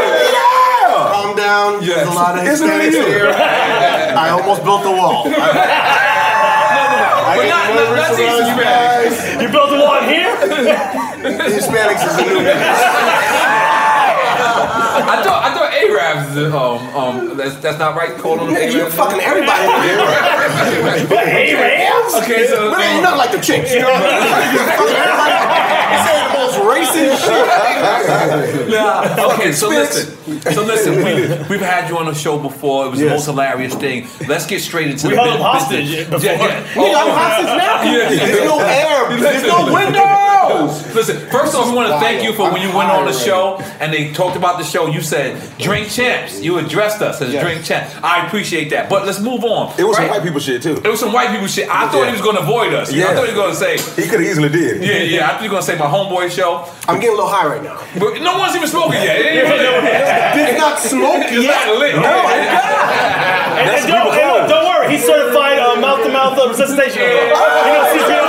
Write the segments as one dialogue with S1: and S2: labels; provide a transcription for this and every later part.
S1: Calm down.
S2: Yes.
S1: There's a lot of
S2: Isn't it
S1: Hispanics
S2: you?
S1: here. I almost built the wall. I, I
S2: But
S1: get
S2: not, not,
S1: nervous
S2: not these
S1: around
S2: Hispanics.
S1: guys.
S3: You built the wall here?
S1: Hispanics is the new niggas.
S2: I thought I thought Arabs. is, Um, um, that's that's not right. Calling them
S1: Nigga,
S2: Arabs.
S1: you fucking everybody over here.
S3: But hey, Rams?
S2: Okay, so
S1: But they ain't
S2: um,
S1: nothing like the chicks, you know what I mean? You fucking everybody. You say the most racist shit.
S2: nah, okay. So
S1: spits.
S2: listen, so listen. We, we've had you on the show before. It was the
S1: Yes.
S2: most hilarious thing. Let's get straight into
S3: We
S2: the
S3: held him
S2: business.
S3: hostage before.
S1: Nigga, I'm
S2: Oh,
S1: hostage now.
S2: Yeah.
S1: There's no air. There's no windows.
S2: windows. Listen, first off, we want to
S1: wild.
S2: thank you for when you
S1: I'm
S2: went on the
S1: tired
S2: show and they talked about the show. You said "Drink Champs." You addressed us as
S1: Yes.
S2: "Drink Champs." I appreciate that, but let's move on.
S4: It was
S2: right?
S4: some white people shit too.
S2: It was some white people shit. I thought he was going to avoid us. I
S4: Yeah.
S2: thought he was going to say.
S4: He could have easily did.
S2: Yeah, yeah. I thought you were gonna say my homeboy show,
S1: I'm getting a little high right now.
S2: but no one's even smoking yet. It ain't even lit.
S1: Did not smoke
S2: It's
S1: yet.
S2: not lit.
S3: And, and don't, and look, don't worry, he's certified uh, mouth-to-mouth uh, resuscitation. You know, E CPR.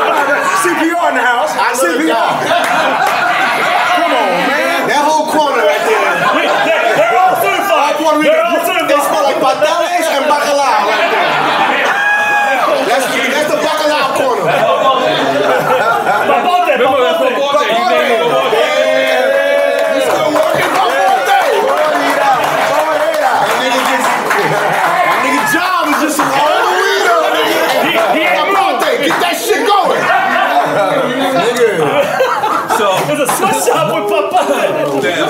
S4: CPR in the house.
S1: I know the dog.
S4: Come on, man.
S1: That whole corner right there.
S3: Wait, they're, they're all certified.
S1: Puerto
S3: They're
S1: Rican.
S3: all
S1: They smell
S3: certified.
S1: like patales and bacalao right there. That's, that's the bacalao corner.
S2: Remember
S3: Papote,
S2: that
S3: papote.
S2: football day?
S1: Papote.
S2: You named it Papote.
S1: Yeah. You still working? Papote. My nigga just- my nigga John was just all the weed up, nigga.
S3: He- he ain't
S1: Papote, get that shit going. Nigga.
S2: So
S3: There's a sweat shop with papote.
S2: damn, I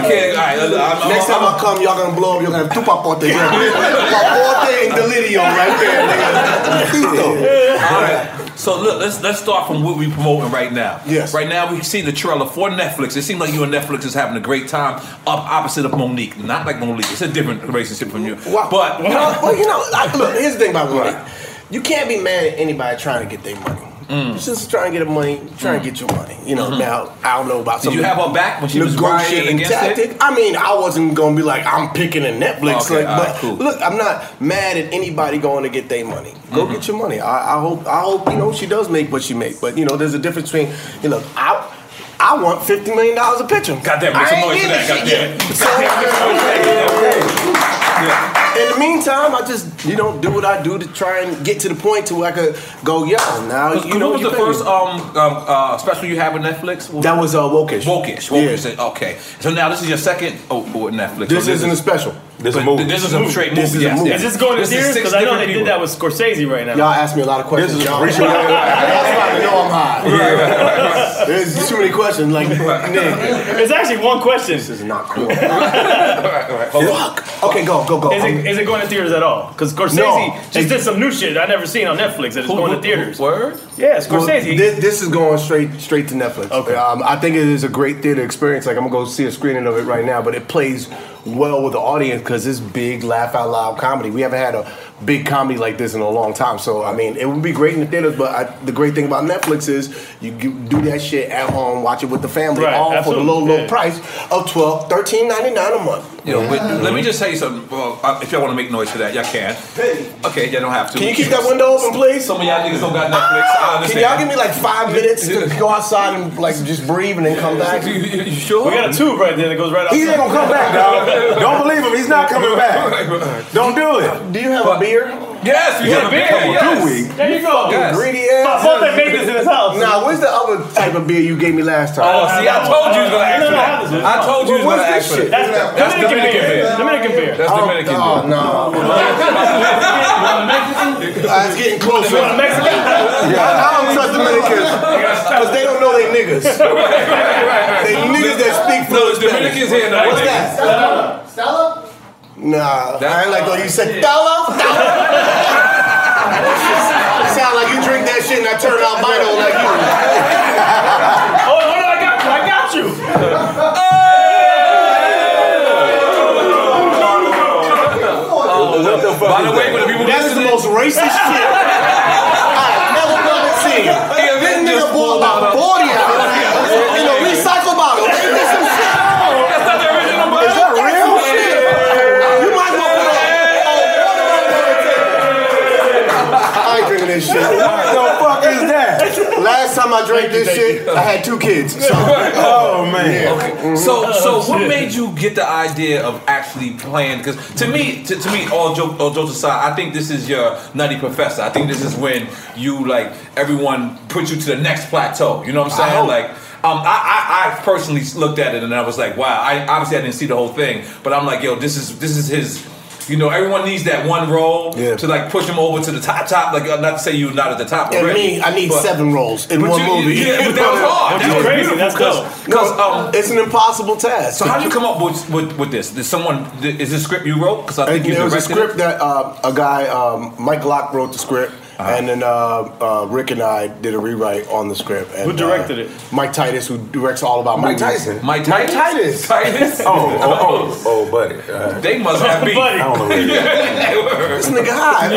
S2: can't. All right, look, I'm, I'm,
S1: Next time I
S2: I'm,
S1: come, y'all gonna blow up. You're gonna have two papote. You're gonna have papote and delirio right there, nigga. Tito.
S2: all right. So look, let's let's start from what we promoting right now.
S1: Yes.
S2: Right now we see the trailer for Netflix. It seems like you and Netflix is having a great time up opposite of Monique. Not like Monique. It's a different relationship from you.
S1: Wow.
S2: But
S1: you know, well, you know, I, look. Here's the thing about money. You can't be mad at anybody trying to get their money.
S2: Mm.
S1: She's just trying to get her money, trying to get your money. You know, now I don't know about
S2: Mm-hmm. Did
S1: some
S2: you have her back when she was
S1: negotiating
S2: rioting against it?
S1: tactic. I mean, I wasn't gonna be like I'm picking a Netflix,
S2: Okay,
S1: like,
S2: all right,
S1: but
S2: cool.
S1: look, I'm not mad at anybody going to get their money. Go
S2: Mm-hmm.
S1: get your money. I, I hope, I hope you know she does make what she make, but you know, there's a difference between you know, I. I want fifty million dollars a picture.
S2: Goddamn, make
S1: I
S2: some
S1: ain't
S2: noise for
S1: getting
S2: that.
S1: shit yet.
S2: Goddamn.
S1: So- in the meantime, I just you know do what I do to try and get to the point to where I could go, yo. Now you know
S2: Who was
S1: you
S2: the
S1: paying.
S2: first um, um uh special you had with Netflix? What-
S1: That was uh, wokish.
S2: Wokish. Wokish. Okay. So now this is your second oh, with Netflix.
S1: This
S2: So
S1: isn't a special.
S5: This
S2: but
S5: movie.
S2: This is a straight movie.
S1: This is a
S2: yes,
S1: movie.
S2: yes.
S3: Is this going to
S2: This is
S3: theaters?
S2: six
S3: Because I know they
S2: different
S3: did
S2: people.
S3: that with Scorsese right now.
S1: Y'all asked me a lot of questions.
S5: This is
S1: y'all.
S5: reaching-
S1: y'all about to know I'm high. There's just too many questions. Like, nigga,
S3: It's actually one question.
S1: this
S3: Is
S1: is not cool. Fuck. Okay, go, Um, go, go.
S3: it, is it going to theaters at all? Because Scorsese
S1: No.
S3: just did some new shit I never seen on Netflix that is
S2: Who-
S3: going
S2: who-
S3: to theaters.
S2: Word.
S3: Yeah,
S1: Well,
S3: Scorsese.
S1: thi- this is going straight straight to Netflix.
S3: Okay.
S1: Um, I think it is a great theater experience. Like I'm gonna go see a screening of it right now, but it plays well with the audience because it's big laugh out loud comedy. We haven't had a big comedy like this in a long time. So I mean, it would be great in the theaters, but I, the great thing about Netflix is you g- do that shit at home, watch it with the family,
S3: Right,
S1: all for the low
S3: absolutely,
S1: low
S3: yeah.
S1: price of 12 $13.99 a month.
S2: Yo, but let me just tell you something. Well, uh, if y'all want to make noise for that, y'all can. Okay, y'all don't have to.
S1: Can you keep that window open, please?
S2: Some of y'all niggas don't got Netflix. I
S1: Can
S2: understand.
S1: y'all give me like five minutes to go outside and like just breathe and then come back?
S2: You, you- you sure?
S3: we got a tube right there that goes right
S1: He ain't
S3: outside.
S1: gonna come back, dog.
S5: Dog, Don't believe him. He's not coming back. Don't do it.
S1: Do you have a beer?
S2: yes, we got a beer. Yes.
S5: Do
S3: There you go.
S2: Yes.
S1: Greedy
S3: Fuck,
S1: ass.
S3: Both they made this in his house.
S1: Now, where's the other type of beer you gave me last
S2: Oh,
S1: time?
S2: see, I told you you was gonna ask
S3: No,
S2: for
S3: no,
S2: that.
S3: no, no.
S2: I told you you was
S1: What's
S2: gonna
S1: this
S2: ask for
S1: shit?
S2: that.
S3: That's,
S2: That's
S3: Dominican,
S2: Dominican
S3: beer.
S2: beer.
S3: Dominican beer.
S2: That's Dominican.
S1: oh,
S2: beer.
S1: no. Uh, it's getting closer.
S3: You want a Mexican?
S1: I, I don't trust Dominicans because they don't know they niggas. They niggas that speak
S2: No, it's
S1: fluent
S2: Dominicans
S1: Spanish.
S2: here. No,
S1: What's that?
S6: Stella?
S1: Nah,
S2: That-
S1: I ain't like that. You said Stella? Sound like you drink that shit and I turn albino like you.
S3: Oh, what did I got you? I got you.
S2: By the way, for the people
S1: That is the
S2: listening,
S1: most racist shit I've never fucking seen. This nigga bought about 40 of them
S5: eh. E
S1: in a recycle bottle. Ain't this some shit?
S2: that's not the original bottle.
S1: Is that real shit? You might as well put a- a water on the table. I ain't drinking this shit.
S5: What the fuck is that?
S1: Last time I drank this shit, I had two kids. So
S5: Oh man.
S2: So, so what made you get the idea of actually playing? Because to me, to, to me, all joke, all jokes aside, I think this is your nutty professor. I think this is when you like everyone put you to the next plateau. You know what I'm
S1: I
S2: saying?
S1: hope.
S2: Like, um, I, I, I personally looked at it and I was like, wow. I obviously I didn't see the whole thing, but I'm like, yo, this is this is his. You know, everyone needs that one role
S1: Yeah.
S2: to like push them over to the top, top. Like, uh, not to say you're not at the top
S1: and
S2: already.
S1: me, I need
S2: but-
S1: seven rolls in
S2: but
S1: one
S2: you-
S1: movie.
S2: Yeah, but that was hard.
S3: That's
S2: That was
S3: crazy.
S2: beautiful.
S3: That's dope.
S2: Because
S1: No,
S2: um,
S1: it's an impossible task.
S2: so how do you come up with with, with this? Did someone did- is this script you wrote? Because I think
S1: It,
S2: you
S1: was
S2: directed
S1: a script
S2: it.
S1: that uh, a guy, um, Mike Locke, wrote the script, and then uh, uh, Rick and I did a rewrite on the script. And,
S3: Who directed
S1: uh,
S3: it?
S1: Mike Titus, who directs all about
S5: Mike
S1: movies.
S5: Tyson.
S2: Mike
S5: Mike
S2: Titus.
S5: Titus.
S2: Titus?
S5: Oh, oh, oh, oh, buddy. Uh, Oh.
S2: they must have beef.
S3: Buddy.
S5: I don't know. Where he is.
S1: This nigga high.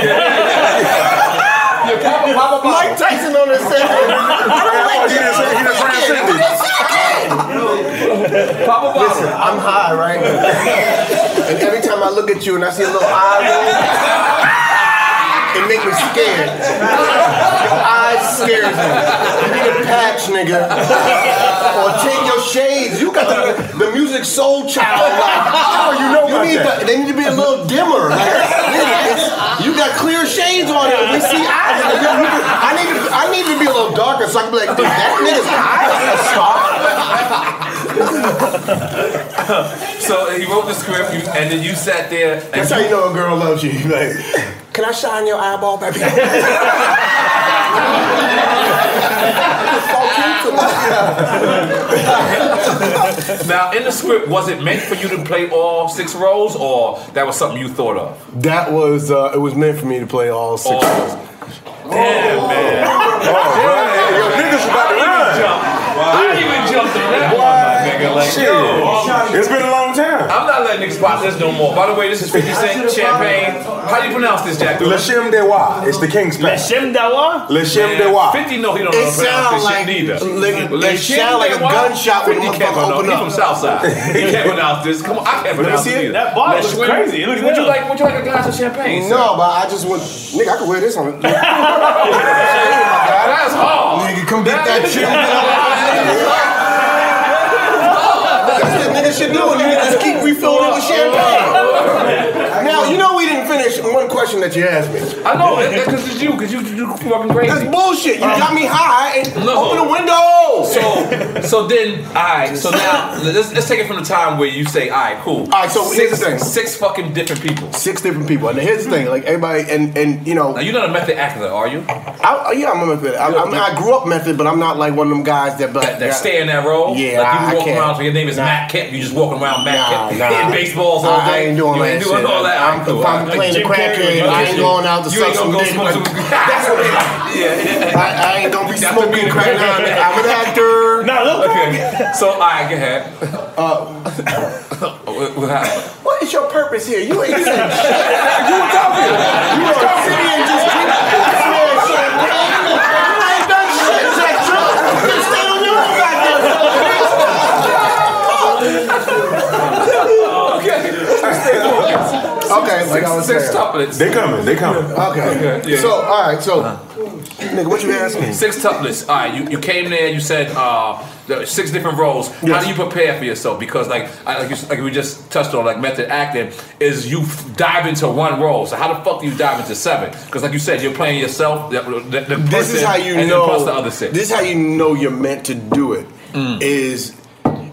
S1: Mike Tyson on the set.
S5: Oh, he done- he done transcended.
S2: Papa
S1: Listen,
S2: Bottle.
S1: I'm high, right? and every time I look at you and I see a little eye roll, it make me scared. Your eyes scares me. You need a patch, nigga. or take your shades. You got the, the music soul child. Like, oh, you know
S5: about
S1: need
S5: that.
S1: the- They need to be a little dimmer. Like, nigga, it's- you got clear shades on it. We see eyes. You- you- I need to, I need to be a little darker so I can be like, dude, that nigga's eyes are soft.
S2: So he wrote the script, you, and then you sat there. And
S1: That's how you know a girl loves you. Like, can I shine your eyeball, baby? so cute to look at.
S2: Now in the script, was it meant for you to play all six roles, or that was something you thought of?
S1: That was uh, it was meant for me to play all six.
S2: All-
S1: roles.
S5: Oh, bro. Hey, yo, niggas about to run.
S2: I didn't even jump on that one, my nigga. nigga. Like,
S5: Shit.
S2: yo.
S5: It's been a long time.
S2: I'm not letting niggas pop this no more. By the way, this is 50 Cent Champagne. How do you pronounce this, Jack?
S5: Le Chim de Wa. It's the King's
S3: That
S5: Pass.
S3: shim dawa?
S5: Le Chim de Wa.
S2: 50 no, he don't know
S1: It
S2: how to pronounce
S1: sound
S2: this
S1: like,
S2: shit neither.
S1: like-
S2: But
S1: it
S2: shit,
S1: sound like a
S2: nigga, why?
S1: gunshot when
S2: 50
S1: motherfucker
S2: can't pronounce-
S1: open
S2: He
S1: up.
S2: from Southside. He can't pronounce this. Come on, I can't pronounce
S5: see
S2: it
S5: it.
S2: either.
S3: That bar
S2: Le
S3: looks
S2: Schwinn.
S3: crazy. It looks
S2: Would you
S3: dope.
S2: like? Would you like a glass of champagne? sir?
S1: No, but I just want, nigga, I could wear this on. Nigga,
S2: that's hard.
S1: come get that
S2: That-
S1: shit. That's what niggas should do. Niggas just keep refilling it with champagne. Now, you know we didn't finish one question that you asked me.
S2: I know because it's you. Because you you fucking crazy.
S1: That's bullshit. You got me high and
S2: Look.
S1: open the window.
S2: So, so then, all right. So now, let's, let's take it from the time where you say, all right, cool. All
S1: right, so here's
S2: six,
S1: the thing.
S2: six fucking different people.
S1: Six different people, and here's the thing: like everybody, and and you know,
S2: Now you're not a method actor, are you?
S1: I, yeah, I'm a method. I, I, mean, I grew up method, but I'm not like one of them guys that
S2: That, that
S1: got-
S2: stay in that role.
S1: Yeah,
S2: like
S1: I- I
S2: you walk
S1: can't.
S2: around. So your name is Matt Kemp. You just walking around Matt
S1: Nah,
S2: Kemp
S1: nah.
S2: hitting baseballs all
S1: I- I
S2: day.
S1: ain't doing
S2: you
S1: that
S2: ain't doing
S1: shit.
S2: all that.
S1: I'm-
S2: cool.
S1: if I'm playing the
S2: Jim
S1: crack
S2: Carrey,
S1: game,
S2: you
S1: I ain't
S2: shit.
S1: going out to
S2: You ain't
S1: suck
S2: gonna go
S1: some
S2: smoke
S1: dick.
S2: some. That's what. Yeah.
S1: I, I ain't gonna be
S2: That's the
S1: smoking
S2: meaning.
S1: crack. Nah, man, I'm an actor.
S3: Nah, look.
S2: Okay. So all right, go ahead.
S1: Uh,
S2: What- what happened?
S1: What is your purpose here? You ain't saying shit. You were talking. You were sitting here and just drinking. this man champagne. You ain't done shit, Jack Trump. You just stayed on your own goddamn self. Okay, like I was
S2: Six
S1: saying.
S2: tuplets.
S5: They coming. They coming.
S1: Okay.
S2: yeah. Uh-huh.
S1: So, all right, so, nigga, what you asking?
S2: Six tuplets. All right, you, you came there. You said uh, there were six different roles. How
S1: Yes.
S2: do you prepare for yourself? Because like I, like, you, like we just touched on, like method acting is you f- dive into one role. So how the fuck do you dive into seven? Because like you said, you're playing yourself. The, the, the
S1: this
S2: person,
S1: is how you
S2: and
S1: know
S2: Then plus the other six. Mm.
S1: this is how you know you're meant to do it is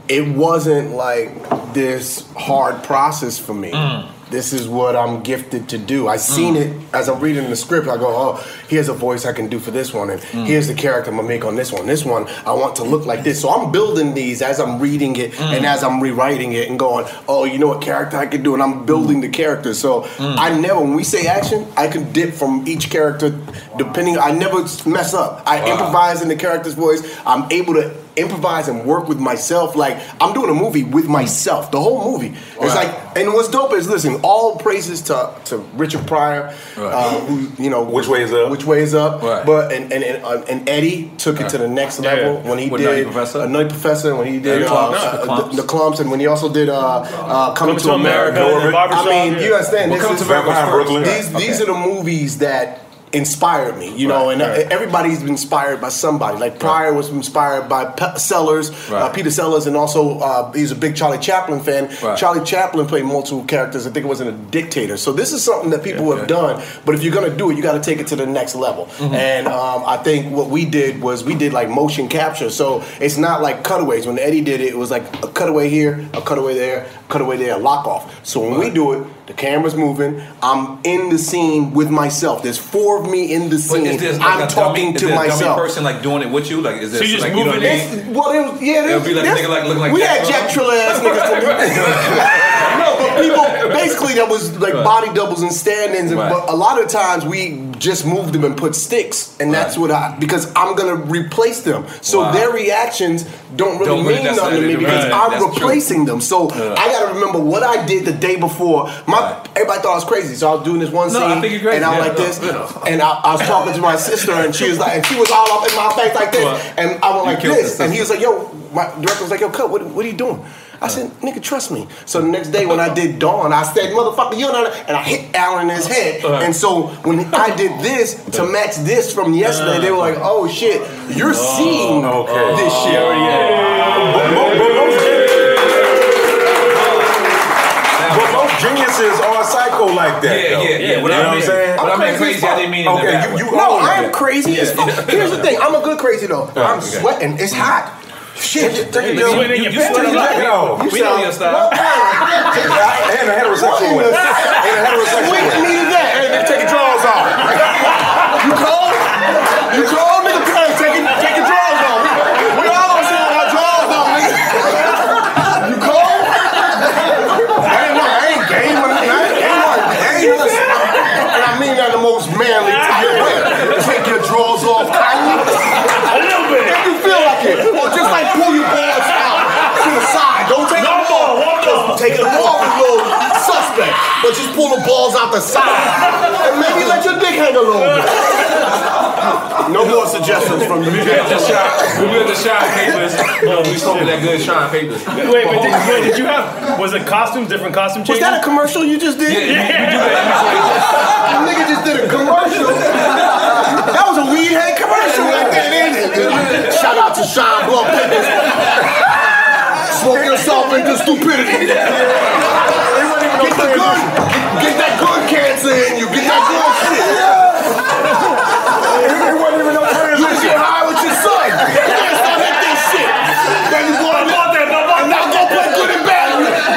S1: it wasn't like this hard process for me
S2: Mm.
S1: this is what i'm gifted to do i seen it as i'm reading the script i go oh here's a voice i can do for this one and
S2: Mm.
S1: here's the character i'm gonna make on this one this one i want to look like this so i'm building these as i'm reading it
S2: Mm.
S1: and as i'm rewriting it and going oh you know what character i could do and i'm building the character so i never when we say action i can dip from each character depending i never mess up i
S2: Wow.
S1: improvise improvise in the character's voice. I'm able to improvise and work with myself. Like I'm doing a movie with myself, the whole movie. It's
S2: Right.
S1: like, and what's dope is listen. All praises to to Richard Pryor, uh, who you know,
S5: Which Way Is Up.
S1: Which way is up?
S2: Right.
S1: But and and and, uh, and Eddie took it to the next level when he
S2: With
S1: did
S2: Nutty Professor?
S1: uh, Nutty Professor, when he did
S2: Yeah,
S1: uh,
S2: Clumps.
S1: uh,
S2: The Clumps.
S1: the, the clumps, and when he also did uh, uh, Coming
S3: Coming
S1: to America.
S3: and the barbershop.
S1: I mean, you understand?
S2: Well,
S1: this
S2: Coming
S1: is-
S2: to America was
S5: Right behind
S2: first.
S5: Brooklyn.
S1: These these are the movies that inspired me, you know,
S2: Right,
S1: and uh
S2: right.
S1: everybody's been inspired by somebody. Like Pryor was inspired by Pe- Sellers, uh,
S2: Right.
S1: Peter Sellers, and also uh, he's a big Charlie Chaplin fan.
S2: Right.
S1: Charlie Chaplin played multiple characters. I think it was in a dictator. So this is something that people
S2: Yeah, Mm-hmm.
S1: have
S2: yeah.
S1: done. But if you're gonna do it, you got to take it to the next level. And um, I think what we did was we did like motion capture. So it's not like cutaways. When Eddie did it, it was like a cutaway here, a cutaway there, cutaway there, lock off. So when we do it, the camera's moving. I'm in the scene with myself. There's four of me in the
S2: But
S1: scene.
S2: is this like
S1: I'm
S2: a
S1: talking
S2: dummy,
S1: to
S2: is there a
S1: myself.
S2: dummy person like doing it with you? Like is this
S3: So you just
S2: like,
S3: moving
S2: you know what I mean?
S1: It's, well, it was, yeah,
S2: It'll
S1: this-
S2: be like a
S1: this-
S2: nigga like- look like
S1: we
S2: Jack
S1: had
S2: Bauer.
S1: Jack Triller ass niggas. To do no, but people basically that was like
S2: Right.
S1: body doubles and stand-ins, and,
S2: Right.
S1: but a lot of times we just moved them and put sticks, and that's
S2: Right.
S1: what I because I'm gonna replace them, so
S2: Wow.
S1: their reactions don't really
S2: Don't really-
S1: mean
S2: that's
S1: nothing to
S2: not-
S1: me because
S2: right,
S1: I'm
S2: that's true.
S1: replacing them. So I gotta remember what I did the day before. My
S2: Right.
S1: everybody thought I was crazy, so I was doing this one
S2: No, I
S1: scene,
S2: think you're crazy,
S1: and I'm
S2: yeah.
S1: like this,
S2: Yeah.
S1: and I, I was talking to my sister, and she was like, and she was all up in my face like this,
S2: Right.
S1: and I was
S2: You
S1: like
S2: killed
S1: this,
S2: the
S1: and he was like, yo, my director was like, yo, cut, what, what are you doing? I said, nigga, trust me. So the next day when I did Dawn, I said, motherfucker, you're not, and I hit Alan in his head.
S2: Right.
S1: And so when I did this to match this from yesterday, they were like, oh shit, you're
S2: Oh,
S1: seeing
S5: okay.
S1: this shit.
S5: But mo- but most gen- but most geniuses are psycho like that.
S2: Yeah,
S5: though.
S2: yeah, yeah.
S5: You
S2: What
S5: know
S2: I
S5: what I'm
S2: mean-
S5: saying?
S2: what I mean
S1: crazy as
S2: crazy, I
S1: fuck.
S2: didn't mean it in a
S5: Okay,
S2: bad
S5: you,
S2: way.
S5: you
S1: No,
S5: own
S1: I
S5: that.
S1: am crazy as fuck. Here's the thing, I'm a good crazy though. I'm
S2: okay.
S1: sweating, it's hot. Shit, take it down.
S3: sweating in
S2: You
S3: your pants.
S2: sweating like
S5: Take it off.
S2: We know your style.
S5: And a heterosexual way.
S1: What in the-
S5: And a
S1: Wait
S5: heterosexual
S1: for me
S5: way.
S1: to that. Hey, nigga, take your drawers off. You cold? You cold, nigga? Hey, take your, take your drawers off. We, we all gonna sit with our drawers off, nigga. You cold? I ain't no, I ain't gay. man. I ain't gay. I ain't no, and I mean that in the most manly type way. Take your drawers off, kindly.
S3: A little bit.
S1: If you feel like it, or just like pull your balls out to the side. nigga, the ball was a little suspect, but just pull the balls out the side and maybe let your dick hang a little bit. No more suggestions from you.
S2: We got the shot. We got the shot papers. Well, we smoking that good shot papers.
S3: Wait, but
S2: Oh.
S3: did, wait, did you have? Was it costumes? Different costume
S1: Was
S3: changes?
S1: that a commercial you just did? The nigga just did a commercial. That was a weed head commercial right there, isn't it? Shout out to Sean Bluff Pickens. Smoke yourself into stupidity. Get the good, get that good cancer in you. Get that good shit.
S5: It wasn't even no turn.
S1: You just get high with your son. You can't stop that thing shit. Then you go
S3: I
S1: out
S3: bought that. I bought
S1: and now go play good and bad.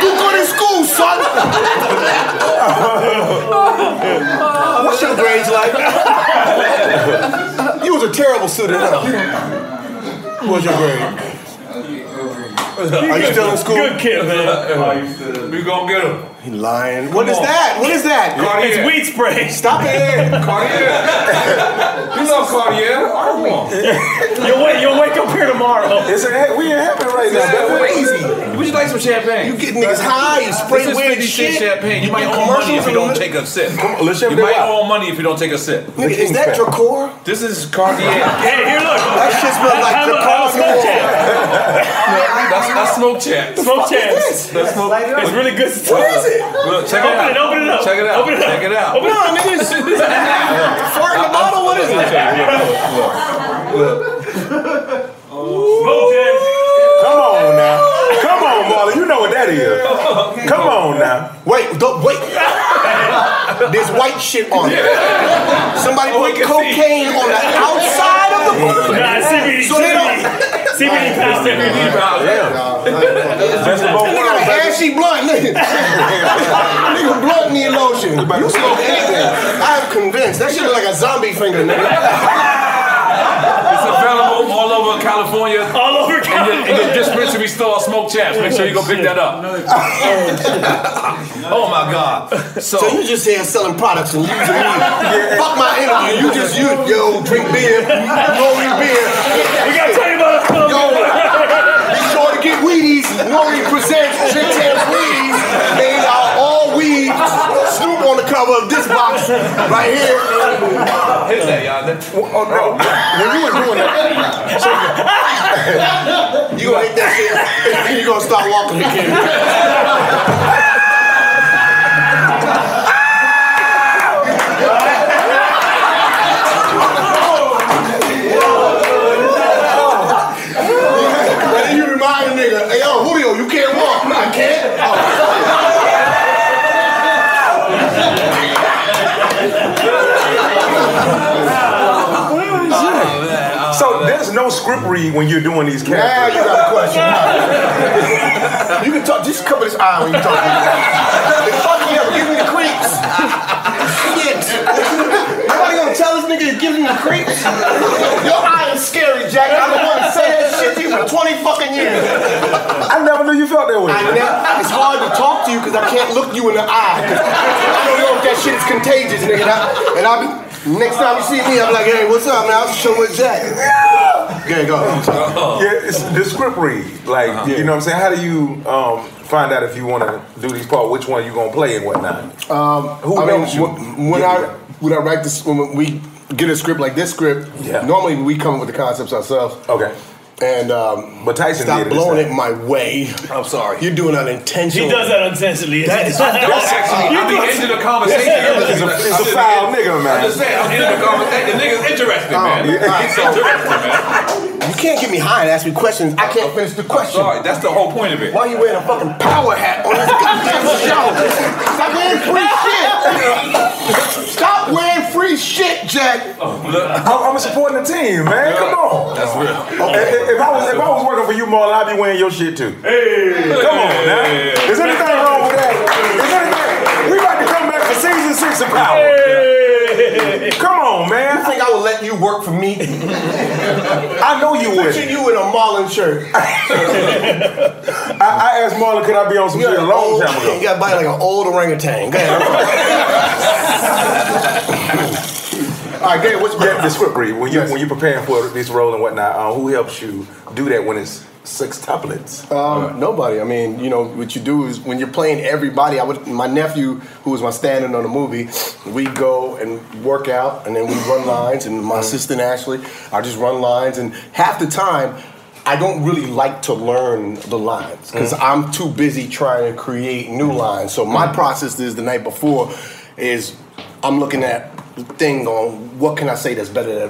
S1: Do good in school, son.
S6: What's your grades like? you was a terrible student. Huh? What's your grade? Are you still in school?
S3: Good kid, man.
S2: We gonna get him.
S6: He lying. What is that? What is that?
S2: Cartier.
S3: It's weed spray.
S6: Stop it.
S2: Cartier. you love Cartier. I want.
S3: You'll wait. You'll wake up here tomorrow.
S5: It's a, we in heaven right now.
S2: Yeah,
S5: baby.
S2: crazy. Would you like some champagne?
S6: You getting niggas high, you
S2: This
S6: spray
S2: is
S6: weird
S2: 50 cent
S6: shit.
S2: champagne. You might
S6: do
S2: owe money if
S6: commercials
S2: you
S6: and
S2: don't
S6: li-
S2: take a sip.
S6: on, let's share
S2: You
S6: the
S2: might
S6: wild.
S2: owe money if you don't take a sip.
S6: Nigga, is that Dracor?
S2: This is Cartier.
S3: Hey, here, look.
S6: That shit smells like
S3: Have a-
S6: Dracor.
S3: have a smoke check.
S2: That's, that's smoke chat.
S3: Smoke check.
S6: Yes.
S2: That's smoke.
S3: It's really good.
S6: What is it?
S2: Look, check
S3: Open
S2: it
S3: it,
S2: out.
S3: open it up.
S2: Check it out.
S3: Open it up.
S2: Check it out.
S3: Open it up.
S6: Fart in the bottle? What is it?
S3: Smoke check.
S5: Come on now. Come on, Marlon. You know what that is. Come on now.
S6: Wait, don't, wait. There's white shit on it. Somebody
S2: Oh, we
S6: put
S2: can see.
S6: cocaine on the outside of the bottle.
S3: Nah, it's CBD.
S6: So they don't-
S3: CBD. CBD passed everything.
S6: That nigga got an ashy blunt, nigga. nigga blunt need lotion. You smoke anything. I'm convinced. That shit look like a zombie finger, nigga.
S2: It's available all over California.
S3: All over
S2: In your, in
S3: California.
S2: your dispensary store, smoke chaps. Make sure you go pick that up. oh my God. So,
S6: So
S2: so
S6: you just here selling products and using me. Fuck my interview. You just you yo drink beer, glory beer.
S3: We gotta tell you about a
S6: Yo, be sure to get Wheaties. Glory presents Jim Tam's Wheaties. Made out of all weed. Snoop on the cover of this box right here.
S2: hit that, y'all.
S6: Oh, no. When you were doing that, you gonna hit that shit. You gonna start walking again.
S1: And then you remind the nigga, hey yo, Julio, you can't walk. I can't. Oh,
S5: So there's no script read when you're doing these
S1: now
S5: characters.
S1: you got a question. you can talk. Just cover this eye when you talk. They fuck me up. Give me the creeps. Shit. Nobody gonna tell this nigga to give him the creeps. Your eye is scary, Jack. I don't want to say that shit to you for 20 fucking years.
S5: I never knew you felt that way.
S1: I ne- it's hard to talk to you because I can't look you in the eye. I don't know if that shit's contagious, nigga. And I, and I be, next time you see me, I'm like, hey, what's up, man? I was chilling with Jack. Okay, go.
S5: Yeah, it's the script read. Like, you know what I'm saying? How do you um, find out if you want to do these parts, which one you going to play and whatnot?
S6: Um,
S5: Who
S1: I mean,
S5: knows you?
S1: wh- when I when I write this, when we get a script like this script,
S5: Yeah.
S1: normally we come up with the concepts ourselves.
S5: Okay.
S1: And um,
S5: But Tyson
S1: stop
S5: did it this
S1: blowing
S5: time.
S1: it my way. I'm sorry. You're doing an intentional.
S3: He does that unintentionally.
S1: That is-
S2: That's actually at the end of the conversation.
S5: It's a, it's a foul nigga,
S2: I'm just saying,
S5: man.
S2: I'm in the conversation. The nigga's interested, man. He's interested, man.
S1: You can't get me high and ask me questions. I can't finish the question.
S2: Sorry, that's the whole point of it.
S1: Why you wearing a fucking power hat on this goddamn show? Stop wearing free shit. Stop wearing free shit, Jack.
S5: I'm, I'm supporting the team, man. Come on. Oh,
S2: That's real.
S5: If, if I was, if I was working for you, Marlon, I'd be wearing your shit too. Come on, now. Is anything wrong with that? Is anything? We about to come back for season six of Power. Come on,
S1: I
S5: man.
S1: think I would let you work for me.
S5: I know you would.
S1: Picture you in a Marlin shirt.
S5: I, I asked Marlon, could I be on some shit a long
S1: old,
S5: time
S1: You
S5: ago?
S1: got body like an old orangutan. Go ahead. All right, Gabe, what's
S5: Yeah,
S1: your
S5: the script read. When you when you're preparing for this role and whatnot, uh, who helps you do that when it's sextuplets?
S1: Um, nobody. I mean, you know, what you do is when you're playing everybody. I would. My nephew, who was my stand-in on the movie, we go and work out, and then we run lines. And my assistant Ashley, I just run lines, and half the time. I don't really like to learn the lines because I'm too busy trying to create new lines. So my process is the night before is I'm looking at thing on what can I say that's better than,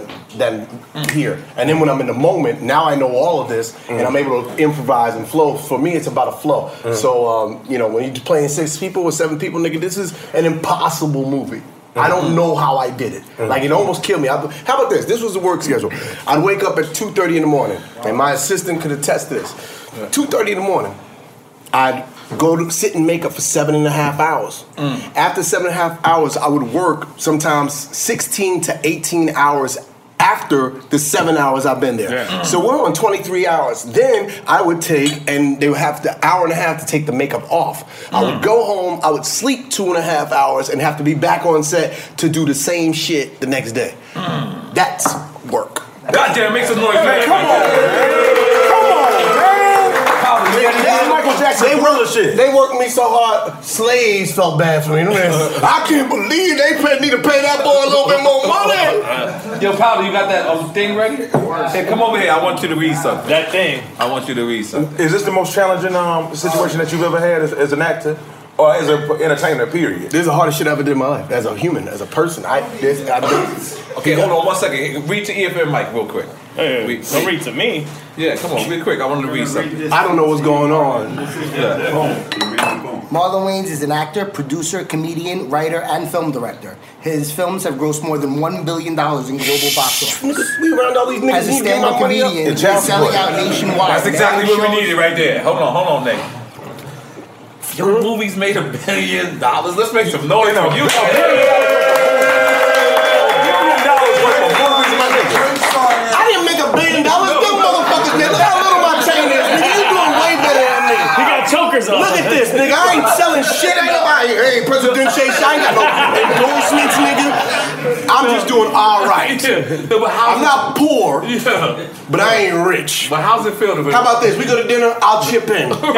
S1: than here. And then when I'm in the moment, now I know all of this and I'm able to improvise and flow. For me, it's about a flow. So, um, you know, when you're playing six people or seven people, nigga, this is an impossible movie. I don't know how I did it. Like it almost killed me. I, how about this? This was the work schedule. I'd wake up at 2:30 in the morning, and my assistant could attest to this. 2:30 in the morning, I'd go to sit in makeup for seven and a half hours. After seven and a half hours, I would work sometimes 16 to 18 hours after the seven hours I've been there. So we're on 23 hours. Then I would take, and they would have the hour and a half to take the makeup off. I would go home, I would sleep two and a half hours, and have to be back on set to do the same shit the next day. That's work.
S2: Goddamn, make some noise, man.
S5: Come on, man. Come on, Oh, man. This is Michael Jackson
S1: They
S5: thriller shit.
S1: They worked me so hard, slaves felt bad for me. Them niggas, I can't believe they pay, need to pay that boy a little bit more money.
S2: Yo, Powder, you got that um, thing ready? Hey, come over here. I want you to read something.
S3: That thing.
S2: I want you to read something.
S5: Is this the most challenging um, situation that you've ever had as, as an actor or as an entertainer? Period.
S1: This is the hardest shit I ever did in my life as a human, as a person. I this I do.
S2: Okay, hold on one second. Read E to EFM Mike real quick.
S3: Hey,
S2: We-
S3: don't read to me.
S2: Yeah, come on, real quick. I want to read something.
S1: I don't know what's going on.
S7: Marlon Wayans is an actor, producer, comedian, writer, and film director. His films have grossed more than $1 billion in global box office.
S1: Niggas, we around all these niggas.
S7: As a
S1: you give my
S7: stand-up
S1: money up.
S7: comedian, he's
S5: child
S7: selling
S5: support.
S7: out nationwide.
S2: That's exactly
S7: Now
S2: what we
S7: shows-
S2: needed right there. Hold on, hold on, Nate. Your movie's made a billion dollars. Let's make some noise. for you.
S1: I didn't make a billion dollars. Them motherfuckers, nigga. Look how little my chain is. Nigga, you doing way better than me.
S3: He got chokers on.
S1: Look at this, nigga. I ain't selling shit. Ain't nobody. Hey, President Chase, I ain't got no endorsements, nigga. I'm just doing all right.
S2: Yeah. But
S1: I'm
S2: how?
S1: not poor,
S2: Yeah.
S1: but I ain't rich.
S2: But how's it feel to be?
S1: How about this? We go to dinner, I'll chip in. but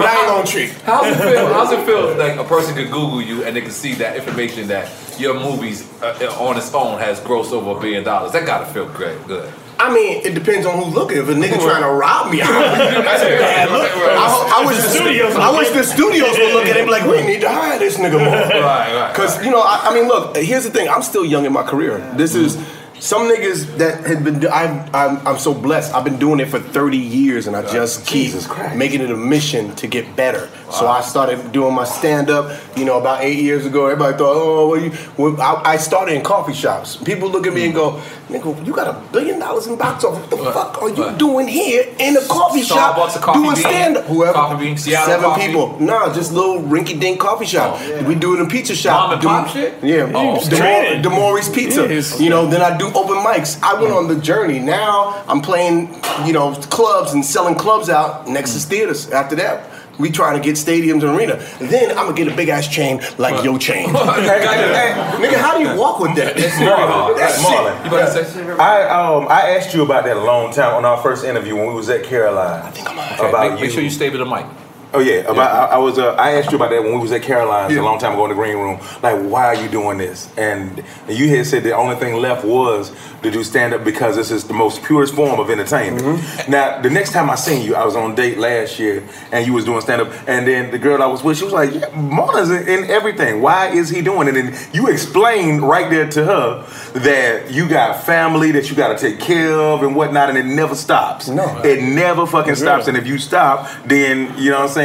S1: I ain't gonna treat.
S2: How's it feel? How's it feel like a person could Google you and they can see that information that your movies uh, on its own has grossed over a billion dollars? That gotta feel great, good.
S1: I mean, it depends on who's looking. If a nigga trying to rob me, I,
S2: Right,
S1: I,
S2: right,
S1: I wish the studios. I wish the studios would look at it and be like, we need to hire this nigga more.
S2: right, right.
S1: Because you know, I, I mean, look. Here's the thing. I'm still young in my career. This is some niggas that had been. I'm, I'm I'm so blessed. I've been doing it for 30 years, and I just keep making it a mission to get better. So I started doing my stand up. You know, about eight years ago, everybody thought, oh, well, you. Well, I, I started in coffee shops. People look at me and go, nigga, you got a billion dollars in box office. What the fuck are you
S2: Right.
S1: doing here in a coffee
S2: Starbucks, a
S1: shop
S2: coffee
S1: doing
S2: bean,
S1: stand up? Whoever,
S2: coffee bean, Seattle
S1: seven
S2: coffee. Oh,
S1: people. Nah, just little rinky dink coffee shop. We do it in pizza shop.
S2: Mom and
S1: Do-
S2: pop shit?
S1: Yeah.
S2: Oh,
S1: Oh,
S3: straight.
S1: Demori's Pizza. You know, then I do open mics. I
S2: Mm.
S1: went on the journey. Now I'm playing, you know, clubs and selling clubs out next
S2: Mm.
S1: is theaters. After that, we trying to get stadiums and arena. Then I'm gonna get a big ass chain like your chain. Nigga, how do you walk with that?
S5: Marlon,
S1: That shit.
S5: Marlon.
S2: You better say.
S5: I um I asked you about that a long time on our first interview when we was at Caroline. I think I'm
S2: Okay,
S5: about
S2: make, make sure you stay with the mic.
S5: Oh yeah, about I, I was. Uh, I asked you about that when we was at Caroline's a long time ago in the green room. Like, why are you doing this? And you had said the only thing left was to do stand up because this is the most purest form of entertainment. Now, the next time I seen you, I was on a date last year, and you was doing stand up. And then the girl I was with, she was like, yeah, "Marlon's in, in everything. Why is he doing it?" And you explained right there to her that you got family that you got to take care of and whatnot, and it never stops.
S1: No.
S5: it never fucking stops. And if you stop, then you know what I'm saying.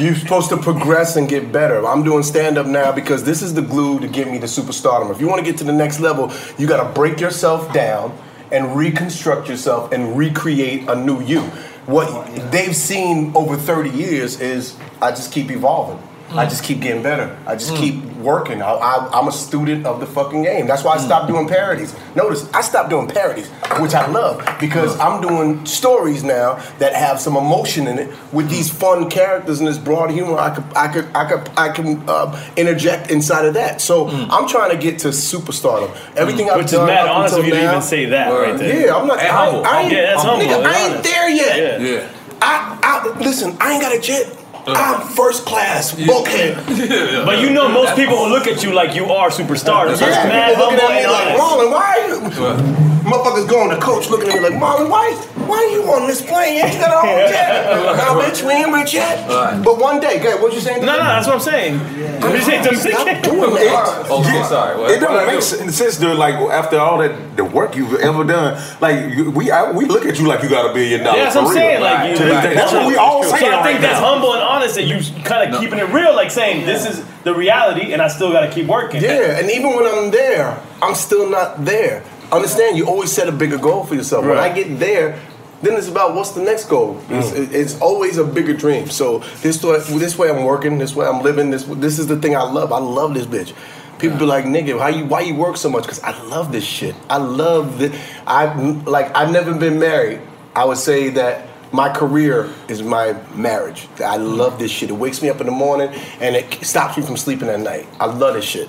S1: You're supposed to progress and get better. I'm doing stand up now because this is the glue to get me to superstardom. If you want to get to the next level, you got to break yourself down and reconstruct yourself and recreate a new you. What they've seen over 30 years is I just keep evolving. I just keep getting better. I just keep working. I, I, I'm a student of the fucking game. That's why I stopped doing parodies. Notice, I stopped doing parodies, which I love because I'm doing stories now that have some emotion in it with these fun characters and this broad humor. I could, I could, I could, I can uh, interject inside of that. So I'm trying to get to superstardom. Everything I've
S3: Which is
S1: done
S3: mad
S1: up
S3: honest
S1: until
S3: of you to
S1: now-
S3: even say that right there.
S1: Yeah, I'm not.
S2: And
S1: I, ain't-
S2: humble.
S1: I ain't,
S3: Yeah, that's humble.
S1: nigga,
S3: That's
S1: I ain't
S3: honest.
S1: there yet.
S3: Yeah.
S2: Yeah.
S1: I, I listen. I ain't got a jet. I'm first class bulkhead.
S3: But Uh. you know, most people will look at you like you are superstars. That's
S1: Yeah,
S3: mad
S1: people looking
S3: humble
S1: at me
S3: and
S1: like
S3: honest.
S1: Marlon, why are you? Motherfuckers going to coach looking at me like Marlon, why? Why are you on this plane? You ain't got our own jet. Now, bitch, we ain't rich yet. But one day, good. What you saying?
S3: No, no, that's what I'm saying. I'm just saying,
S1: Stop doing that.
S2: Oh, yeah. sorry. What-
S5: It
S2: what I
S5: don't
S2: do?
S5: make sen- sense, dude. Like after all that, the work you've ever done, like you- we I, we look at you like you got a billion dollars.
S3: Yeah, that's what I'm
S5: for
S3: saying.
S5: real.
S3: Like, you,
S5: To this day. that's what we all saying.
S3: So I think
S5: right
S3: that's
S5: now.
S3: humble and honest that you kind of keeping it real, like saying this is the reality, and I still got to keep working.
S1: Yeah, and even when I'm there, I'm still not there. Understand? You always set a bigger goal for yourself. When I
S3: Right.
S1: get there, then it's about what's the next goal. It's, it- it's always a bigger dream. So this way, this way I'm working. This way I'm living. This this is the thing I love. I love this bitch. People be like, nigga, how you why you work so much? Because I love this shit. I love the I like I've never been married. I would say that my career is my marriage. I love this shit. It wakes me up in the morning and it stops me from sleeping at night. I love this shit.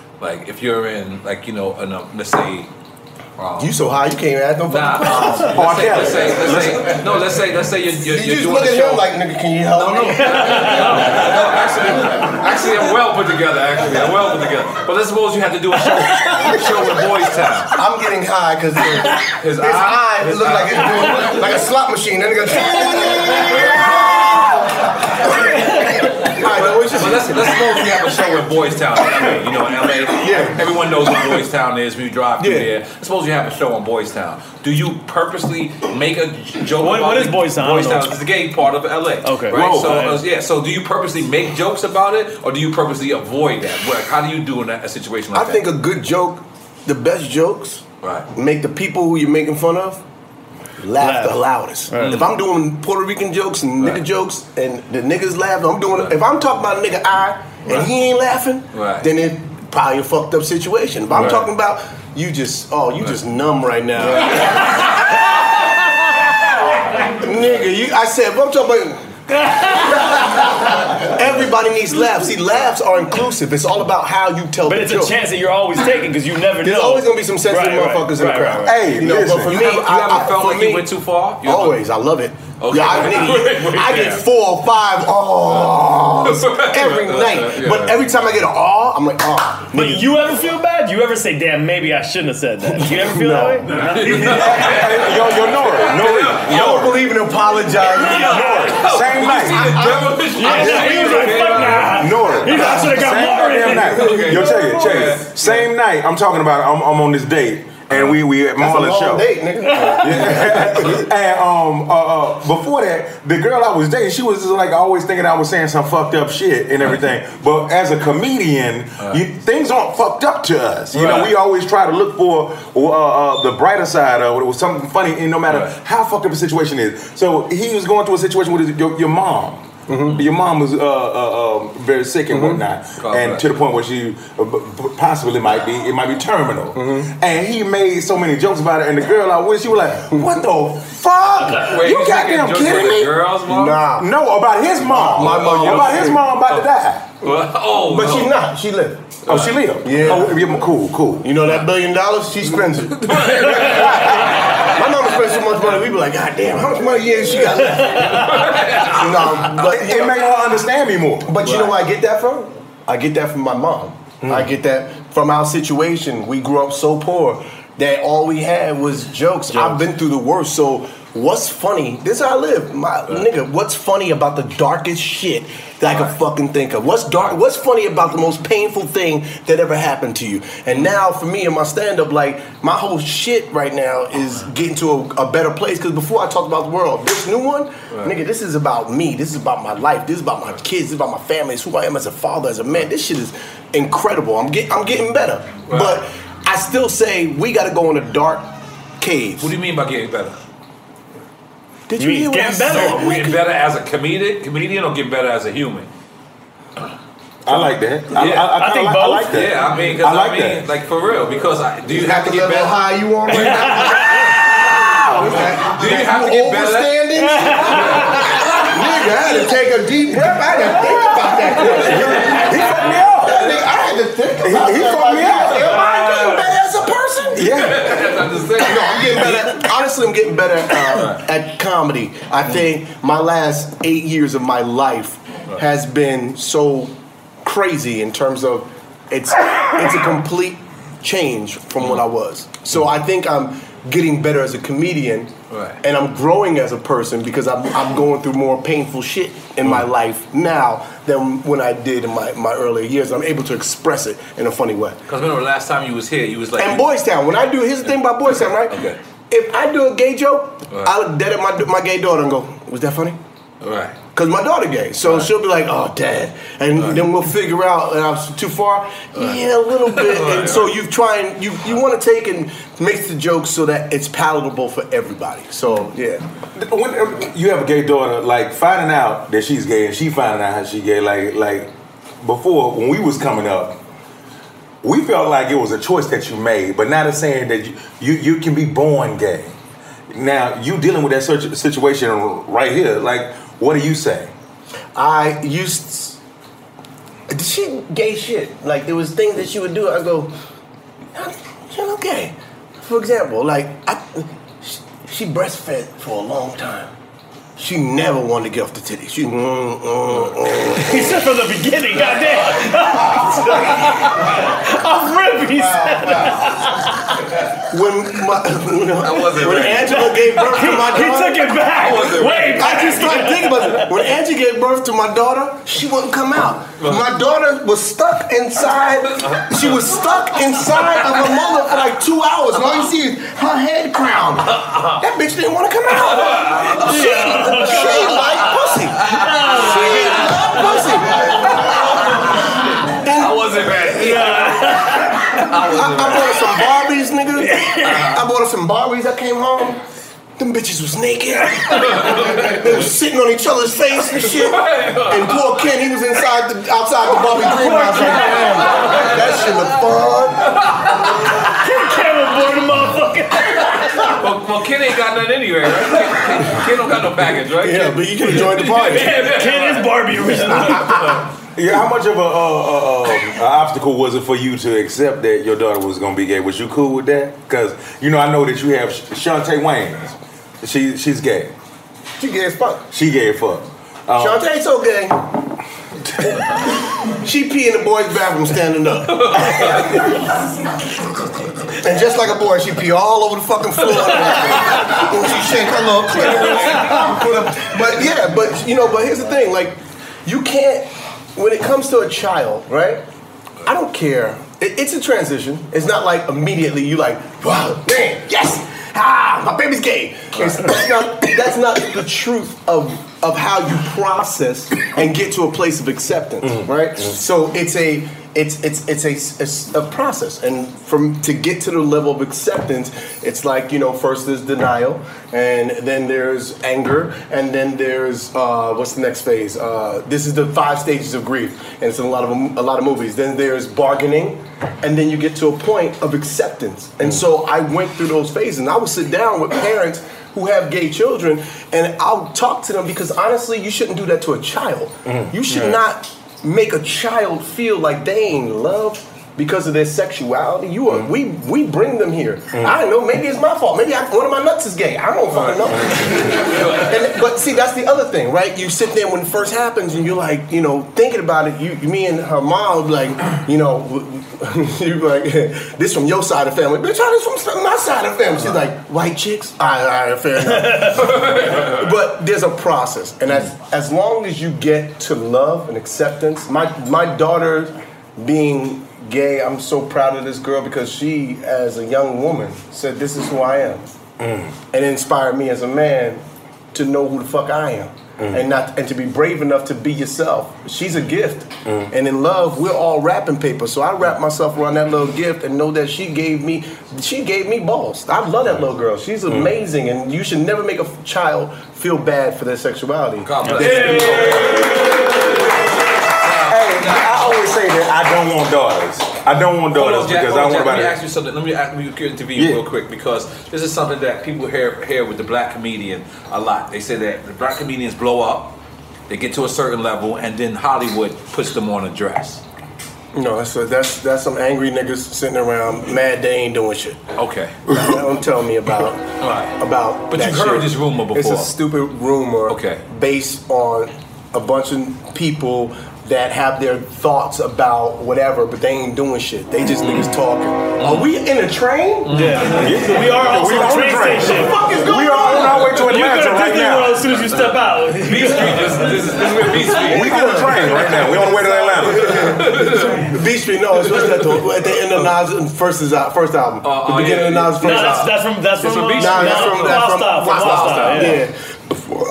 S2: like if you're in, like you know, in a, let's say, um,
S1: You so high, you can't ask no fucking
S2: nah, um,
S1: question.
S2: let's, say, let's say, let's say, no, let's say, let's say you're, you're,
S1: You
S2: you're
S1: just
S2: doing
S1: look
S2: a
S1: at
S2: show.
S1: him like, nigga, can you help
S2: no, no, no,
S1: me?
S2: no, actually, actually, I'm well put together. Actually, I'm well put together. But let's suppose you had to do a show, a show in Boys Town.
S1: I'm getting high because his,
S2: His
S1: his
S2: eye-
S1: eye,
S2: his
S1: it looked like
S2: eye.
S1: it's doing like a slot machine. Then it goes. I know what you
S2: But let's, let's suppose we have a show in Boys Town, in LA. You know, in LA,
S1: Yeah.
S2: everyone knows what Boys Town is. We drive through
S1: Yeah.
S2: there. Suppose you have a show in Boys Town. Do you purposely make a j- joke
S3: What-
S2: about
S3: what is
S2: the-
S3: Boys Town?
S2: Boys
S3: I don't know.
S2: Town is the gay part of LA.
S3: Okay.
S2: Right?
S3: Whoa.
S2: so, uh,
S3: Alright.
S2: yeah, so do you purposely make jokes about it or do you purposely avoid that? What, how do you do in that, a situation like
S1: I think
S2: that?
S1: a good joke, the best jokes,
S2: Right.
S1: make the people who you're making fun of laugh,
S3: Laugh.
S1: the loudest. If I'm doing Puerto Rican jokes and nigga
S2: Right.
S1: jokes and the niggas laugh, I'm doing.
S2: Right.
S1: If I'm talking about a nigga I and
S2: Right.
S1: he ain't laughing,
S2: Right.
S1: then it probably a fucked up situation. If I'm
S2: Right.
S1: talking about you just oh you just numb right now. Nigga, you, I said, but I'm talking about. Everybody needs laughs. See, laughs are inclusive. It's all about how you tell
S3: But
S1: the
S3: it's
S1: joke.
S3: a chance that you're always taking because you never
S1: There's
S3: know.
S1: always gonna be some sensitive
S3: Right, right,
S1: motherfuckers in
S3: right,
S1: the crowd.
S3: right,
S5: Hey,
S1: you know, but
S5: listen.
S1: for me,
S2: you ever, you
S1: I,
S2: ever
S1: I-
S2: felt
S1: for
S2: like
S1: me,
S2: you went too far? You ever-
S1: Always, I love it.
S2: Okay.
S1: Yeah, I, need, I
S2: Yeah.
S1: get four or five ahs every
S2: Yeah,
S1: night.
S2: yeah.
S1: But every time I get an ah, I'm like, ah.
S3: But you ever feel bad? You ever say, "Damn, maybe I shouldn't have said that"? You ever feel
S1: No.
S3: that way?
S5: Hey, yo, yo, Nora, Nora,
S1: I don't believe in apologizing.
S5: Nora, same night,
S3: Yeah, he was like, "Fuck nah."
S5: Nora.
S3: He I should have got
S5: Same
S3: more in
S5: goddamn
S3: it.
S5: night.
S2: Okay.
S5: Yo, check it, check it. Same night, I'm talking about. I'm, I'm on this date, and we we at
S1: That's a
S5: Marlon's
S1: long
S5: show.
S1: date, nigga.
S5: and um, uh, uh, before that, the girl I was dating, she was just like always thinking I was saying some fucked up shit and everything. But as a comedian, you, things aren't fucked up to us. You know,
S2: Uh. Right.
S5: we always try to look for uh, uh, the brighter side of it or something funny, and no matter
S2: Right.
S5: how fucked up the situation is. So he was going through a situation with his, your, your mom.
S2: Mm-hmm.
S5: Mhm. Your mom was uh, uh, uh, very sick and whatnot,
S6: God
S5: and
S6: bless.
S5: to the point where she uh, b- b- possibly might be it might be terminal.
S6: Mm-hmm.
S5: And he made so many jokes about it, and the girl I wish she was like, "What the fuck?
S6: Wait,
S5: you
S6: he's making
S5: goddamn
S6: jokes
S5: kidding
S6: with
S5: me?"
S6: the girl's mom? Nah.
S5: no, about his mom.
S6: My mom
S5: about
S6: was
S5: his
S6: sick.
S5: mom about to die.
S6: Oh,
S5: But
S6: no.
S5: she
S1: not. She lived.
S5: Oh, she lived. Yeah. Oh, yeah, cool, cool.
S1: You know that billion dollars? She spends it. My mama spends so much money, we be like, God damn, how much money yeah, she got left? no, but it,
S5: made her understand me more.
S1: But you know where I get that from? I get that from my mom. I get that from our situation. We grew up so poor that all we had was jokes. I've been through the worst, so what's funny? This is how I live. My nigga, what's funny about the darkest shit that I could fucking think of? What's dark what's funny about the most painful thing that ever happened to you? And now for me in my stand-up, like my whole shit right now is getting to a, a better place. Cause before I talked about the world, this new one, nigga, this is about me. This is about my life. This is about my kids. This is about my family. It's who I am as a father, as a man. This shit is incredible. I'm getting I'm getting better. But I still say we gotta go in a dark cave. What
S2: do you mean by getting better?
S1: Did you, hear what I said?
S2: So, Get better as a comedian, comedian, or get better as a human?
S5: I like that. I, I, I, kinda like, I like that.
S2: Yeah, I mean, 'cause
S5: I like
S2: I mean,
S5: that.
S2: like for real, because I, do you, have to get better?
S1: high you on right now?
S2: do you have to get better?
S1: Overstanding? Nigga, I had to take a deep breath. I had to think about that. he fucked me up. Nigga, I had to think about
S6: He- he
S1: that.
S6: fucked me
S1: Like,
S6: up.
S1: Am I getting better as a person? Yeah. no, I'm getting better. Honestly, I'm getting better uh, at comedy. I think my last eight years of my life has been so crazy in terms of it's it's a complete change from what I was. So I think I'm getting better as a comedian and I'm growing as a person because I'm, I'm going through more painful shit in my life now than when I did in my, my earlier years. I'm able to express it in a funny way.
S2: Because remember last time you was here, you was like,
S1: And Boys Town, when I do, here's the thing about Boys Town, right? If I do a gay joke,
S2: Right.
S1: I look dead at my, my gay daughter and go, was that funny?
S2: right.
S1: Cause my daughter gay, so she'll be like, "Oh, dad," and then we'll figure out. And I'm too far, yeah, a little bit. and so you try and you you want to take and make the joke so that it's palatable for everybody. So yeah,
S5: when you have a gay daughter, like finding out that she's gay and she finding out how she gay, like like before when we was coming up, we felt like it was a choice that you made, but now they're saying that you you, you can be born gay. Now you dealing with that such situation right here. Like, what do you say?
S1: I used she gay shit. Like there was things that she would do. I go, she look gay. For example, like I, she, she breastfed for a long time. She never wanted to get off the titty. She. Mm, mm, mm.
S3: He said from the beginning, goddamn. I'm ripped, he said.
S1: when my, when
S3: ready.
S1: Angela gave birth to my
S3: He- he
S1: daughter,
S3: took it back. I wasn't Way ready.
S1: I just started thinking about it. When Angela gave birth to my daughter, she wouldn't come out. My daughter was stuck inside.
S3: Uh-huh.
S1: She was stuck inside of her mother for like two hours. And all you see is her head crown.
S3: Uh-huh.
S1: That bitch didn't want to come out. She, she liked pussy. She loved pussy. I
S2: wasn't ready.
S1: I, I bought her some Barbies, nigga. I bought her some Barbies. I came home. Them bitches was naked. they was sitting on each other's face and shit. And poor Ken, he was inside the outside the Bobby Green house. Like, "Damn, that shit look fun.
S3: Ken was born a motherfucker.
S2: well, well, Ken ain't got nothing anyway, right? Ken, Ken- Ken don't got no baggage, right? Yeah,
S1: but you can join the party.
S3: Ken is Barbie original.
S5: Yeah, how much of a, uh, uh, uh, a obstacle was it for you to accept that your daughter was gonna be gay? Was you cool with that? Because you know, I know that you have Shantae Waynes. She she's gay.
S1: She gay as fuck.
S5: She gay as fuck. Um,
S1: Shantae so gay. she pee in the boys' bathroom standing up. and just like a boy, she pee all over the fucking floor. when she shake her little clitoris. but yeah, but you know, but here's the thing, like, you can't when it comes to a child, right? I don't care. It, it's a transition. It's not like immediately you like, wow, damn, yes, ah, my baby's gay. It's, that's, not, that's not the truth of of how you process and get to a place of acceptance, right? So it's a it's it's it's a, it's a process, and from to get to the level of acceptance, it's like you know first there's denial, and then there's anger, and then there's uh, what's the next phase? Uh, this is the five stages of grief, and it's in a lot of a lot of movies. Then there's bargaining, and then you get to a point of acceptance. And so I went through those phases, and I would sit down with parents who have gay children, and I'll talk to them because honestly, you shouldn't do that to a child. You should
S5: Yeah.
S1: not make a child feel like they ain't loved because of their sexuality. You are we we bring them here. I don't know. Maybe it's my fault. Maybe I, one of my nuts is gay. I don't fucking know. and, but see, that's the other thing, right? You sit there when it first happens, and you're like, you know, thinking about it. You, me and her mom, be like, you know, you be like this from your side of the family, bitch. How this from my side of the family? She's like, white chicks. All right, all right, fair enough. but there's a process, and as as long as you get to love and acceptance, my my daughter being gay, I'm so proud of this girl because she, as a young woman, said, "This is who I am," and it inspired me as a man to know who the fuck I am. And not and to be brave enough to be yourself. She's a gift, and in love, we're all wrapping paper. So I wrap myself around that little gift and know that she gave me, she gave me balls. I love that little girl. She's amazing, and you should never make a f- child feel bad for their sexuality.
S5: I always say that I don't want daughters. I don't want
S2: Hold
S5: daughters
S2: on, Jack,
S5: because
S2: hold
S5: I
S2: on, Jack.
S5: want
S2: Let
S5: about
S2: me
S5: it.
S2: ask you something. Let me ask let me get into you real quick because this is something that people hear hear with the black comedian a lot. They say that the black comedians blow up, they get to a certain level, and then Hollywood puts them on a dress.
S1: No, that's that's that's some angry niggas sitting around mad they ain't doing shit.
S2: Okay.
S1: Don't tell me about about.
S2: But
S1: that
S2: you've heard
S1: shit.
S2: this rumor
S1: It's
S2: before.
S1: a stupid rumor. Okay. Based on a bunch of people that have their thoughts about whatever, but they ain't doing shit. They just niggas talking. Are we in a train?
S3: Yeah. We are also a train station.
S1: What the fuck is going
S3: We are
S1: on?
S3: on our way to You're Atlanta gonna right Disney now. World as soon as you step out.
S2: B Street. This, this, is- this is where B Street.
S5: We on a train right now. We on the way to
S1: Atlanta. B Street, no, it's what's that though? At the end of Nas' first, is out, first album. the
S3: oh,
S1: beginning
S3: yeah.
S1: of Nas' first
S3: No, that's-
S1: album.
S3: that's from- that's
S1: It's
S3: from,
S1: B
S3: uh,
S1: Street. Nah, that's
S3: Nas-
S1: from that's from
S3: Wild Style, from Wild Style, yeah.
S1: Yeah.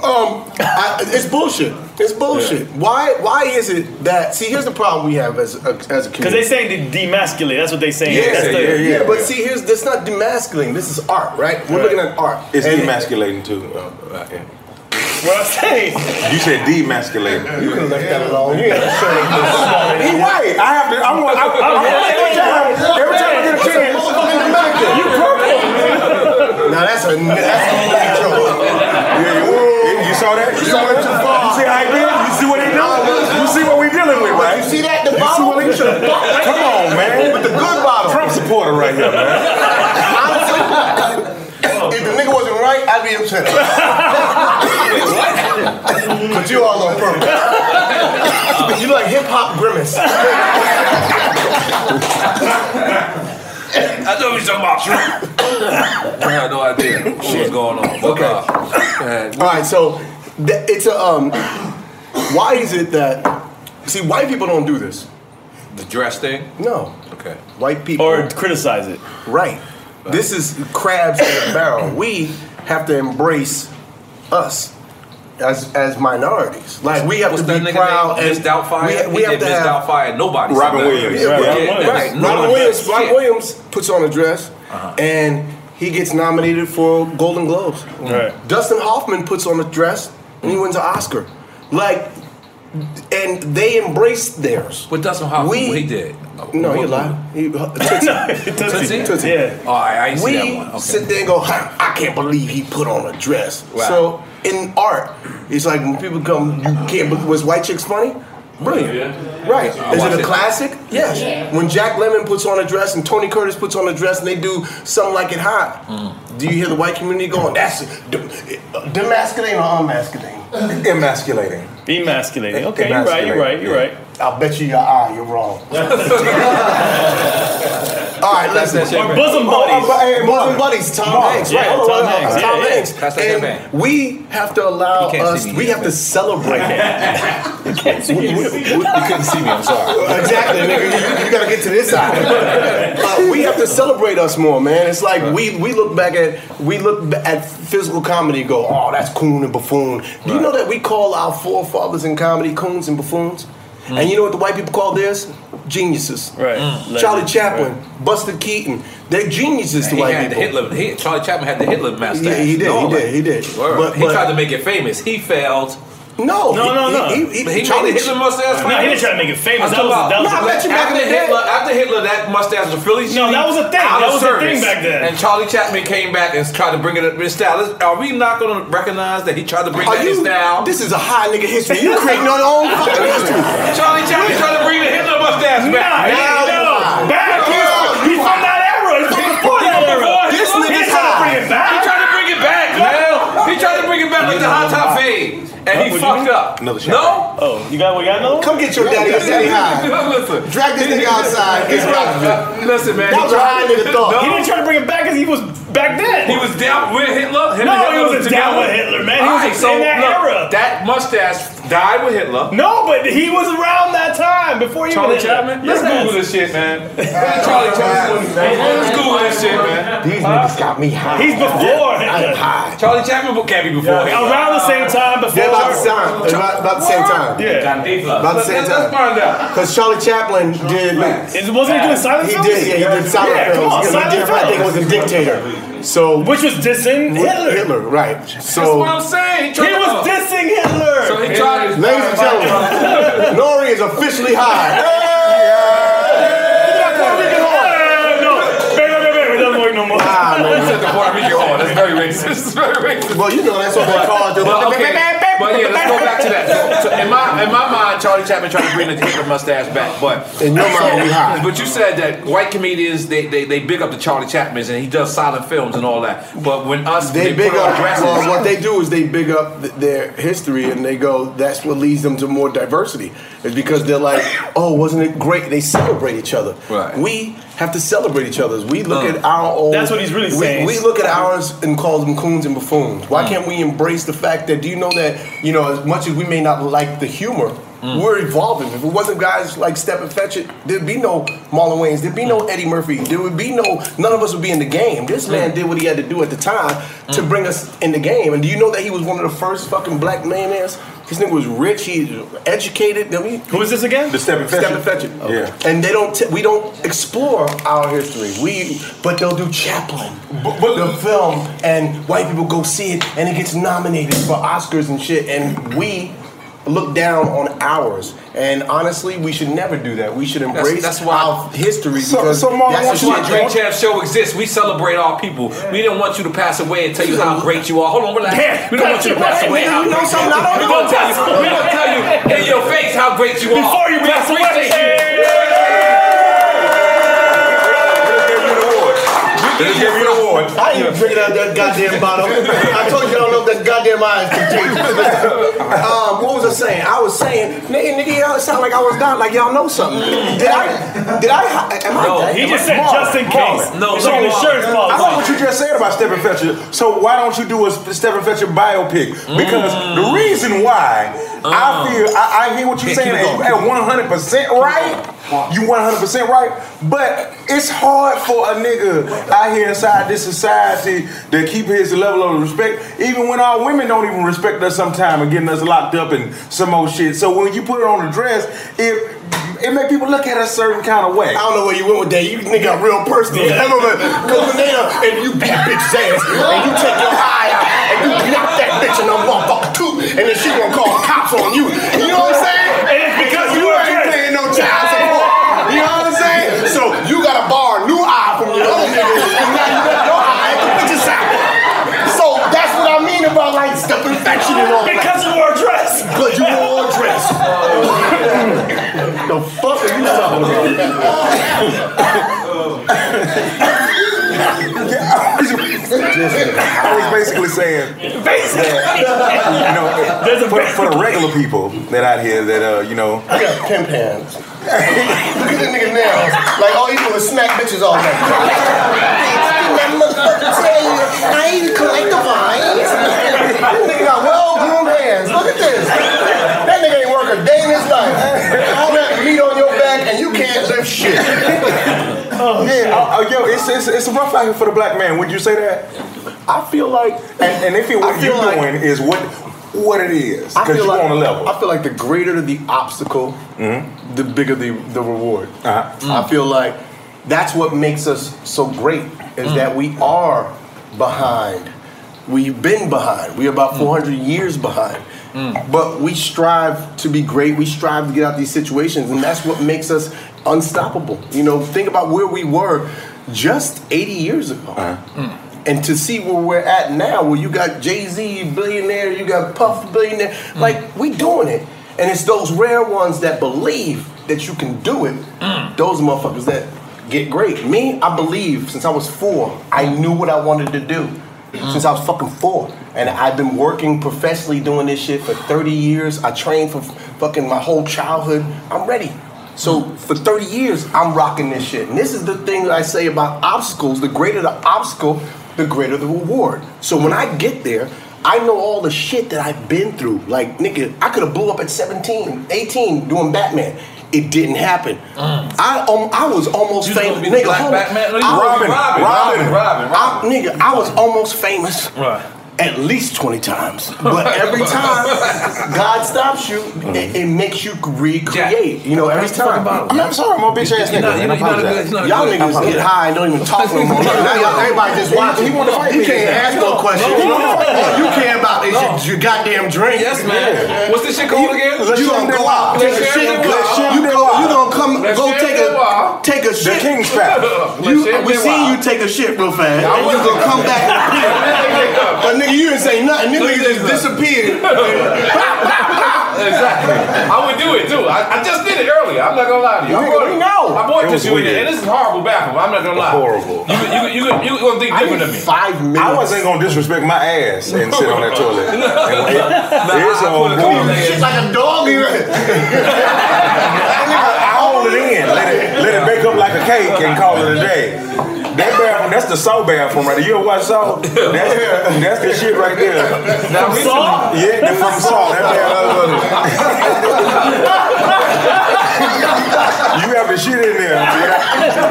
S1: Um, I, it's bullshit. It's bullshit. Why? Why is it that? See, here's the problem we have as a, as a community.
S3: Because they saying to demasculate. That's what they saying.
S1: Yeah,
S3: That's
S1: yeah,
S3: the-
S1: yeah, But see, here's that's not demasculating. This is art, right? We're
S3: Right.
S1: looking at art.
S5: It's
S1: And-
S5: demasculating too. Uh, uh, yeah.
S3: What I'm saying.
S5: You said demasculating.
S1: You can left that alone. You ain't
S5: He white. I have to. I'm gonna. I'm, I'm, every time. Every time I get a chance.
S1: You purple. Now that's a that's a joke.
S5: You saw that? You saw that too far. You see how I did? You see what he doing? You see what we dealing with, right? You see
S1: that? The
S5: bottle? You see what he Come on, man. With
S1: the good bottle.
S5: Trump supporter right here, man.
S1: If the nigga wasn't right, I'd be upset. but you all on purpose. you like hip hop grimace.
S2: I thought we was talking about Trump. I had no idea what was going on. Okay.
S1: uh, All right, so th- it's a um. Why is it that? See, white people don't do this.
S2: The dress thing?
S1: No.
S2: Okay.
S1: White people or criticize it. Right. This is crabs in a barrel. We have to embrace us as as minorities. Like we have
S2: What's
S1: to
S2: that
S1: be
S2: nigga
S1: proud
S2: name?
S1: and
S2: Miss Doubtfire.
S1: We, we
S2: he
S1: have
S2: did
S1: to
S2: Miss
S1: have
S2: Doubtfire. Nobody.
S5: Robin
S2: said that.
S5: Williams.
S2: Yeah,
S5: Right,
S2: yeah,
S5: Robin
S2: yeah,
S5: Williams.
S2: right.
S1: Robin
S2: Nobody
S1: Williams.
S2: said
S1: Robin
S2: shit.
S1: Williams puts on a dress,
S2: Uh-huh.
S1: and he gets nominated for Golden Globes.
S2: Mm.
S3: Right.
S1: Dustin Hoffman puts on a dress, and he wins an Oscar. Like, and they embrace theirs.
S2: But Dustin Hoffman,
S1: we,
S2: he did. Uh,
S1: No, he
S2: What
S1: lied. He, Tootsie.
S2: Tootsie?
S1: Yeah.
S2: All right, I ain't
S1: we
S2: see that one. Okay.
S1: sit there and go, "Huh, I can't believe he put on a dress.
S2: Wow.
S1: So in art, it's like when people come, you can't. be- Was White Chicks funny? Brilliant. Right.
S2: I
S1: Is
S2: watched
S1: it
S2: it.
S1: a classic? Yes.
S2: Yeah.
S1: When Jack Lemmon puts on a dress and Tony Curtis puts on a dress and they do something like it hot,
S2: Mm.
S1: do you hear the white community going, that's dem- demasculating or unmasculating?
S5: Emasculating.
S3: Emasculating. Okay, you're right, you're right, you're right.
S1: I'll bet you your eye, you're wrong. All right,
S3: That's
S1: listen.
S3: that shit, Or man. bosom buddies.
S1: Oh, oh, hey, bosom buddies. Tom
S3: Mark.
S1: Hanks.
S3: Yeah,
S1: right? hold on,
S3: Tom
S1: hold on,
S3: Hanks.
S1: Tom
S3: Yeah, yeah.
S1: Hanks.
S3: That's that
S1: and
S3: man.
S1: We have to allow
S3: He can't
S1: us.
S3: see me
S1: We
S3: yet,
S1: have to celebrate. you can't see me.
S2: You couldn't see me. I'm sorry.
S1: Exactly, nigga. You, you gotta get to this side. Uh, we have to celebrate us more, man. It's like we we look back at we look b- at physical comedy. and Go, oh, that's coon and buffoon. Do you know that we call our forefathers in comedy coons and buffoons? And you know what the white people call theirs? Geniuses. Right. Charlie
S2: Legends,
S1: Chaplin, Buster Keaton. They're geniuses to
S2: He
S1: white
S2: had the
S1: people.
S2: Hitler. He, Charlie Chapman had the Hitler mustache.
S1: Yeah, he did,
S2: No,
S1: he did, he did.
S2: Word.
S1: But-
S2: he
S1: but-
S2: tried to make it famous. He failed.
S1: No,
S3: No, no, no.
S2: He, he,
S3: But
S2: he, made
S3: he made
S2: the Hitler mustache.
S3: No, he didn't try to make it famous.
S2: I'm
S3: That was-
S2: talking
S3: that was
S2: about-
S3: a- No, I bet you back in
S2: after
S3: the day-
S2: Hitler, after Hitler, that mustache was Philly.
S3: No, that was a thing.
S2: out
S3: That
S2: of
S3: was a
S2: service.
S3: thing back then.
S2: And Charlie Chaplin came back and tried to bring it up in style. Let's- Are we not going to recognize that he tried to bring
S1: Are
S2: that
S1: you-
S2: in style?
S1: This is a high nigga history. You creating your own fucking history.
S2: Charlie Chaplin tried to bring the Hitler mustache back.
S3: Nah,
S2: Now
S3: no,
S2: you lie.
S3: back.
S2: Now
S3: He's-
S2: you
S3: he's
S2: lie.
S3: from that era. He's from before that era.
S2: This
S3: He
S2: nigga's
S3: tried to bring
S2: high.
S3: it back.
S2: He tried to bring it back, man. He tried to bring it back like the hot top fade, and he fucked up.
S5: Another shot.
S2: No.
S3: Oh, you got we got another one?
S1: Come get your daddy up daddy high.
S2: Listen.
S1: Drag this nigga outside. Get rocked.
S2: Listen, man.
S1: That was a high nigga thought.
S3: He didn't try to bring it back because he was back then.
S2: He was down with Hitler. Him
S3: No,
S2: and Hitler
S3: he wasn't
S2: was
S3: down
S2: together.
S3: with Hitler, man. He
S2: All
S3: was
S2: right,
S3: in
S2: so
S3: that
S2: look,
S3: era.
S2: That mustache died with Hitler.
S3: No, but he was around that time before you
S2: Charlie
S3: were
S2: Chapman.
S3: Yes,
S2: Let's Google this shit, man. Charlie Chapman. Let's Google this shit, man.
S1: These niggas got me high.
S3: He's before Hitler.
S1: high.
S2: Charlie Chapman can't be before Hitler.
S3: Around the same time before.
S1: They're about the time. They're about, about the same time.
S3: Yeah.
S1: About the
S2: Let's,
S1: same
S2: let's, let's
S1: time.
S2: find out.
S1: Because Charlie Chaplin did.
S3: It- Wasn't he doing silent
S1: He
S3: films?
S1: did, yeah, he did silent
S3: Yeah,
S1: films.
S3: come on,
S1: He
S3: silent
S1: did- I think it was a dictator. So
S3: Which was dissing Hitler.
S1: Hitler, right?
S2: That's what
S1: So,
S2: I'm saying. He,
S3: He
S2: tried-
S3: was dissing Hitler.
S2: So he tried to.
S1: ladies and gentlemen, Nori is officially high.
S3: Uh, no, wait, wait, wait, wait, it doesn't work no more.
S1: Ah, man.
S2: That's the Puerto Rican horn. That's very racist. That's very racist.
S1: Well, you know that's what they call it. the-
S2: But okay, but yeah, let's go back to that. So in my in my mind, Charlie Chaplin tried to bring the Hitler mustache back, but
S1: In your mind, we high.
S2: But you said that white comedians they, they, they big up the Charlie Chaplins and he does silent films and all that. But when us
S1: They big
S2: put on
S1: up.
S2: dresses-
S1: Well, what they do is they big up th- their history, and they go. That's what leads them to more diversity. Is because they're like, oh, wasn't it great? They celebrate each other.
S2: Right.
S1: We have to celebrate each other. We look
S2: Mm.
S1: at our own.
S3: That's what he's really
S1: we-
S3: saying.
S1: We look at ours and call them coons and buffoons.
S3: Mm.
S1: Why can't we embrace the fact that? Do you know that? You know, as much as we may not like the humor.
S3: Mm.
S1: We're evolving. If it wasn't guys like Step and Fetch It, there'd be no Marlon Wayans, there'd be no
S3: Mm.
S1: Eddie Murphy, there would be no, none of us would be in the game. This
S3: Mm.
S1: man did what he had to do at the time to bring us in the game. And do you know that he was one of the first fucking black millionaires? This nigga was rich, he was educated. I mean,
S3: Who is this again?
S5: The step and fetch.
S1: Step and fetch it.
S5: Yeah.
S1: And they don't. T- we don't explore our history. We, but they'll do Chaplin,
S5: But- but-
S1: the film, and white people go see it, and it gets nominated for Oscars and shit, and we look down on ours. And honestly, we should never do that. We should embrace
S2: that's why-
S1: our history
S5: So-
S1: because
S5: so Marlon,
S1: that's
S5: what's
S1: the
S2: That's why
S1: shit.
S2: Dream Champ Show exists. We celebrate our people. We didn't want you to pass away and tell you how great you are. Hold on, relax.
S3: Yeah,
S2: we don't want you to pass
S1: Hey,
S2: away.
S1: nigga,
S2: how
S1: you know
S2: great
S1: something I
S2: We
S1: don't
S2: gonna
S1: know.
S2: tell you. We gonna tell you in your face how great you are
S3: Before you
S2: We
S3: pass away.
S2: appreciate you.
S5: Let's give you the award.
S1: I ain't even drinking out that goddamn bottle. I told you I don't know if that goddamn eye is contagious. um, what was I saying? I was saying, nigga, nigga, y'all sound like I was not, like y'all know something. Did I? Did I? Am I?
S2: No,
S3: He
S1: am
S3: just said
S1: I- Marlon,
S3: just in
S1: Marlon.
S3: case.
S2: No,
S3: it's
S2: no,
S3: like
S2: Marlon.
S3: an insurance
S5: I
S3: policy.
S5: know what you just said about Step and Fetcher. So why don't you do a Step and Fetcher biopic? Because
S3: Mm.
S5: the reason why
S3: Uh.
S5: I feel I, I hear what you're
S2: Yeah,
S5: saying
S2: keep it
S5: and
S2: going.
S5: you at 100 percent right. You 100 percent right, but it's hard for a nigga out here inside this society to keep his level of respect, even when our women don't even respect us sometime and getting us locked up and some old shit. So when you put it on the dress, it it make people look at us a certain kind of way.
S1: I don't know where you went with that. You nigga got real personal. Yeah. Because when they uh, and you beat a bitch's ass and you take your eye out and you knock that bitch in the motherfucker too, and then she gonna call the cops on you. You know what I'm saying?
S3: And it's because you were
S1: ain't
S3: dressed.
S1: paying no child support. You know what I'm saying? So you gotta borrow a new eye from your other nigga, and now you got your eye at the bitch's side. So that's what I mean about like stuff infection and all that.
S3: Because you wore a dress.
S1: Because you were all dressed. the fuck are you talking about?
S5: I was basically saying.
S3: Basically.
S5: you know,
S3: There's a
S5: for,
S3: big-
S5: for the regular people that out here that uh, you know,
S1: I got pimp hands. Look at this nigga nails. Like all you do is smack bitches all day. That motherfucker tell you, I ain't collect the vines. This nigga got well groomed hands. Look at this. That nigga ain't work a day in his life. All that meat on your back and you can't lift shit. Oh,
S5: yeah, uh, uh, yo, it's, it's it's rough out here for the black man. Would you say that?
S1: I feel like
S5: And, and if it, what
S1: I
S5: you're
S1: feel like-
S5: doing is what
S6: what it is.
S1: I feel
S6: Because you
S1: like-
S6: on a level. Mm-hmm.
S1: I feel like the greater the obstacle, the bigger the, the reward.
S6: Uh-huh.
S1: I feel like that's what makes us so great is
S6: Mm.
S1: that we are behind. We've been behind. We're
S6: Mm.
S1: about 400 years behind. But we strive to be great. We strive to get out these situations, and that's what makes us unstoppable. You know, think about where we were just 80 years ago. Hmm. And to see where we're at now, where you got Jay Z billionaire, you got Puff billionaire, like we doing it. And it's those rare ones that believe that you can do it. Those motherfuckers that get great. Me, I believe since I was four, I knew what I wanted to do. Since I was fucking four, and I've been working professionally doing this shit for 30 years. I trained for fucking my whole childhood. I'm ready. So for 30 years, I'm rocking this shit. And this is the thing that I say about obstacles. The greater the obstacle, the greater the reward. So when I get there, I know all the shit that I've been through. Like, nigga, I could have blew up at 17, 18 doing Batman. It didn't happen. I um, I was almost famous.
S2: Mm. gonna be the
S1: Nigga,
S2: Black
S1: hold on.
S2: Batman? No, you
S1: I was-
S2: Robin, Robin, Robin, Robin,
S1: I- nigga, I was almost famous. At least 20 times. But every time God stops you, it, it makes you recreate. You know, every time.
S5: I mean, I'm sorry, I'm a bitch ass
S1: You're not-
S5: nigga. man.
S1: you're
S5: I
S1: not a good-
S5: apologize.
S1: you're not a Y'all good- niggas get high and don't even talk no more. Now y'all- everybody just watching.
S5: He wanna fight
S1: You
S5: me.
S1: can't ask no questions.
S5: He wanna fight me.
S1: You care about is your, your goddamn drink.
S2: Yes, man.
S1: Yeah.
S2: What's this shit called again?
S1: You gonna go out, take a shit, and go. You gonna, you gonna come, go take a, take a shit.
S5: King's Path.
S1: You, we seen you take a shit real fast. and you gonna come back and pee. But nigga, you didn't say nothing. This nigga just disappeared.
S2: Exactly. I would do it too. I, I just did it earlier. I'm not gonna lie to you. I
S1: Nigga,
S2: bought
S1: we
S2: it.
S1: know.
S2: I bought
S5: It
S2: this
S5: was
S2: you in
S5: weird.
S2: there. And this is horrible bathroom. I'm not gonna lie.
S5: Horrible.
S2: You you you, you, you gonna think
S1: I
S2: different
S1: need
S2: than me.
S1: five minutes.
S5: I wasn't gonna disrespect my ass and sit on that toilet. And- and- It's
S2: I- I put a couple
S5: on
S2: layers.
S1: Shit like a dog. you-
S5: I hold it in, let it let it bake up like a cake, and call it a day. That bathroom, that's the Saw bathroom right there. You ever watch Saw? That's, that's the shit right there. Now,
S3: Saw?
S5: Yeah, that's from Saw. That bathroom. you have the shit in there. Yeah,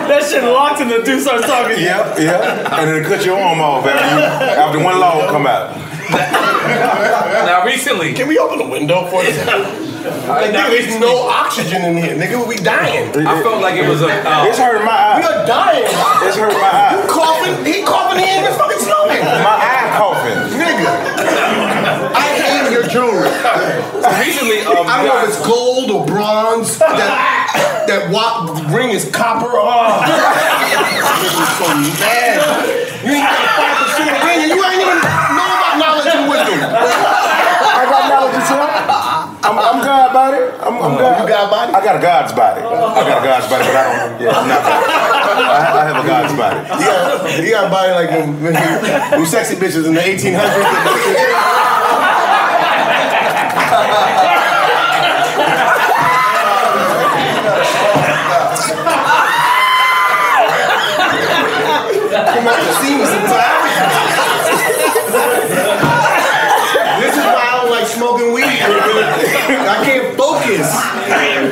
S3: that shit locked and the dude starts talking.
S5: yeah, yeah. And it'll cut your arm off after, you, after one log come out.
S2: Now recently,
S1: Can we open the window for this? Like, nigga, there's no oxygen in here. Nigga, we dying. We
S2: I felt like it was a. Uh,
S5: It's hurting my eye.
S1: are dying. You
S5: It's hurting my eye.
S1: coughing. He coughing. He in his fucking stomach.
S5: My eye coughing.
S1: Nigga, I am your jewelry.
S2: recently, um,
S1: I don't know
S2: guys,
S1: if it's gold or bronze. That that wa- ring is copper. Oh, this is so mad. You ain't got five percent of ring, and you ain't even know about knowledge and wisdom.
S5: I got knowledge of self. I'm, I'm God body. I'm, I'm God.
S1: you God body?
S5: I got a God's body. I got a God's body, but I don't. Yeah, I'm not God. I, ha- I have a God's body.
S1: You got, you got a body like them, them sexy bitches in the 1800s. Come out to see me sometime. This is why I don't like smoking weed. I can't focus.
S5: Hey,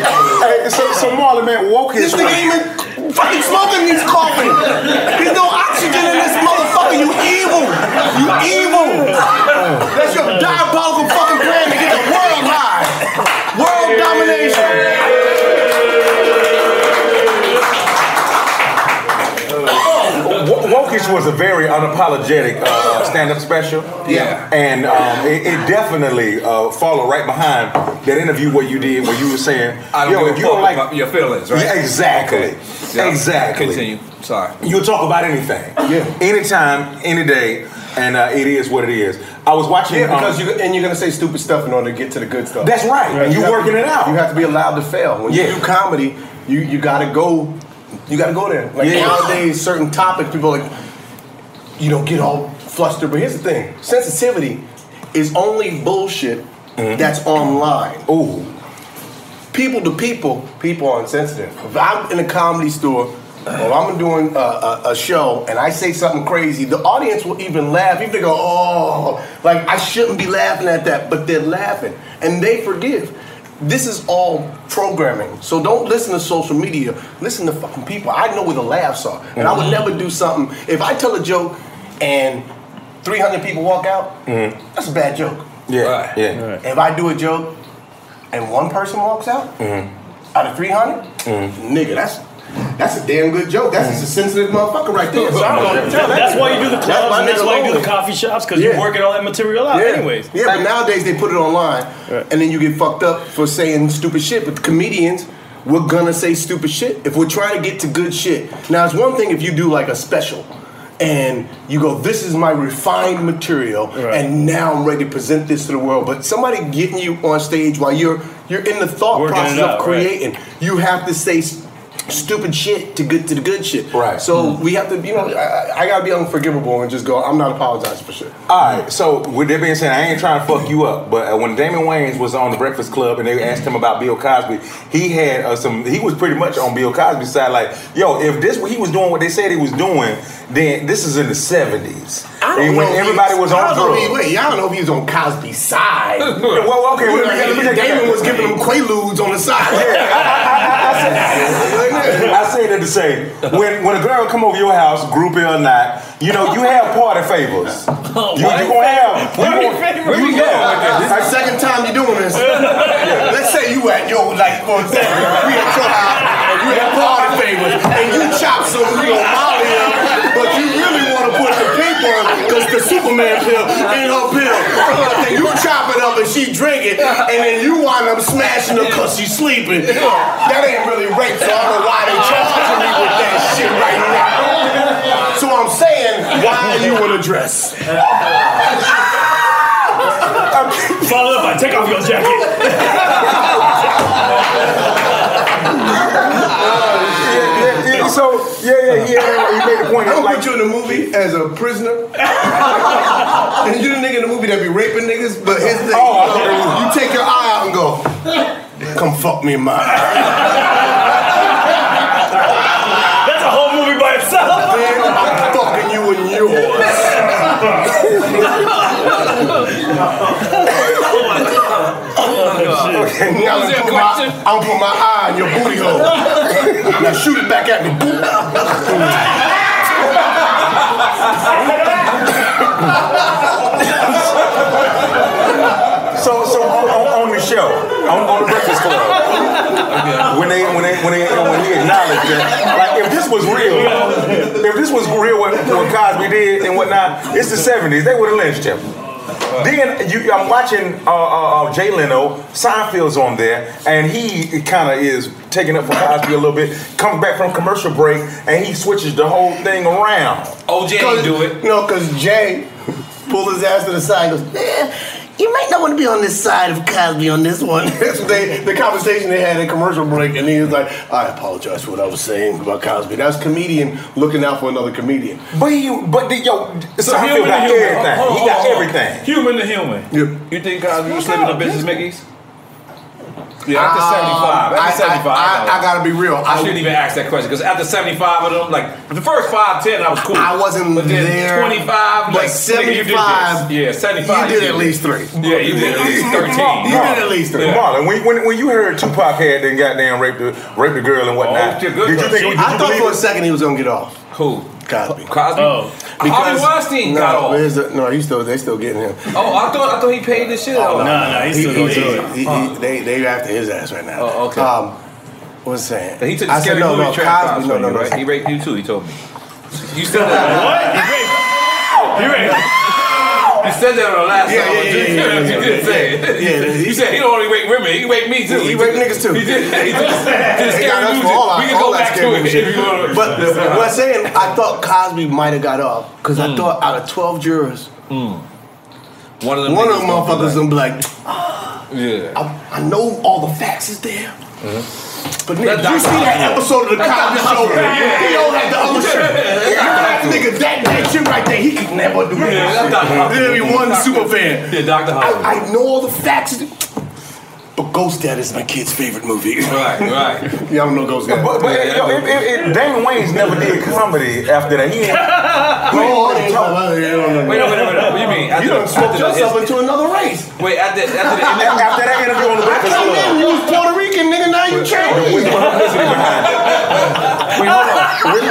S5: so, so Marlon, man, woke
S1: This
S5: is
S1: nigga ain't even fucking smoking. He's coughing. There's no oxygen in this motherfucker. You evil. You evil. That's your diabolical fucking plan to get the world high. World domination.
S5: W- Wokish was a very unapologetic uh, stand-up special.
S1: Yeah.
S5: and um, it, it definitely uh, followed right behind that interview where you did where you were saying,
S2: I don't
S5: "Yo,
S2: give
S5: if
S2: a
S5: you
S2: fuck
S5: don't like
S2: about your feelings, right?
S5: Yeah, exactly,
S2: Yeah.
S5: exactly."
S2: Continue. Sorry.
S5: You'll talk about anything.
S1: Yeah.
S5: Anytime, any day, and uh, it is what it is. I was watching. um,
S1: you and you're gonna say stupid stuff in order to get to the good stuff.
S5: That's right. And you
S1: have-
S5: working it out.
S1: You have to be allowed to fail. When
S5: Yeah.
S1: you do comedy, you you gotta go. You gotta go there. Like
S5: Yeah.
S1: nowadays, certain topics, people are like you don't get all flustered. But here's the thing: sensitivity is only bullshit
S5: Mm-hmm.
S1: that's online
S5: Ooh.
S1: people to people, people are insensitive. If I'm in a comedy store or I'm doing a, a, a show and I say something crazy, the audience will even laugh. Even they go, oh, like I shouldn't be laughing at that, but they're laughing and they forgive. This is all programming. So don't listen to social media. Listen to fucking people. I know where the laughs are. And I would never do something. If I tell a joke and 300 people walk out, that's a bad joke.
S5: Yeah, yeah.
S1: If I do a joke and one person walks out out of 300, nigga, that's that's a damn good joke. That's just a sensitive motherfucker right there. So I'm gonna tell that.
S3: That's why you do the
S1: That's
S3: clubs
S1: my
S3: and that's
S1: nigga
S3: why you do the
S1: Logan.
S3: coffee shops because you're
S1: Yeah.
S3: working all that material out,
S1: Yeah.
S3: anyways.
S1: Yeah, but nowadays they put it online, and then you get fucked up for saying stupid shit. But comedians, we're gonna say stupid shit if we're trying to get to good shit. Now it's one thing if you do like a special, and you go, "This is my refined material," and now I'm ready to present this to the world. But somebody getting you on stage while you're you're in the thought
S3: Working it
S1: process
S3: out,
S1: of
S3: right.
S1: creating, you have to say. s- Stupid shit to get to the good shit. Right. So we have to, you know, I, I- I gotta be unforgivable and just go. I'm not apologizing for shit.
S5: All right, so with that being said, I ain't trying to fuck you up, but uh, when Damon Wayans was on the Breakfast Club and they asked him about Bill Cosby, he had uh, some. He was pretty much on Bill Cosby's side, like, yo, if this he was doing what they said he was doing, then this is in the seventies, and when
S1: know if
S5: everybody
S1: he-
S5: was
S1: I
S5: on
S1: don't know if he-
S5: drugs.
S1: Wait, y'all don't know if he was on Cosby's side.
S5: well, okay, let me- let me take that
S1: Damon
S5: back.
S1: was giving him quaaludes on the side.
S5: I say that to say, when when a girl come over your house, groupie or not, you know you have party favors.
S2: Oh,
S5: You, you gonna have you gonna,
S2: Where we
S5: you
S2: go
S5: gonna-
S2: with this?
S1: This is the second time you're doing this. Let's say you at yo like for example, we at your house and you at party favors and you chop some real Molly up, but you really want to put the pink one because the Superman pill ain't her pill. And you chop it up and she drink it, and then you wind up smashing her cause she's sleeping. That ain't really rape, so I don't know why they charging me with that shit right now. So I'm saying, why you in a dress?
S3: Follow up, I take off your jacket.
S5: yeah, yeah, yeah, so yeah, yeah, yeah. You made the point.
S1: I
S5: It's
S1: don't
S5: like
S1: put you in the movie as a prisoner. and you the nigga in the movie that be raping niggas, but his thing,
S5: Oh, I
S1: you,
S5: thought it
S1: know, you take your eye out and go, come fuck me in my eye.
S3: That's a whole movie by itself.
S1: Then I'm fucking you in yours. And now I'm
S2: your
S1: put,
S2: question?
S1: my, I'm put my eye in your booty hole. now shoot it back at me.
S5: So, so on, on, on the show, on, on the Breakfast Club, when they, when they, when they, when he acknowledged that, like if this was real, if this was real what, what Cosby did and whatnot, it's the '70s. They would have lynched him. Then you, I'm watching uh, uh, uh, Jay Leno. Seinfeld's on there, and he kind of is taking up for Cosby a little bit. Comes back from commercial break, and he switches the whole thing around.
S2: OJ ain't do it.
S1: No, because Jay pulled his ass to the side and goes, "Eh, you might not want to be on this side of Cosby on this one. That's what they, the conversation they had at commercial break, and he was like, I apologize for what I was saying about Cosby. That was comedian looking out for another comedian.
S5: But he, but the, yo, Seinfeld
S2: human to
S5: got
S2: human.
S5: everything.
S2: Hold
S3: Oh,
S2: on,
S5: he got
S2: hold on.
S5: everything.
S2: Human to human.
S1: Yep.
S2: You think Cosby was slipping the business, Mickey's? Yeah, after
S1: Um,
S2: 75.
S1: I,
S2: After 75. though.
S1: I, I, I gotta be real.
S2: I
S1: I,
S2: shouldn't even ask that question because after 75 of them, like the first five, 10, I was cool.
S1: I wasn't
S2: but then
S1: there,
S2: 25,
S1: but
S2: like, nigga, you did
S1: 75,
S2: this. Yeah, 75.
S1: you did
S2: this.
S1: at least three.
S2: Yeah, you did at least 13.
S1: You
S2: Bro.
S1: did at least three.
S5: Marlon, when, when, when you heard Tupac had then goddamn raped the raped the girl and whatnot,
S2: Oh, you're good,
S5: did you
S2: bro.
S5: think? Did you
S1: I thought
S5: believe
S1: for a
S5: it?
S1: second he was gonna get off.
S2: Who?
S1: Cosby.
S2: Cosby?
S3: Oh.
S2: Harvey Weinstein
S1: no,
S2: got off.
S1: there's the- no, he's still they still getting him.
S2: Oh, I thought I thought he paid this shit
S1: Oh,
S2: out.
S3: no, he's still gonna do it.
S1: he- he- they they after his ass right now.
S2: Oh, okay.
S1: Um, what's saying?
S2: He took
S1: I
S2: the
S1: said
S2: scary
S1: no,
S2: movie
S1: no,
S2: trap
S1: Cosby,
S2: Cosby,
S1: no, no, no.
S2: right? He raped you too, he told me. You said that.
S3: What? You raped. You raped.
S2: You said that on the last
S1: Yeah,
S2: time.
S1: yeah, yeah, yeah, yeah,
S2: you
S1: yeah,
S2: did
S1: yeah.
S2: say it.
S1: Yeah, yeah,
S2: you
S1: he-
S2: said he don't only rape women, he raped me too.
S1: He raped niggas too.
S2: He did. He did. Did
S1: They
S2: scary
S1: got us
S2: music.
S1: for all our-
S2: We can
S1: all
S2: go
S1: our
S2: back to
S1: scary
S2: it
S1: music.
S2: if you want to.
S1: But the, what I'm saying, I thought Cosby might have got off because
S2: Hmm.
S1: I thought out of twelve jurors,
S2: One of them,
S1: one of
S2: niggas
S1: them
S2: gonna be
S1: motherfuckers
S2: like-
S1: gonna be like, "Ah,
S2: Yeah. Uh-huh.
S1: I, I know all the facts is there. But nigga,
S2: That's
S1: you see
S2: Dr.
S1: that
S2: Pepper.
S1: episode of the Cosby
S2: Dr.
S1: Show?
S2: Pepper. Yeah.
S1: He don't like the other shit.
S2: Yeah.
S1: That nigga, that that shit right there, he could never do that.
S2: Yeah, that's Dr.
S1: shit.
S2: Pepper.
S1: There'll be one
S2: Dr.
S1: super fan.
S2: Yeah, Dr. Pepper.
S1: I, I know all the facts. But Ghost Dad is my kid's favorite movie.
S2: Right, right.
S1: Yeah, I don't know Ghost Dad.
S5: But, but
S2: Yeah,
S5: yo, it, it, it, Damon Wayans never did comedy after that. He ain't.
S1: Oh, they- well, yeah, I don't know.
S2: Wait, no, wait, no, wait, no. What do you mean? After
S1: You
S2: the-
S1: done smoked
S2: after the-
S1: yourself into another race.
S2: Wait, after, after the interview.
S5: after that interview on the Breakfast
S1: Come in,
S5: Club,
S1: you was Puerto Rican, nigga. Now you Chinese.
S2: Wait, hold on.
S3: We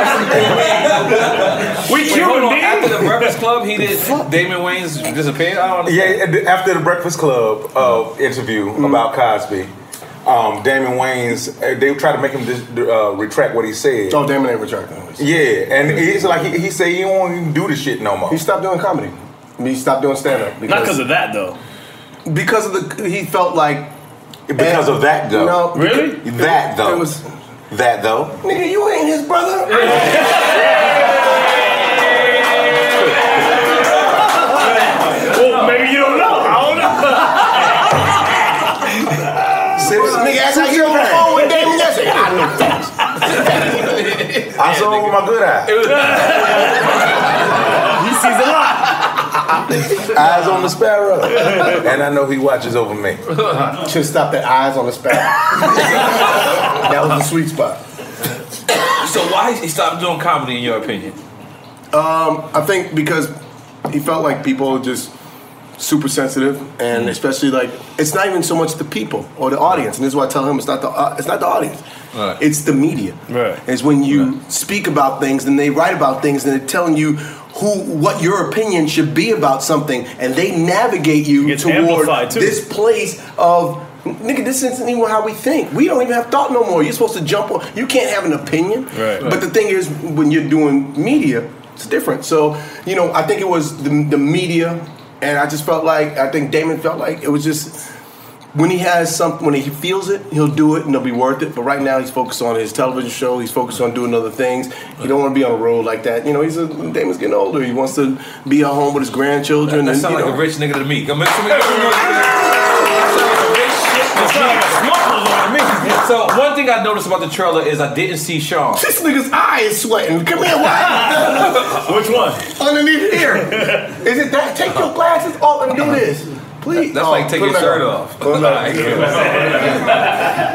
S2: Wait, hold
S3: human
S2: on. After
S3: beings.
S2: the Breakfast Club Club, he did. Damon Wayne's disappeared. I don't.
S5: Yeah, and after the Breakfast Club uh, interview
S1: Mm-hmm.
S5: about Cosby, um, Damon Wayne's uh, they tried to make him dis- uh, retract what he said.
S1: Oh, Damon ain't retracting.
S5: Yeah, and he's like he, he said he don't even do this shit no more. He
S1: stopped doing comedy. He stopped doing stand up.
S3: Not because of that though.
S1: Because of the, he felt like.
S5: Because of that though.
S1: No,
S3: Really?
S5: That though. that though.
S1: Nigga, you ain't his brother.
S3: well, maybe you don't know. I don't
S1: Nigga, that's how you on the phone with Damon yesterday. I know facts.
S5: I saw him with my good eye.
S3: he sees a lot.
S5: Eyes on the sparrow, and I know he watches over me.
S1: Should stop that eyes on the sparrow. that was the sweet spot.
S2: So why he stopped doing comedy in your opinion?
S1: Um, I think because he felt like people just super sensitive, and especially like it's not even so much the people or the audience. And this is why I tell him it's not the uh, it's not the audience.
S6: Right.
S1: It's the media. Right. It's when you speak about things and they write about things and they're telling you who what your opinion should be about something and they navigate you toward
S3: amplified, too.
S1: this place of nigga this isn't even how we think we don't even have thought no more you're supposed to jump on you can't have an opinion
S6: Right.
S1: but the thing is when you're doing media it's different so you know i think it was the, the media and i just felt like i think damon felt like it was just when he has something, when he feels it, he'll do it and it'll be worth it. But right now, he's focused on his television show. He's focused on doing other things. He don't want to be on a road like that. You know, he's a Damon's getting older. He wants to be at home with his grandchildren.
S2: That
S1: and,
S2: sounds
S1: you
S2: like
S1: know,
S2: a rich nigga to me. Come on, come on, come on. So one thing I noticed about the trailer is I didn't see Sean.
S1: this nigga's eye is sweating. Come here, why?
S3: Which one?
S1: Underneath here. Is it that? Take your glasses off and do this. Please.
S2: That's
S1: Oh,
S2: like taking
S1: put it
S2: your
S1: back
S2: shirt
S1: on.
S2: off.
S1: Put it back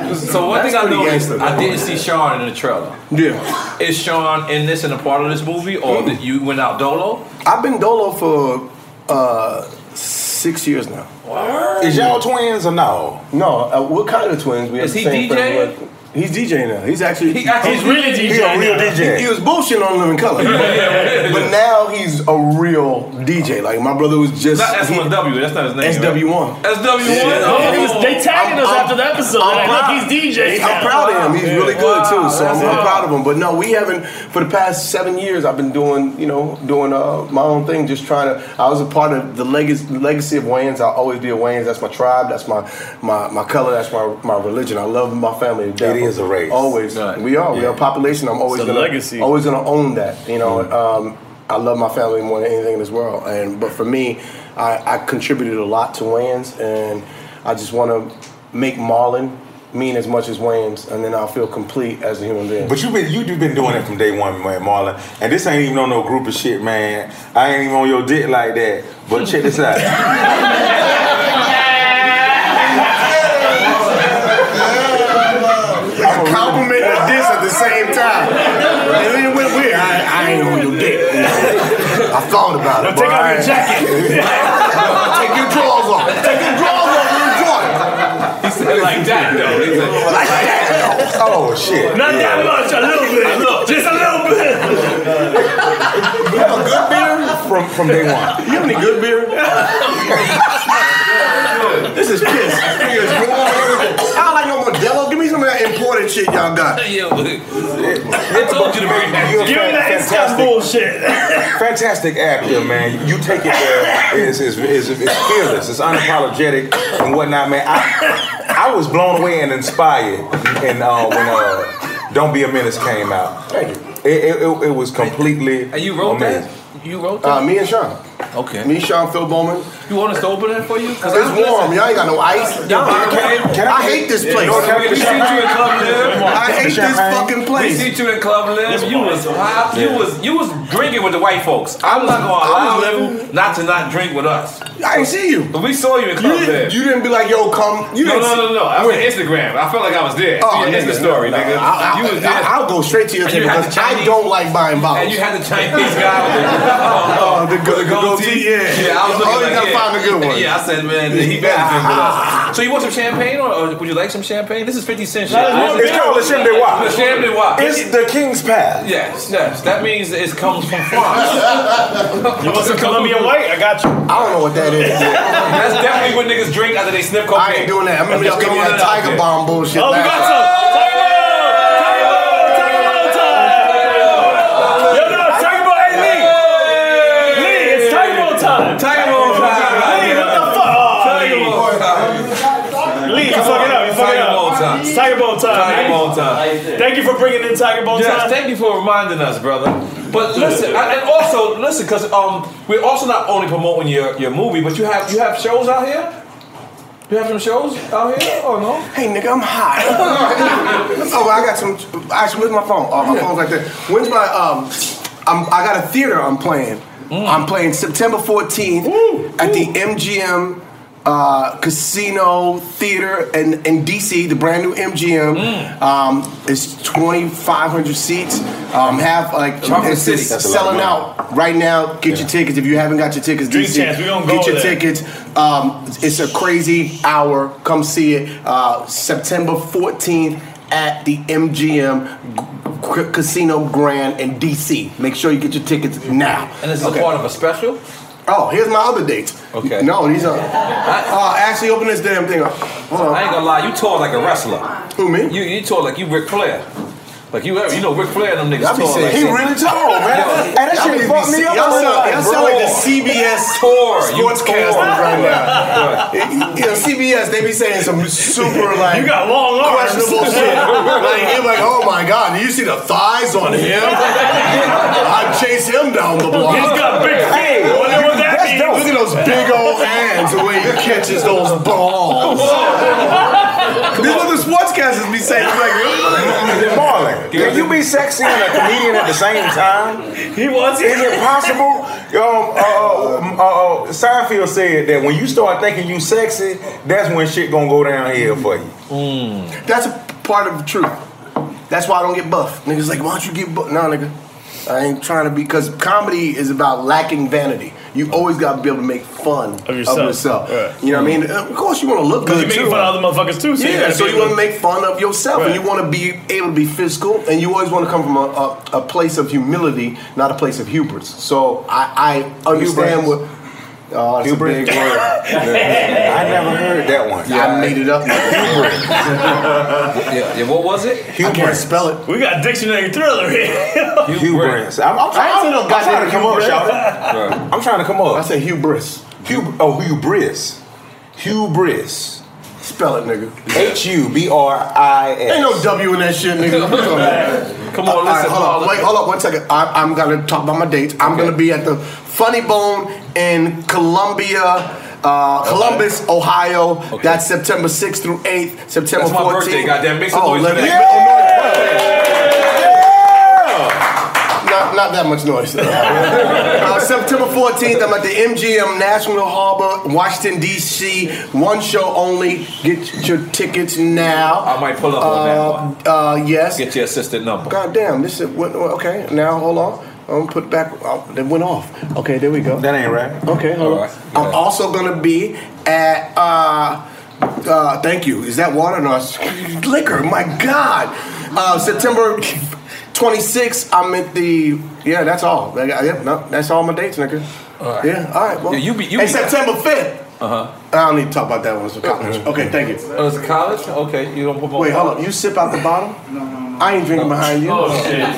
S1: on.
S2: so one
S1: That's
S2: thing I
S1: pretty
S2: noticed,
S1: gangster,
S2: I
S1: though.
S2: didn't see Sean in the trailer.
S1: Yeah.
S2: Is Sean in this and a part of this movie, or
S1: Mm-hmm.
S2: did you went out dolo?
S1: I've been Dolo for uh, six years now.
S5: Is y'all twins or no?
S1: No, uh, we're kind of twins. We have
S5: Is
S1: the
S5: he
S1: same
S5: DJing?
S1: friend, but- He's DJing now. He's actually
S5: He actually- He's really
S1: He
S5: DJing
S1: a real
S5: now.
S1: DJ. He, he was bullshitting on Living Color, but now he's a real DJ. Like my brother was just
S2: Not SW. That's not his name.
S1: SW one.
S2: SW1.
S3: Yeah. He
S2: Oh.
S3: was- they tagged us after the episode. They're like,
S1: proud-
S3: "Look, he's DJing
S1: I'm
S3: now."
S1: proud of him. He's
S3: Yeah.
S1: really good
S3: Wow,
S1: too. So I'm,
S3: that's
S1: I'm
S3: it.
S1: proud of him. But no, we haven't. For the past seven years, I've been doing you know doing uh, my own thing, just trying to. I was a part of the legacy legacy of Wayans. I'll always be a Wayans. That's my tribe. That's my my my color. That's my my religion. I love my family. to death.
S5: It is a race.
S1: Always. We are. We
S5: Yeah.
S1: are a population. I'm always
S5: It's a
S1: gonna
S5: legacy.
S1: always gonna own that. You know. Um, I love my family more than anything in this world, and but for me, I, I contributed a lot to Wayans, and I just want to make Marlon mean as much as Wayans, and then I'll feel complete as a human being.
S5: But you've been you, you've been doing it from day one, man, Marlon. And this ain't even on no group of shit, man. I ain't even on your dick like that. But check this out.
S1: I'm a compliment and a diss at the same time. And then it went weird. I, I ain't on your dick. I thought about
S3: Now
S1: it.
S3: take
S1: but
S3: off
S1: I
S3: your
S1: ain't-
S3: jacket.
S1: Take your drawers off. Take your drawers off and enjoy it.
S2: He said it like that though. He said,
S1: Like that.
S5: Oh shit.
S3: Not that much, a little bit. Just a little bit.
S1: You have a good beer
S5: from from day one.
S1: You have any good beer? this is piss. Nigga, it's warm and everything. I don't like no Modelo. Give me some of that imported shit y'all got.
S2: Yo, I told you to bring that.
S5: You're a
S3: Give me that
S5: fantastic-
S3: instant bullshit.
S5: Fantastic actor, man. You take it there. It's, it's, it's, it's fearless. It's unapologetic and whatnot, man. I, I was blown away and inspired and uh, when uh, Don't Be a Menace came out. Thank you. It, it, it, it was completely
S2: And you wrote
S5: amazing.
S2: that? You wrote that?
S1: Uh, me and Sean.
S2: Okay.
S1: Oh, Me, Sean, Phil Bowman.
S2: You want us to open that for you?
S1: It's warm. Y'all ain't got no ice.
S2: Y'all can- can I-
S1: I hate this
S2: Yeah,
S1: place.
S2: no, can I get the We see champagne? you in Club Live.
S1: I hate this
S2: Champagne.
S1: fucking
S2: We
S1: place.
S2: see you in Club Live. You was wild.
S5: Yeah.
S2: You was you was drinking with the white folks. I'm not
S1: I was
S2: gonna allow you not to not drink with us.
S1: I didn't see you.
S2: But we saw you in Club
S1: you,
S2: Live.
S1: didn't, you didn't be like, yo, come. You
S2: no,
S1: didn't
S2: no, no, no, I was on Instagram. I felt like I was there. Oh, yeah, Insta
S1: nigga,
S2: story,
S1: no,
S2: nigga.
S1: no, I,
S2: you was there.
S1: will go straight to your
S2: And
S1: thing
S2: you had
S1: because I don't like buying bottles.
S2: and you had the Chinese guy with the, um,
S1: Oh, the, go- the,
S2: gold
S1: gold
S2: OT?
S5: yeah.
S2: Yeah, I was looking
S5: Oh, you
S2: like,
S5: gotta
S2: yeah.
S5: find a good one.
S2: Yeah, I said, man, he better drink with us. So you want some champagne, or, or would you like some champagne? This is 50 cent shit.
S5: It's called Le Chim de Wap.
S2: Le Chim de Wap.
S5: It's the King's Path.
S2: Yes, yes. That means it comes from France.
S5: You want some Colombian
S3: white? I got you.
S2: I don't know what that is. That's definitely what niggas drink after they sniff cocaine. I ain't doing
S1: that. I remember y'all giving me that Tiger Bomb bullshit.
S3: Oh, we got some. Yo, no, it's Tiger Bowl. Hey, Lee. Lee, it's Tiger Bowl time.
S2: Tiger Bowl time.
S3: Lee, what the fuck? Oh,
S2: Tiger
S3: Lee.
S2: Bowl time.
S3: Lee, you fucking up. You fucking
S2: Tiger
S3: up.
S2: Bowl time.
S3: It's Tiger Bowl time.
S2: Tiger
S3: man.
S2: Bowl time.
S3: Thank you for bringing in Tiger Bowl
S2: Yes,
S3: time.
S2: thank you for reminding us, brother. But listen, I- and also listen, because um, we're also not only promoting your, your movie, but you have you have shows out here. You have some shows out here, or no?
S1: Hey, nigga, I'm hot. oh, I got some. Actually, where's my phone? Oh, my phone's right there. When's my um? I'm, I got a theater. I'm playing. I'm playing September 14th at the MGM uh, Casino Theater in, in DC, the brand new MGM. Um, it's 2,500 seats. Um, have like
S2: Trump
S1: it's
S2: City.
S1: just
S2: That's a lot of
S1: selling
S2: money.
S1: out right now. Get your tickets if you haven't got your tickets.
S3: Dream
S1: DC,
S3: Chance, we gonna
S1: get
S3: go
S1: your
S3: there.
S1: tickets tickets. Um, it's a crazy hour. Come see it. Uh, September 14th at the MGM G- G- Casino Grand in DC. Make sure you get your tickets now.
S2: And this is a part of a special.
S1: Oh, here's my other dates. Okay. No, these are. Uh, actually, open this damn thing up. Hold on.
S2: I ain't gonna lie, you tall like a wrestler.
S1: Who me?
S2: You you tall like you Ric Flair. Like you you know Ric Flair and them niggas
S1: Y'all be
S2: tall.
S1: saying
S2: like
S1: he really tall, man. Hey, that shit fucked me up a little bit, bro.
S2: tour
S1: Sportscasters right now. You know, CBS, they be saying some super like
S3: You got long arms.
S1: questionable shit. Like you're like, oh my god, do you see the thighs on him? I chase him down the block.
S3: He's got big feet.
S1: Hey,
S3: Wonder what that means.
S1: that's dope. Look at those big old hands the way he catches those balls. This is what the sportscasters be saying. I'm like,
S5: Marlon, can you be sexy and a comedian at the same time?
S3: He was.
S5: Is it possible? Um, uh, um, uh, uh, Seinfeld said that when you start thinking you sexy, that's when shit gonna go downhill for you.
S1: That's a part of the truth. That's why I don't get buff. Niggas like, why don't you get buff? No, nigga. I ain't trying to be because comedy is about lacking vanity. You always gotta be able to make fun of
S3: yourself.
S1: yourself.
S3: Yeah.
S1: You know what I mean? Of course, you want to look
S3: Because
S1: good
S3: you're making
S1: too.
S3: fun of other motherfuckers too. So you
S1: yeah,
S3: gotta
S1: so
S3: be
S1: you want to
S3: able-
S1: make fun of yourself, and you want to be able to be physical, and you always want to come from a, a, a place of humility, not a place of hubris. So I, I understand what. Oh, that's
S5: Hubris?
S1: a big word.
S5: I never heard that one.
S1: I made it up.
S2: yeah, yeah, what was it?
S1: I can't spell it.
S3: We got dictionary thriller here.
S5: Hubris. I'm,
S1: I
S5: I'm,
S1: ain't
S5: trying,
S1: seen no
S5: I'm
S1: goddamn
S5: trying to come up,
S1: hubris.
S5: y'all. I'm trying to come
S1: I
S5: up.
S1: said hubris.
S5: Hub- oh, hubris. Hubris.
S1: Spell it, nigga.
S5: H U B R I S.
S1: Ain't no W in that shit, nigga. Come on,
S2: Come on,
S1: All right,
S2: listen.
S1: hold on, wait, hold on, one second. I, I'm gonna talk about my dates. I'm gonna be at the Funny Bone in Columbia, uh, Columbus, Ohio. That's September 6th through 8th. September
S2: That's my
S1: 14th.
S2: birthday, goddamn. Make some
S1: oh,
S2: noise
S1: let
S2: for
S1: me-
S2: that.
S1: oh, no, it's-
S5: Yeah.
S1: Not, not that much noise. uh, September 14th, I'm at the MGM National Harbor, Washington, D.C. One show only. Get your tickets now.
S2: I might pull up on that one.
S1: Uh, yes.
S2: Get your assistant number.
S1: God damn, this is what, okay. Now hold on. I'm gonna put it back. Oh, that went off. Okay, there we go.
S5: That ain't right.
S1: Okay, hold
S2: All
S1: on.
S2: right, go
S1: I'm
S2: ahead.
S1: also gonna be at. Uh, uh, thank you. Is that water? No, it's liquor. My God. Uh, September 26th. I'm at the. Yeah, that's all. Like, I- yep, no, that's all my dates, nigga.
S2: All right.
S1: Yeah. All right. Well,
S2: Yeah, you be- you
S1: and
S2: be-
S1: September 5th.
S2: Uh huh.
S1: I don't need to talk about that one. It's a college. Okay, thank you.
S2: Oh, it's college. Okay, you don't promote.
S1: Wait, hold up. You sip out the bottle? No, no, no. I ain't drinking behind you.
S3: Oh shit.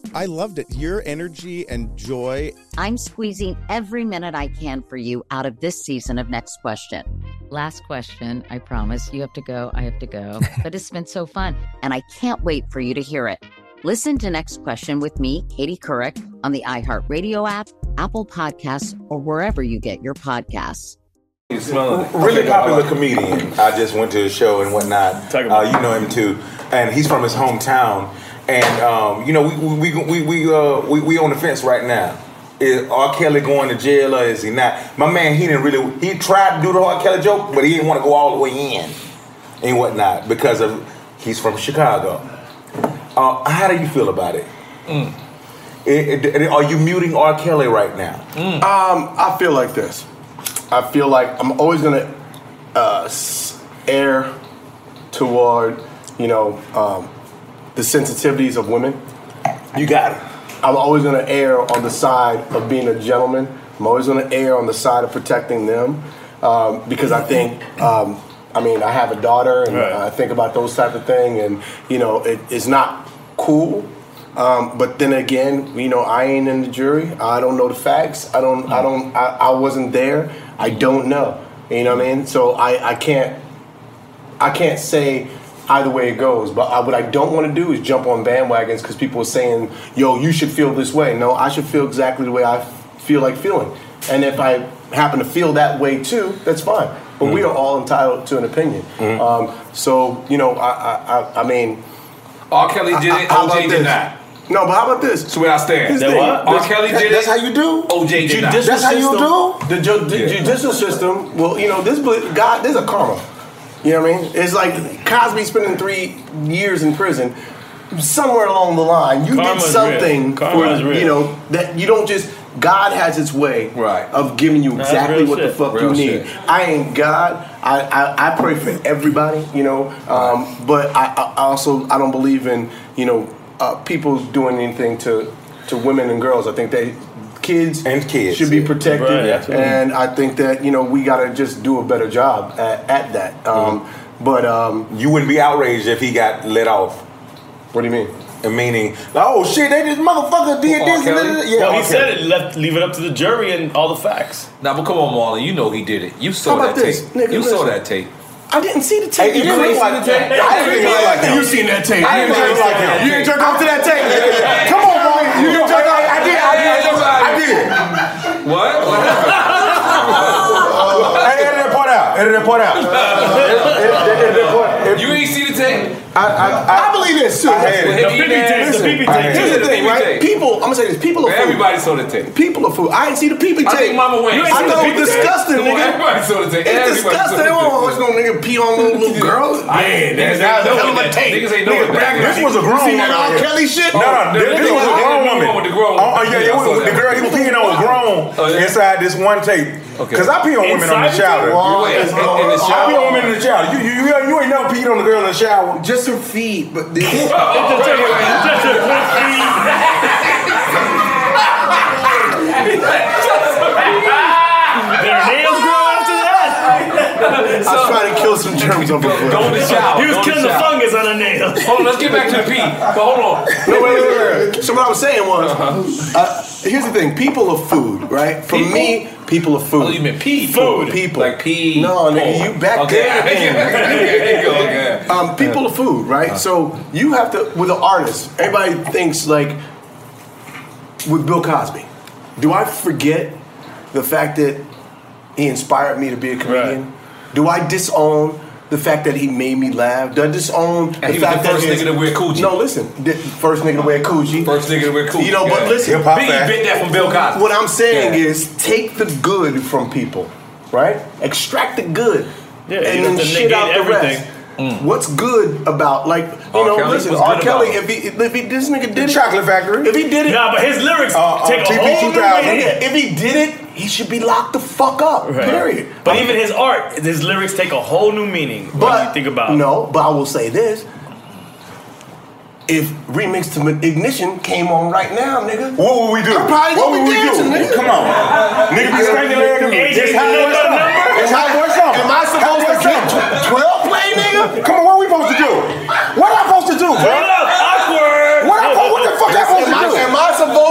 S8: I loved it. Your energy and joy.
S9: I'm squeezing every minute I can for you out of this season of Next Question. Last question, I promise. You have to go. I have to go. But it's been so fun, and I can't wait for you to hear it. Listen to Next Question with me, Katie Couric, on the iHeartRadio app, Apple Podcasts, or wherever you get your podcasts.
S2: You smelling it.
S5: Really popular comedian. I just went to a show and whatnot. Uh, you know him too, and he's from his hometown. And um, you know, we we we we, uh, we we on the fence right now. Is R. Kelly going to jail or is he not? My man, he didn't really. He tried to do the R. Kelly joke, but he didn't want to go all the way in and whatnot because of he's from Chicago. Uh, how do you feel about it? It- it- are you muting R. Kelly right now?
S1: Um, I feel like this. I feel like I'm always gonna uh, s- err toward, you know, um, the sensitivities of women. You got it. I'm always gonna err on the side of being a gentleman. I'm always gonna err on the side of protecting them um, because I think. Um, I mean, I have a daughter, and
S3: Right.
S1: I think about those type of thing, and you know, it, it's not cool um, but then again, you know, I ain't in the jury. I don't know the facts. I don't. I don't. I, I wasn't there. I don't know. You know what I mean? So I, I can't. I can't say either way it goes. But I, what I don't want to do is jump on bandwagons because people are saying, "Yo, you should feel this way." No, I should feel exactly the way I feel like feeling. And if I happen to feel that way too, that's fine. But we are all entitled to an opinion. Um, so you know, I, I, I, I mean.
S2: R. Kelly did it. OJ
S1: How about
S2: did
S1: this?
S2: not.
S1: No, but how about this?
S2: That's where I stand.
S1: This thing.
S2: R.
S1: This-
S2: Kelly
S1: that-
S2: did it.
S1: That's how you do.
S2: OJ did not.
S1: Judicial
S2: That's how you
S1: system- The, ju- the
S2: Yeah.
S1: judicial system. Well, you know, this bel- God, there's a karma. You know what I mean? It's like Cosby spending three years in prison. Somewhere along the line, you
S3: Karma's
S1: did
S3: real.
S1: something for
S3: Karma's real.
S1: you know that you don't just. God has His way of giving you
S3: That's
S1: exactly
S3: real
S1: what the
S3: shit.
S1: fuck
S3: Real
S1: you need.
S3: shit.
S1: I ain't God. I, I, I pray for everybody, you know. Um, but I, I also I don't believe in you know uh, people doing anything to to women and girls. I think they kids and kids should be protected,
S3: Right, absolutely.
S1: and I think that you know we gotta just do a better job at, at that. Um, But um,
S5: you wouldn't be outraged if he got let off.
S1: What do you mean?
S5: Meaning, oh shit, they just motherfucker did this. and that- Yeah,
S3: well, he
S5: okay.
S3: said it. Left, leave it up to the jury and all the facts.
S2: Now, but come on, Marlon. You know he did it. You saw
S3: How
S2: that
S3: about this,
S2: tape.
S3: nigga,
S2: You saw
S3: listen.
S2: that tape.
S1: I didn't see the tape.
S2: Hey, you didn't see the tape?
S1: I didn't
S2: You ain't
S1: think like
S2: like
S1: that.
S2: him.
S1: You seen that tape?
S2: I
S1: You
S2: ain't
S1: ain't
S2: like
S1: like
S2: him.
S1: him. You ain't jerk off to that tape. Come on, boy. You didn't jerk off. I did. I did. I did.
S2: What? What
S5: happened? Hey, edit that part out. Edit that part out. Edit that part out.
S2: You ain't see the tape?
S1: I, I, I believe this too.
S5: I had it.
S2: The BB tape, the
S1: Listen,
S2: BB tape.
S1: Here's the
S2: The
S1: thing,
S2: BB
S1: right?
S2: tape.
S1: People, I'm gonna say this. People are fools.
S2: Everybody saw the tape.
S1: People are fools. I ain't see the peepee
S2: I think
S1: tape.
S2: Mama went.
S1: You ain't I know it was disgusting,
S2: Come on,
S1: nigga.
S2: everybody saw the tape. Everybody
S1: It's
S2: saw the
S1: disgusting.
S2: tape.
S1: Oh, it's no nigga pee on little, little girls.
S2: Man, niggas ain't
S1: that's a
S2: knowing
S1: hell of a
S2: that.
S1: tape.
S2: Niggas ain't knowing that.
S1: back-
S2: This was a grown
S1: You seen that
S2: woman.
S1: R. Kelly shit?
S5: No, no, this, this was a grown woman. Oh, oh, yeah,
S2: Yeah, I
S5: yeah,
S2: saw
S5: the
S2: that. Oh,
S5: girl he was peeing on was grown inside this one tape. Cause I pee on women on the
S2: Inside the tape?
S5: shower.
S2: Well, Wait, in- in the
S5: I pee
S2: shower?
S5: on women in the shower. You, you, you, you ain't never peed on the girl in the shower.
S1: Just her feet, but
S3: Their nails grow after that.
S1: I was trying to kill some germs over there.
S2: Go in the shower.
S3: He was
S2: Go in
S3: killing
S2: the
S3: the
S2: shower.
S3: fungus on her nail.
S2: Hold on, let's get back to the pee. But hold on.
S1: No, wait, wait, wait. So what I was saying was,
S2: Uh-huh.
S1: uh, here's the thing: people are food, right? For me, people are food.
S2: Oh, you meant pee.
S1: Food.
S2: People. Like pee.
S1: No, nigga,
S2: Oh.
S1: you back
S2: Okay.
S1: there. again.
S2: There you go again.
S1: Um, people are food, right? So you have to, with an artist, everybody thinks like with Bill Cosby. Do I forget the fact that he inspired me to be a comedian? Do I disown the fact that he made me laugh? Do I disown
S2: And
S1: the
S2: he was
S1: fact
S2: the first
S1: that his-
S2: nigga to wear coochie.
S1: No, listen, the first nigga to wear coochie.
S2: First nigga to wear coochie.
S1: You know, but
S2: Yeah.
S1: listen,
S2: Hip-hop Biggie fan. bit that from Bill Cosby.
S1: What I'm saying
S2: Yeah.
S1: is, take the good from people, right? Extract the good,
S3: Yeah, you
S1: and
S3: have
S1: then
S3: to
S1: shit
S3: negate
S1: out the
S3: everything.
S1: rest.
S2: Mm.
S1: What's good about like you
S3: R.
S1: know?
S3: Kelly?
S1: Listen,
S3: What's
S1: R.
S3: good
S1: Kelly.
S3: about
S1: If he, if he this nigga did
S5: The
S1: it,
S5: Chocolate Factory.
S1: If he did it,
S3: Nah, but his lyrics
S5: Uh, uh,
S3: take a
S5: TP
S3: whole
S5: 2000.
S3: new meaning.
S1: If he did it, he should be locked the fuck up. Period.
S3: But even his art, his lyrics take a whole new meaning when you
S1: But
S3: think about. it.
S1: no, but I will say this. If remix to ignition came on right now, nigga,
S5: what would we do?
S1: I'm probably
S5: What
S1: gonna
S5: would
S1: be
S5: we do?
S1: dancing, nigga.
S5: Come on. Nigga be scraping their leg. This how it was done. This how it was done.
S1: Am I supposed to get 12 play, nigga?
S5: Come on, what we supposed to do? What I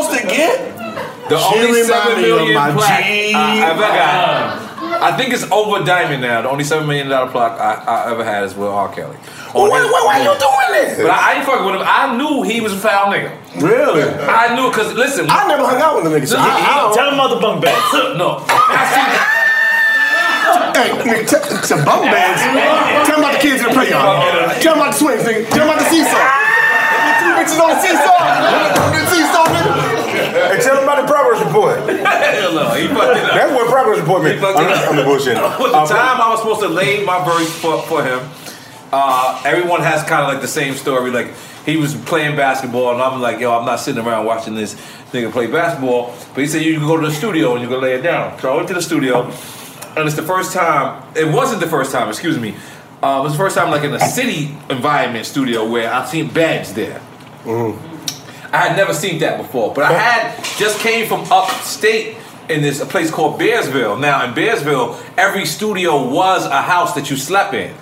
S2: The
S1: She
S2: only
S1: remind
S2: seven
S1: me of
S2: million
S1: my
S2: plaque uh,
S1: G.
S2: I ever got. I think it's over diamond now. The only seven million dollar plaque I, I ever had is with R. Kelly.
S5: Well, why- why- why you doing this?
S2: But I, I ain't fucking with him. I knew he was a foul nigga.
S5: Really?
S2: I knew because listen,
S5: I never hung out with a nigga.
S2: So I- I don't-
S3: Tell him about the bunk beds.
S2: no,
S1: Hey, nigga, tell, some bum bags. Tell them about the kids in the playground. Tell them about the swings, nigga. Tell them about the seesaw. You Two bitches on the seesaw. The seesaw, nigga.
S5: Hey, tell them about the progress report.
S2: no, he fucking up.
S5: That's what progress report means.
S2: fucked it up.
S5: I'm, Uh, I'm bullshit.
S2: With the time I was supposed to lay my verse for, for him, uh, everyone has kind of like the same story. Like he was playing basketball, and I'm like, yo, I'm not sitting around watching this nigga play basketball. But he said you can go to the studio and you can lay it down. So I went to the studio, and it's the first time. It wasn't the first time. Excuse me. Uh, it was the first time like in a city environment studio where I've seen beds there. I had never seen that before, but I had just came from upstate in this a place called Bearsville. Now in Bearsville, every studio was a house that you slept in.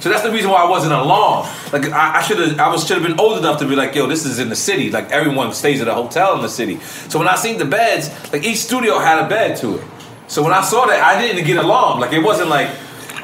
S2: So that's the reason why I wasn't alarmed. Like I, I should have, I was should have been old enough to be like, yo, this is in the city. Like everyone stays at a hotel in the city. So when I seen the beds, like each studio had a bed to it. So when I saw that, I didn't get alarmed. Like it wasn't like,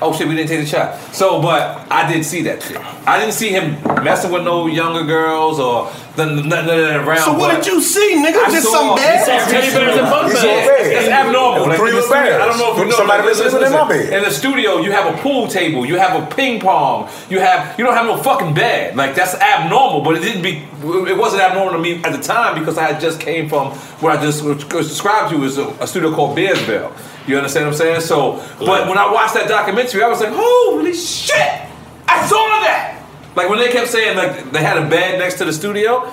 S2: oh shit, we didn't take the shot. So, but I did see that shit. I didn't see him messing with no younger girls or nothing, nothing of that around.
S1: So what
S2: but
S1: did you see, nigga?
S2: I
S1: Just
S2: saw-
S1: some beds?
S2: It's
S1: Teddy bears and bunk
S2: Yeah,
S1: beds.
S2: it's- It's abnormal. Like,
S5: Three
S2: in the studio,
S5: bears.
S2: I don't know if you know.
S5: Somebody
S2: like, listen,
S5: listening in my
S2: listen.
S5: bed.
S2: In the studio, you have a pool table, you have a ping pong, you have you don't have no fucking bed. Like that's abnormal, but it didn't be. It wasn't abnormal to me at the time because I had just came from what I just described to you as a, a studio called Bearsville. You understand what I'm saying? So, but when I watched that documentary, I was like, holy shit, I saw that. Like when they kept saying like they had a bed next to the studio.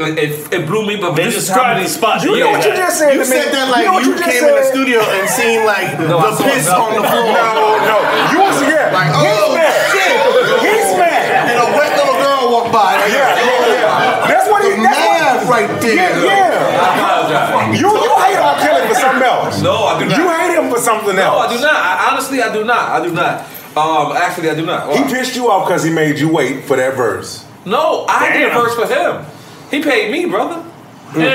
S2: It, it- it blew me, but
S3: They
S2: this is how
S3: described the spot.
S5: You know what you just said
S1: You
S5: to me?
S1: said that like
S5: know what
S1: you,
S5: just
S1: came in the
S5: said?
S1: studio and seen like
S2: No, I
S1: the
S2: saw
S1: piss
S2: nothing.
S1: on the floor.
S5: No, no. You was here.
S1: Like,
S5: He's
S1: oh,
S5: mad.
S1: shit.
S5: He's mad.
S1: And a wet little girl walked by. Like,
S5: Yeah, yeah, yeah. That's what he.
S1: The
S5: That's
S1: math
S5: what,
S1: right there.
S5: Yeah, yeah.
S2: I apologize.
S5: You you hate R. Kelly for something else.
S2: No, I do not.
S5: You hate him for something
S2: No,
S5: else.
S2: Oh, I do not. I, honestly, I do not. I do not. Um, actually, I do not.
S5: He pissed you off because he made you wait for that verse.
S2: no, I did a
S3: Damn.
S2: verse for him. He paid me, brother.
S5: I got nothing.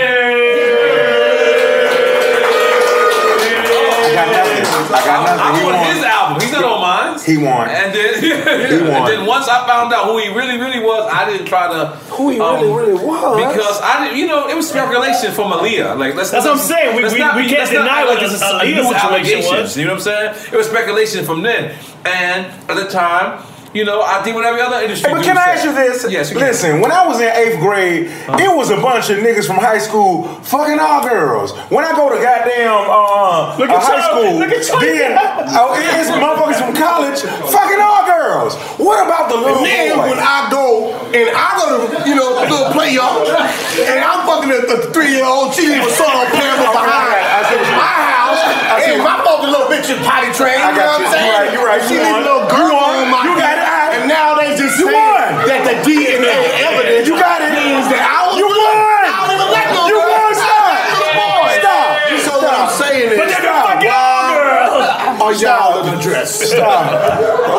S5: I got
S2: I'm
S5: nothing. He
S2: on
S5: won.
S2: his album. He's not on mine.
S5: He won.
S2: And then,
S5: won.
S2: and then once I found out who he really, really was, I didn't try to um,
S5: Who he really, really was?
S2: because I didn't. You know, it was speculation from Aaliyah. Like let's.
S3: That's what I'm
S2: let's-
S3: saying. We-
S2: let's
S3: we-
S2: not
S3: we
S2: be-
S3: can't
S2: let's not
S3: deny
S2: act
S3: what
S2: like
S3: this
S2: it's
S3: Aaliyah
S2: new
S3: situation
S2: allegations,
S3: was.
S2: You know what I'm saying? It was speculation from then, and at the time, you know, I did what every other industry.
S5: Hey, but
S2: dude
S5: can I
S2: said.
S5: ask you this?
S2: Yes. you can.
S5: Listen, when I was in eighth grade, it was a bunch of niggas from high school fucking all girls. When I go to goddamn uh,
S3: Look at
S5: uh, high
S3: Charlie.
S5: school,
S3: Look at Charlie.
S5: then oh, it- it's motherfuckers from college fucking all girls. What about the little
S1: And then
S5: boy?
S1: when I go and I go to you know little play y'all, and I'm fucking a, a three year old cheating with someone playing with behind
S5: Alright, I see what you-
S1: my house.
S5: I see
S1: And my
S5: what-
S1: fucking little bitch is potty trained.
S5: I
S1: You know what
S5: got you.
S1: I'm
S5: You
S1: saying?
S5: right, you right,
S1: She
S5: you
S1: leave
S5: won.
S1: little
S5: You
S1: girl
S5: won.
S1: on my
S5: You got it, I-
S1: And now they just
S5: You
S1: saying
S5: won.
S1: that the DNA evidence
S5: You got it.
S1: means that I was
S5: You
S1: the-
S5: won.
S1: I don't even let no
S5: You
S1: girl.
S5: won,
S1: I
S5: stop.
S1: let little boy.
S5: Stop.
S1: So what I'm saying is,
S3: But they're the fucking all
S1: are y'all in the dress?
S5: Stop.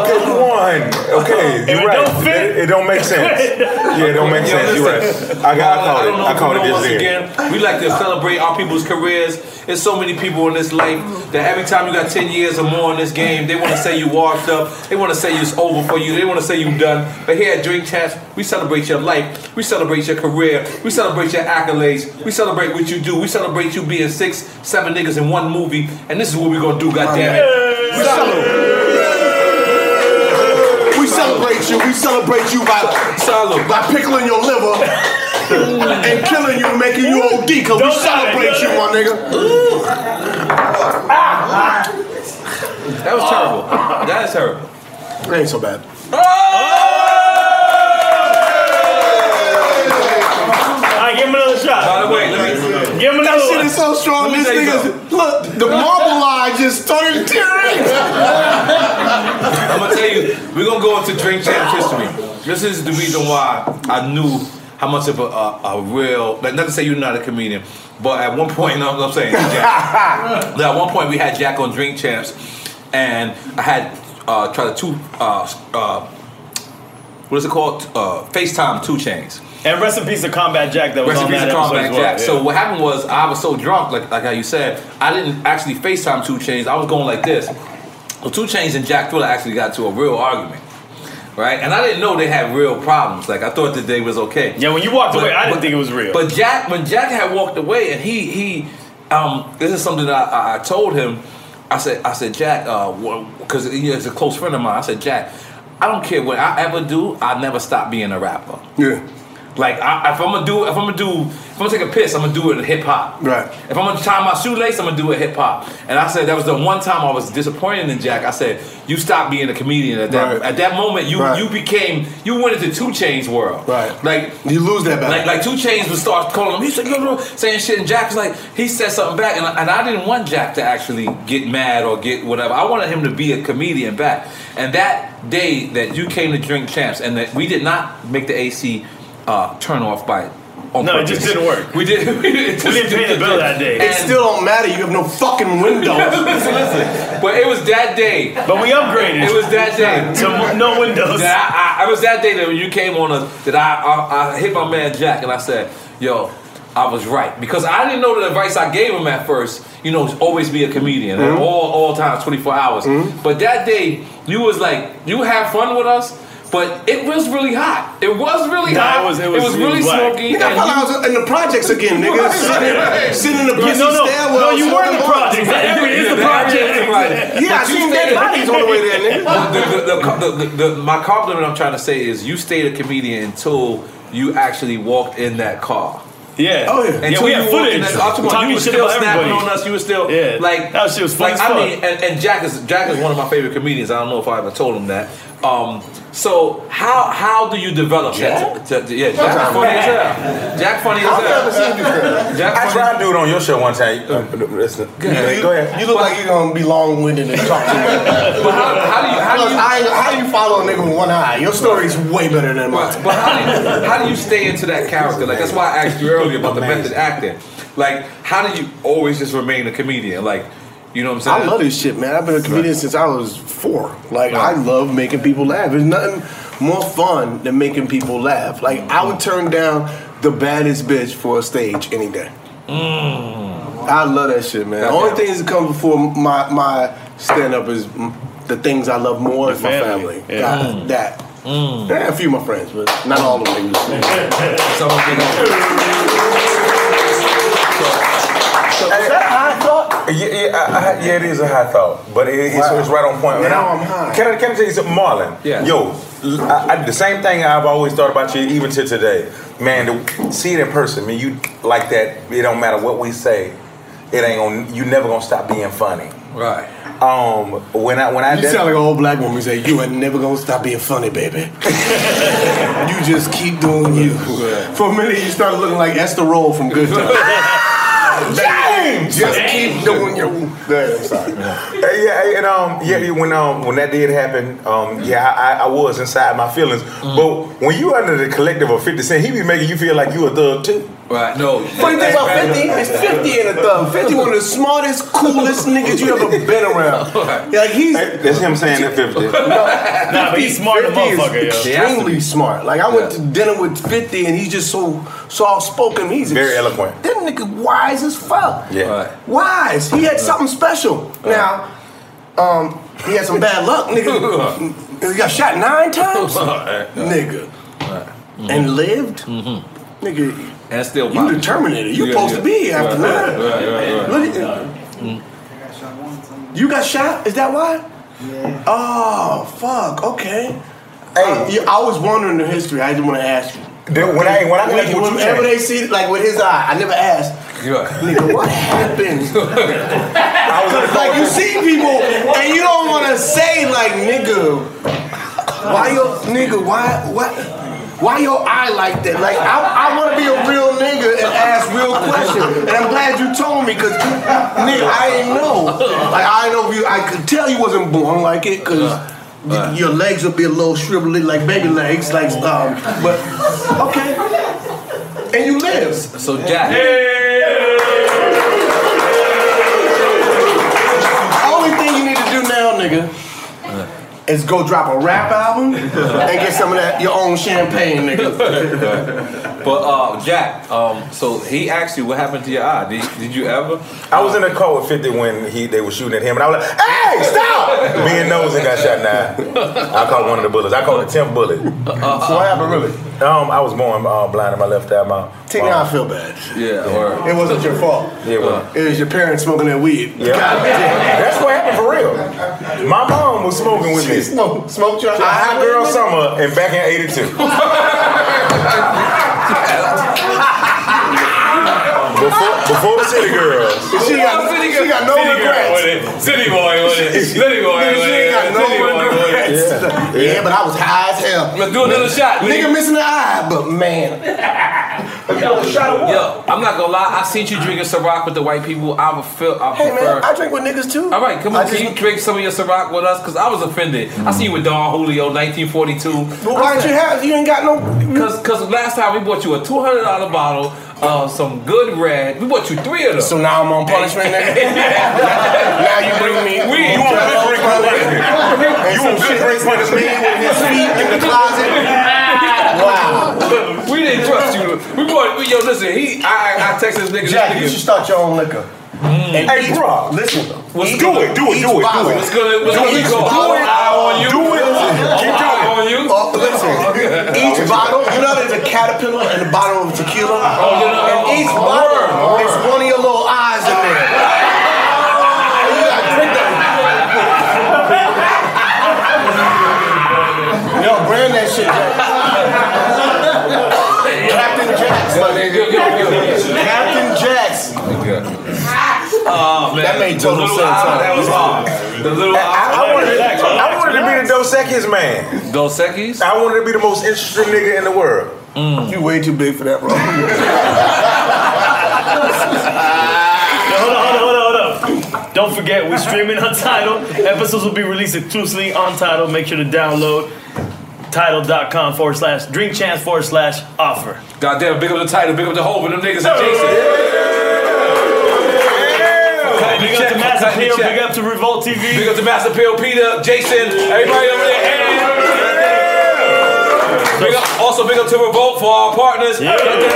S5: Okay, you won. Okay,
S3: If
S5: you're
S3: it
S5: right.
S3: don't fit-
S5: It, it don't make sense. Yeah, it don't make
S2: Yo,
S5: sense. You're right.
S2: listen.
S5: I got.
S2: Marlon,
S5: I
S2: don't
S5: called
S2: know if you
S5: it. I called it
S2: know
S5: this
S2: once
S5: year.
S2: again. We like to celebrate our people's careers. There's so many people in this life that every time you got 10 years or more in this game, they want to say you washed up. They want to say it's over for you. They want to say you done. But here at Drink Chats, we celebrate your life. We celebrate your career. We celebrate your accolades. We celebrate what you do. We celebrate you being six, seven niggas in one movie. And this is what we're going to do, goddammit. We salute.
S1: We celebrate you. We celebrate you by
S2: Salute.
S1: by pickling your liver and killing you, making you OD. Cause we
S3: Don't
S1: celebrate
S3: die.
S1: you, my nigga.
S2: That was terrible. That is terrible.
S1: It ain't so bad.
S3: right, give him another shot.
S2: By the way, let me.
S3: Give him another
S1: Shit
S3: one.
S1: is so strong.
S2: Let me
S1: This
S2: tell you
S1: nigga's look. The marble line just started tearing.
S2: I'm gonna tell you, we're gonna go into drink champ history. This is the reason why I knew how much of a, a, a real, like, not to say you're not a comedian, but at one point, you know what I'm saying? Jack, at one point, we had Jack on Drink Champs, and I had uh, tried to two, uh, uh, what is it called? Uh, FaceTime Two Chains.
S3: And rest in peace to Combat Jack that was
S2: Rest in
S3: on
S2: peace
S3: that
S2: to
S3: episode
S2: Combat
S3: as well.
S2: Jack.
S3: yeah.
S2: So what happened was I was so drunk, like like how you said, I didn't actually FaceTime Two Chains. I was going like this. Well, Two Chains and Jack Thriller actually got to a real argument. Right? And I didn't know they had real problems. Like I thought that they was okay. Yeah,
S3: when you walked away, I didn't think it was real.
S2: But Jack when Jack had walked away and he he um this is something that I, I, I told him. I said I said Jack because he is a close friend of mine. I said Jack, I don't care what I ever do. I never stop being a rapper.
S6: Yeah.
S2: Like I, if I'm gonna do, if I'm gonna do, if I'm gonna take a piss, I'm gonna do it in hip hop.
S6: Right.
S2: If I'm gonna tie my shoelace, I'm gonna do it hip hop. And I said that was the one time I was disappointed in Jack. I said you stopped being a comedian at that.
S6: Right.
S2: At that moment, you
S6: Right.
S2: you became you went into Two Chains world. Right. Like
S6: you lose that battle.
S2: Like, like Two Chains would start calling him. He said, "Yo, yo," saying shit, and Jack was like, he said something back, and I, and I didn't want Jack to actually get mad or get whatever. I wanted him to be a comedian back. And that day that you came to Drink Champs, and that we did not make the AC uh, turn off by. On
S3: No, it
S2: purpose.
S3: just didn't work.
S2: We did. We didn't,
S3: We didn't pay the bill that day. It still
S6: don't matter. You have no fucking window.
S2: listen, listen. But it was that day. But
S3: we upgraded.
S2: It was that day.
S3: To no windows.
S2: That I, I, it was that day that when you came on us that I, I I hit my man Jack and I said, "Yo, I was right because I didn't know the advice I gave him at first. You know, always be a comedian at
S6: Mhm.
S2: all all times, twenty four hours.
S6: Mm-hmm.
S2: But that day, you was like, you had fun with us." But it was really hot. It was really
S6: Nah,
S2: hot.
S6: it was- it was- it was
S2: really
S6: black.
S2: smoky.
S6: Nigga, I
S2: and
S6: felt
S2: you-
S6: like I was in the projects again, nigga.
S2: Right,
S6: Sitting-
S2: right.
S6: sitting in the
S2: Right.
S6: busy stairwell, smoking blunt. Yeah, I
S2: But you
S6: seen dead
S2: stayed-
S6: bodies on the way there, nigga.
S2: The- the- the- the- the- My compliment I'm trying to say is you stayed a comedian until you actually walked in that car.
S3: Yeah. Oh, yeah.
S2: Until
S3: Yeah, we had
S2: you walked in
S3: footage.
S2: that- I'm talking about
S3: Talking
S2: you were
S3: shit
S2: still
S3: about
S2: snapping
S3: everybody.
S2: on us. You were still
S3: Yeah.
S2: like
S3: That shit was fun
S2: Like
S3: as
S2: I
S3: fuck.
S2: mean, and, and Jack is Jack is one of my favorite comedians. I don't know if I ever told him that. Um, so how how do you develop that? To, to- yeah, Jack funny as hell. Jack funny as hell. Jack
S5: I
S2: funny-
S5: tried dude on your show one time. Uh, listen. Yeah, Go ahead.
S1: You look like you're gonna be long winded and talk too much.
S2: But how, how do you how
S1: Look,
S2: do you
S1: I ain't- how do you follow a nigga with one eye? Your story's way better than mine.
S2: But how do you, how do you stay into that character? Like that's why I asked you earlier about the method acting. Like how do you always just remain a comedian? Like you know what I'm
S1: I
S2: saying?
S1: love this shit, man. I've been a comedian since I was four. Like I love making people laugh. There's nothing more fun than making people laugh. Like I would turn down the baddest bitch for a stage any day. I love that shit, man. The only things that come before my my stand up is mm, the things I love more is my family.
S3: Yeah.
S1: God,
S3: Mm.
S1: that. Yeah, a few of my friends, but not all of them.
S5: So, is that high thought? Yeah, yeah, I- I- yeah, it is a high thought, but it, it's, it's right on point.
S1: Now
S5: And I-
S1: I'm high.
S5: Can I, can I tell you something, Marlon?
S1: Yeah.
S5: Yo, l- I, I- the same thing I've always thought about you, even to today. Man, to see it in person, man, you like that. It don't matter what we say. It ain't gonna. You never gonna stop being funny.
S2: Right.
S5: Um, when I when I
S1: you
S5: did-
S1: sound like an old black woman. Say you ain't never gonna stop being funny, baby. you just keep doing you. For a minute, you started looking like Esther Roll from Good Times. James, just keep doing your. Yeah, I'm sorry.
S5: Uh, yeah, and um, yeah, yeah, when um, when that did happen, um, yeah, I, I- I was inside my feelings.
S1: Mm.
S5: But when you under the collective of Fifty Cent, he be making you feel like you a thug too.
S2: Right? No.
S1: Funny thing about 50 is 50 in a thumb. 50 one of the smartest, coolest niggas you ever been around. Yeah, Like he's
S5: That's him saying that 50.
S1: nah,
S3: but he's smart as a motherfucker, yo.
S1: extremely smart. Like I went to dinner with 50 and he's just so soft spoken. He's
S5: Very
S1: ex-
S5: eloquent.
S1: That nigga wise as fuck.
S5: Yeah.
S1: Wise. He had something special. Now, um, he had some bad luck, nigga. He got shot nine times,
S2: Alright.
S1: nigga, and lived, nigga.
S2: And still,
S1: You the Terminator. You supposed to be after that. Look at You got shot? Is that why? Yeah. Oh, fuck. Okay. Hey, yeah, I was wondering the history. I just want to ask you.
S5: Dude, when I- when I-
S1: Like,
S5: what you
S1: whenever
S5: saying?
S1: they see, like with his eye, I never asked. Nigga, what happened? Cause like you see people and you don't want to say like nigga, why your nigga, why what? Why your eye like that? Like I, I want to be a real nigga and ask real questions, and I'm glad you told me because nigga, I ain't know. Like I ain't know if you, I could tell you wasn't born like it because. Your legs will be a little shrivelly, like baby legs, like um. But okay, and you live.
S2: So Jack.
S1: Only thing you need to do now, nigga, is go drop a rap album and get some of that your own champagne, nigga.
S2: But uh, Jack, um, so he asked you what happened to your eye. Did, did you ever?
S5: I was in a car with 50 when he they were shooting at him, and I was like, "Hey, stop!" Me and Nosey got shot in the eye. I caught one of the bullets. I caught the tenth bullet.
S1: So what happened, really?
S5: Um, I was born uh, blind in my left eye. My
S1: Take now I feel bad.
S2: Yeah,
S1: It wasn't your fault.
S5: Yeah, well,
S1: It was your parents smoking that weed. God damn.
S5: That's what happened for real. My mom was smoking with me.
S1: She smoked, smoked your
S5: Hot
S1: eye.
S5: girl summer and back in '82. Before, before the city girls.
S1: She got,
S2: City
S1: she got no
S2: City girl
S1: regrets.
S2: with it. City boy with it. City boy
S1: Nigga,
S2: with
S1: she ain't
S2: it.
S1: got
S2: City boy
S1: no
S2: with it.
S1: regrets. Yeah. but I was high as hell.
S2: Let's do another shot,
S1: Nigga
S2: nigga.
S1: missing the eye, but man.
S2: Yo, I'm not gonna lie. I seen you drinking Ciroc with the white people. I would feel. I
S1: Hey
S2: prefer.
S1: man, I drink with niggas too.
S2: all right, come
S1: I
S2: on.
S1: just-
S2: Can you drink some of your Ciroc with us? Cause I was offended. I seen you with Don Julio, 1942.
S1: Well, why don't you have? You ain't got no.
S2: Cause, cause last time we bought you a two hundred dollar bottle of some good red. We bought you three of them.
S1: So now I'm on punishment, nigga. now you bring me.
S2: We- you
S5: want good drink punishment.
S1: You want good drink punishment with his feet in the closet? Wow.
S2: we didn't trust you. We bought. We, yo, listen. He, I, I, I text this nigga.
S1: Jack, you
S2: this
S1: should
S2: nigga.
S1: start your own liquor. And
S5: Mm. Hey,
S1: each-
S5: bro.
S1: listen.
S2: What's
S1: each-
S2: do it,
S5: do it,
S1: each
S5: do it, do it.
S1: bottle-
S2: What's gonna, what's
S1: Do
S2: gonna
S1: it,
S2: be called?
S1: do it.
S2: Eye on you.
S5: Do it. Keep
S2: Eye
S5: doing it.
S2: on you.
S1: Oh, listen. Each bottle, you know, there's a caterpillar and a bottle of tequila.
S2: Oh, you know-
S1: and each
S2: oh,
S1: bottle,
S2: word,
S1: it's one of your little eyes in there. And you gotta drink that. Yo, brand that shit, Jack. Captain Jax, my nigga. Captain Jax.
S2: Oh man,
S1: That made
S2: The
S1: total
S2: little
S1: sense,
S2: eye,
S1: huh?
S2: That was hard. The little.
S5: I, I
S2: eye.
S5: wanted, I wanted to be the Dos Equis man.
S2: Dos Equis.
S5: I wanted to be the most interesting nigga in the world.
S1: You way too big for that, bro.
S3: Hold up, hold up, hold up, hold up. Don't forget, we're streaming on Title. Episodes will be released exclusively on Title. Make sure to download title.com forward slash drink chance forward slash offer.
S2: Goddamn, big up the title, big up the hole, but them niggas are Jason. Cutting the
S3: Big up
S2: check,
S3: to Mass
S2: cutting the
S3: Appeal,
S2: check.
S3: big up to Revolt
S2: Big
S3: TV.
S2: up to Master Pill, Peter, Jason, everybody over there. And big up, also big up to Revolt for our partners.
S5: You got
S3: Title.com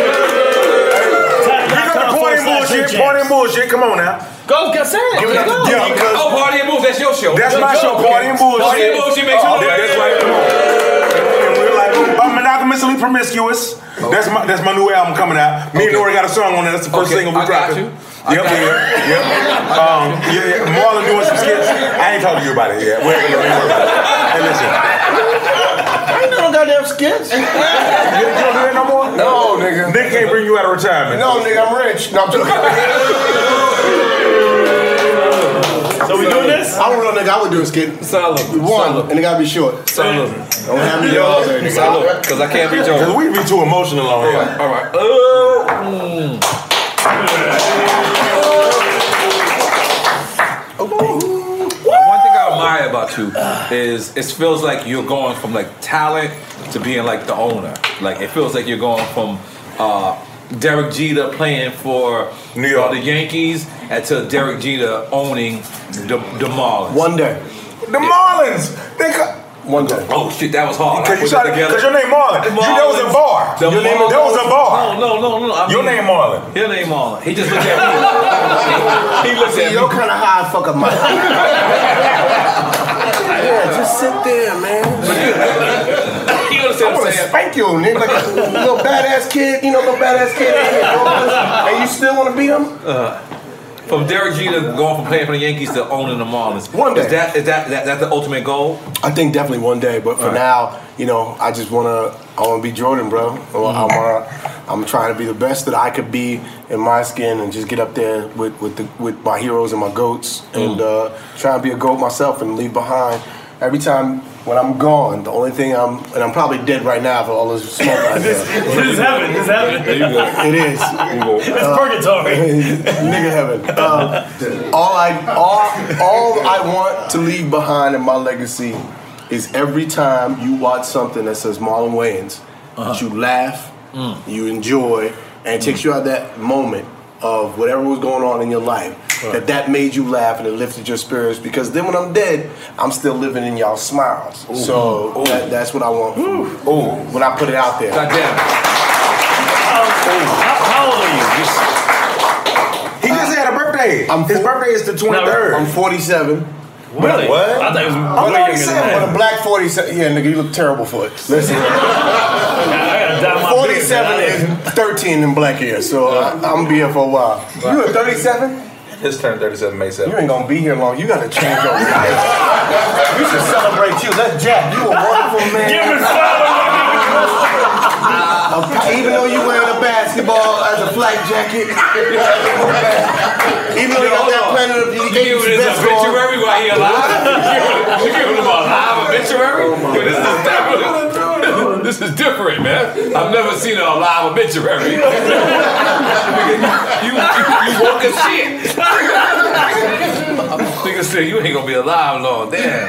S5: the
S3: forward
S5: point and
S3: slash drink
S5: bullshit, point and
S3: chance.
S5: bullshit. Come on now.
S3: Go, get
S5: Give it up to D because
S2: Oh, Party and Moves, that's your show.
S5: that's my
S2: Good
S5: show,
S2: job.
S5: party and bullshit.
S2: Party and Bullshit makes you
S5: Oh, that- That's right. Come on. In real life, I'm monogamously promiscuous. That's my that's my new album coming out. Me and Nori got a song on it. That's the first
S2: Okay,
S5: single we
S2: I got
S5: dropped.
S2: you. I
S5: Yep,
S2: got you.
S5: yeah, yep. Um, yeah, yeah. Marlon doing some skits. I ain't talking to you about it yet. Wait, wait, wait, wait. Hey, listen.
S1: I ain't no goddamn skits.
S5: You don't do that no more?
S1: No, nigga.
S5: Nick can't bring you out of retirement.
S1: No, nigga, I'm rich. No, I'm joking.
S3: So we doing this?
S1: I don't know, nigga. I would do a skit.
S2: Salute.
S1: One,
S2: Salute.
S1: and it gotta be short.
S2: Salute.
S1: Don't have me all there, nigga.
S2: Salute. Because I can't be
S5: Cause
S2: joking.
S5: we be too emotional on here.
S2: All right. Oh, mm. One thing I admire about you is it feels like you're going from like talent to being like the owner. Like it feels like you're going from uh, Derek Jeter playing for
S5: New York.
S2: the Yankees and to Derek Jeter owning the, the Marlins.
S1: One day.
S5: The Marlins. They co-
S1: One day.
S2: Oh shit, that was hard. I
S5: Cause you
S2: put that
S5: tried to,
S2: together.
S5: cause your name Marlon. You, that was a bar.
S2: The
S5: your name,
S2: Marlins-
S5: that was a bar.
S2: No, no, no, no. I
S5: Your
S2: mean-
S5: name Marlon.
S2: His name Marlon. He just looked at me. he looked
S1: See, you're
S2: at me.
S1: kind of high, fuck up, Mike. yeah, just sit there, man.
S2: You understand
S1: I
S2: what I'm
S1: want to
S2: saying?
S1: spank you, nigga, like a little badass kid. You know, little badass kid. And you still want to beat him?
S2: From Derek Jeter going from playing for the Yankees to owning the Marlins.
S1: One day.
S2: Is that is that, that that's the ultimate goal?
S1: I think definitely one day, but for now, you know, I just want to. I want to be Jordan, bro. I want to. I'm trying to be the best that I could be in my skin and just get up there with with the, with my heroes and my goats and uh, try to be a goat myself and leave behind. Every time when I'm gone, the only thing I'm and I'm probably dead right now for all this smoke. I
S3: This,
S1: have.
S3: this is heaven. This is heaven.
S2: you go.
S1: it is
S3: It's purgatory.
S1: nigga heaven. Uh, all I all all I want to leave behind in my legacy is every time you watch something that says Marlon Uh-huh. Mm. Wayans, that you laugh, you enjoy, and it takes you out of that moment. of whatever was going on in your life that that made you laugh and it lifted your spirits because then when I'm dead I'm still living in y'all smiles so that, that's what I want from, ooh, when I put it out there
S3: how, how old are you?
S1: he just had a birthday I'm his birthday is the 23rd I'm 47
S3: Really?
S1: What?
S3: I thought it was
S1: I'm
S3: way younger than that.
S1: 47, but a black 47. Yeah, nigga, you look terrible for it. Listen.
S3: I gotta dye my beard,
S1: 47 is 13 in black hair, so I, I'm gonna be here for a while. You a 37?
S2: His turn 37 May 7th.
S1: You ain't gonna be here long. You gotta change your life. We should celebrate you. Let Jack, you a wonderful man.
S3: Give it five.
S1: A pa- even though you wearing a basketball as a flak jacket, even though you got that Planet of the
S2: Give
S1: Apes
S2: it his
S1: vest on,
S2: obituary while he alive. you giving him a live obituary?
S1: Oh
S2: Yo, this is different. This is different, man. I've never seen a live obituary. you, you, you walk a shit. Nigga said you ain't gonna be alive long. Damn.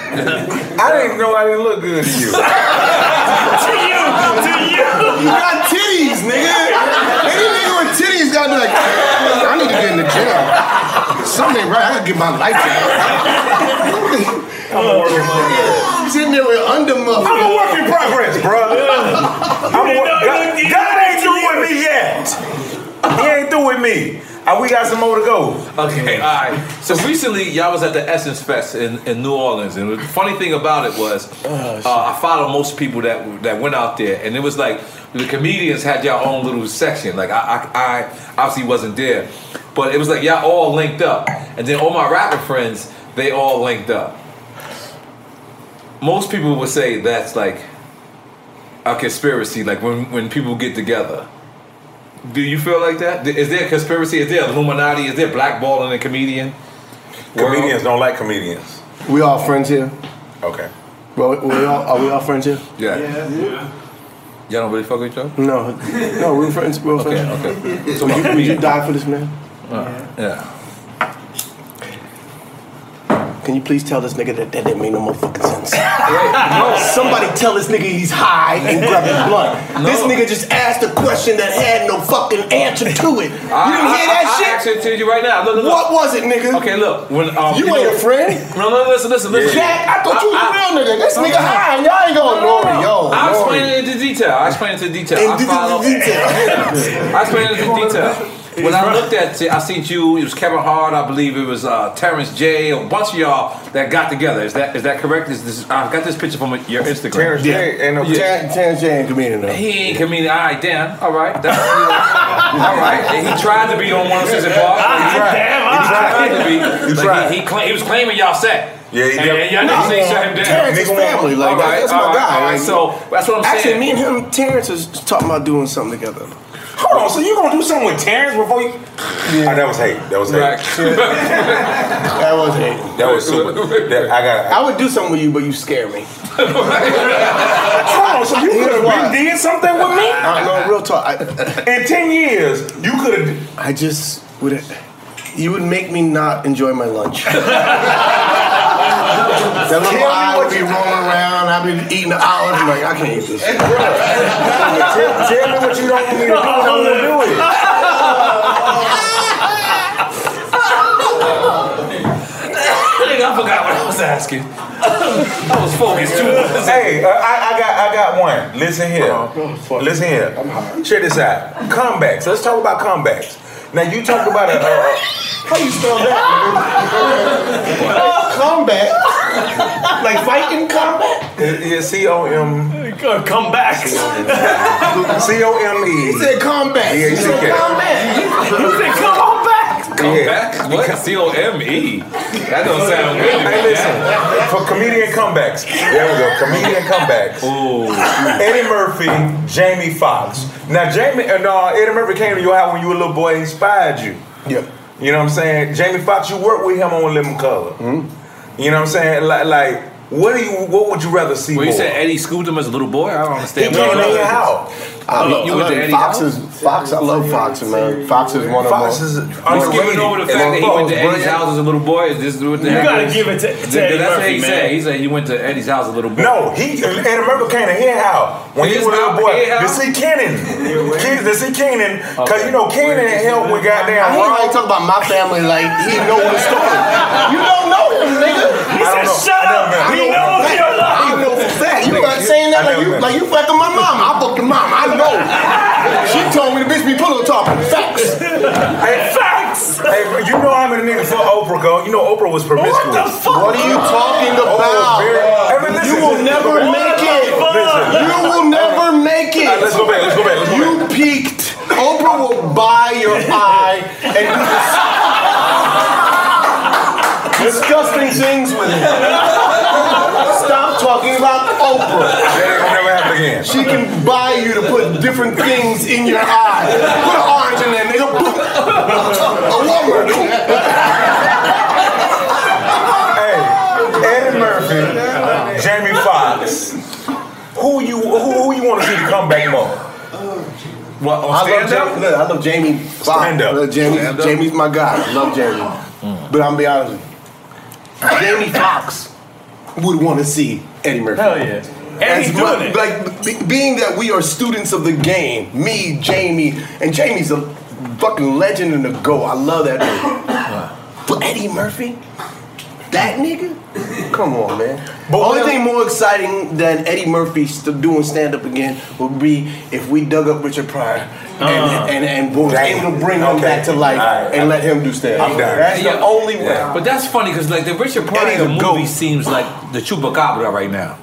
S5: I didn't know I didn't look good to you.
S1: you got titties, nigga. Any nigga with titties gotta be like, I need to get in the gym. Something ain't right. I gotta get my life together. Sitting there with under
S5: I'm a work in progress, bro. I'm a
S3: You
S5: work-
S3: know,
S5: God,
S3: you- you
S5: God
S3: know,
S5: ain't through with me yet. He ain't through with me. Uh, we got some more to go.
S2: Okay, all right. So recently, y'all was at the Essence Fest in, in New Orleans, and the funny thing about it was, uh, I follow most people that that went out there, and it was like the comedians had your own little section. Like I, I, I obviously wasn't there, but it was like y'all all linked up, and then all my rapper friends, they all linked up. Most people would say that's like a conspiracy, like when when people get together. Do you feel like that? Is there a conspiracy? Is there Illuminati? Is there blackballing a comedian?
S5: Comedians don't like comedians.
S1: We all friends here.
S5: Okay.
S1: Well, we all, are we all friends here?
S2: Yeah. Y'all don't really fuck with each other?
S1: No, no, we're friends. We're
S2: Okay,
S1: friends.
S2: okay.
S1: So would you, would you die for this man?
S2: Yeah.
S1: Can you please tell this nigga that that didn't make no motherfucking sense? Somebody tell this nigga he's high and grab a blunt. This
S2: No.
S1: nigga just asked a question that had no fucking answer to it. You didn't hear
S2: I, I, I
S1: that shit?
S2: actually tell you right now. Look, look, look.
S1: What was it, nigga?
S2: Okay, look. When um,
S1: You ain't a friend.
S2: No, no, listen, listen, listen.
S1: Jack, I thought you was
S2: I-
S1: a real nigga. This nigga
S2: Uh-huh.
S1: high and y'all ain't gonna know me, yo.
S2: I
S1: Lord.
S2: explained Uh-huh. it into detail. I explained it into detail.
S1: In
S2: I
S1: d-
S2: follow.
S1: d- detail.
S2: I explained it into detail. When I looked at it, I seen you. It was Kevin Hart. I believe it was uh, Terrence J. A bunch of y'all that got together. Is that is that correct? Is this? I got this picture from your Instagram.
S5: Terrence J. ain't no
S1: Terrence Terrence J ain't comedian though.
S2: He ain't comedian. All right, damn. All right. That's, all right. And he tried to be on 106 and Park. He tried.
S3: Damn,
S2: He
S3: I-
S2: tried to be.
S5: He
S2: but
S5: tried.
S2: He, he, claim, he was claiming y'all set.
S5: Yeah, he
S2: and,
S5: did.
S2: and y'all niggas ain't shut him down.
S1: Terrence is family, like
S2: All right,
S1: that's
S2: all
S1: my
S2: right,
S1: guy.
S2: all right.
S1: like-
S2: so that's what I'm
S1: Actually,
S2: saying.
S1: me and him, Terrence was talking about doing something together.
S5: Hold on, so you gonna do something with Terrence before you? Oh, that was hate. That was hate.
S2: Right.
S1: That was it.
S5: That was super. That, I got.
S1: I would do something with you, but you scare me.
S5: Hold on, so you
S1: Here's
S5: could
S1: why.
S5: have been did something with me
S1: I, Uh, no, real talk. I,
S5: in ten years. You could have.
S1: I just would. You would make me not enjoy my lunch. that little eye would be rolling around. I'd be eating an olive. I'm like, I can't eat this.
S5: tell, tell me what you don't want me to do. and I won't do it.
S2: I forgot what I was asking. I was focused too much.
S5: Hey, uh, I, I got I got one. Listen here.
S1: Oh,
S5: Listen here. Check this out. Comebacks. Let's talk about comebacks. Now you talked about a. Uh, how you spell that?
S1: Combat, like fighting combat.
S5: Uh, Yeah, C O M
S3: Come- Come back.
S5: C O M E.
S1: He said combat.
S5: Yeah, he
S1: He
S5: said
S1: said
S5: that.
S1: combat.
S3: He said, come on back.
S5: Yeah.
S2: What? C O M E. That don't sound good. to me.
S5: Hey, listen. For comedian comebacks. There we go. Comedian comebacks. Eddie Murphy, Jamie Foxx. Now Jamie and uh, Eddie Murphy came to your house when you were a little boy. and Inspired you.
S1: Yeah.
S5: You know what I'm saying? Jamie Foxx, you work with him on Lemon Color.
S1: Mm-hmm.
S5: You know what I'm saying? Like, like, what do you? What would you rather see?
S2: Well, you
S5: more?
S2: said Eddie schooled him as a little boy. I don't
S5: He
S2: understand.
S5: came in
S2: What-
S5: your house.
S1: I
S2: You-
S1: love,
S2: you
S1: I
S2: went
S1: love
S2: to Eddie
S1: Fox
S2: House?
S1: is Fox. I love Fox, man. Fox is one of
S2: Fox
S1: my.
S2: is I'm skipping over the fact that he went to Eddie's house as a little boy. Is this what
S1: You gotta
S2: happened?
S1: give it to- to
S2: That's
S1: Eddie
S2: what
S1: Murphy,
S2: he
S1: man.
S2: said. He said he went to Eddie's house as a little boy.
S5: No, he Eddie Murphy came to hear how when he was a little boy to see Kenan, Ke- to see Kenan, because you know Kenan helped with
S1: I
S5: goddamn.
S1: hate how
S5: Ron.
S1: you talk about my family like he know the story. You don't know him, nigga.
S5: He said, "Shut up.
S1: I know
S5: He knows
S1: for a
S5: you're
S1: fact.
S5: lying."
S1: I know for a fact. You not saying that like you like you fucking my mom. I fucked the mom. I know. She told me the bitch be pillow talking. Facts.
S5: Hey, facts. Hey, bro, you know how many niggas for Oprah go? You know Oprah was promiscuous. Oh, What the fuck?
S1: What are you talking about? you will never make it. You will never make it.
S5: let's go back. Let's go back. Let's go
S1: you peaked. Oprah will buy your eye and do dis- disgusting things with it. Stop talking about Oprah.
S5: never happen again.
S1: She can buy you to put different things in your eye. Put an orange in there, nigga. Boom. A lumber.
S5: Eddie Murphy, Jamie Foxx. Who you who, who you want to see the comeback more? What on
S1: I love,
S5: stand
S1: Jamie,
S5: up?
S1: look, I love Jamie. Foxx.
S5: Stand up.
S1: Look, Jamie,
S5: Stand up. Mm.
S1: Jamie's my guy. I love Jamie. But I'm gonna be honest with you. Jamie Foxx would want to see Eddie Murphy.
S2: Oh,
S3: Hell yeah. And
S1: As
S3: he's
S1: mu-
S3: doing it.
S1: Like be- being that we are students of the game, me, Jamie, and Jamie's a fucking legend and a go. I love that. dude. but Eddie Murphy, that nigga, come on, man. But only thing more exciting than Eddie Murphy st- doing stand up again would be if we dug up Richard Pryor and
S3: Uh-huh.
S5: Uh.
S1: and, and, was
S5: Damn.
S1: able to bring him
S5: Okay.
S1: back to life
S5: Alright.
S1: and let him do stand up.
S5: I'm down.
S1: That's
S2: Yeah.
S1: the only way.
S2: But that's funny because like the Richard Pryor the movie seems like the chupacabra right now.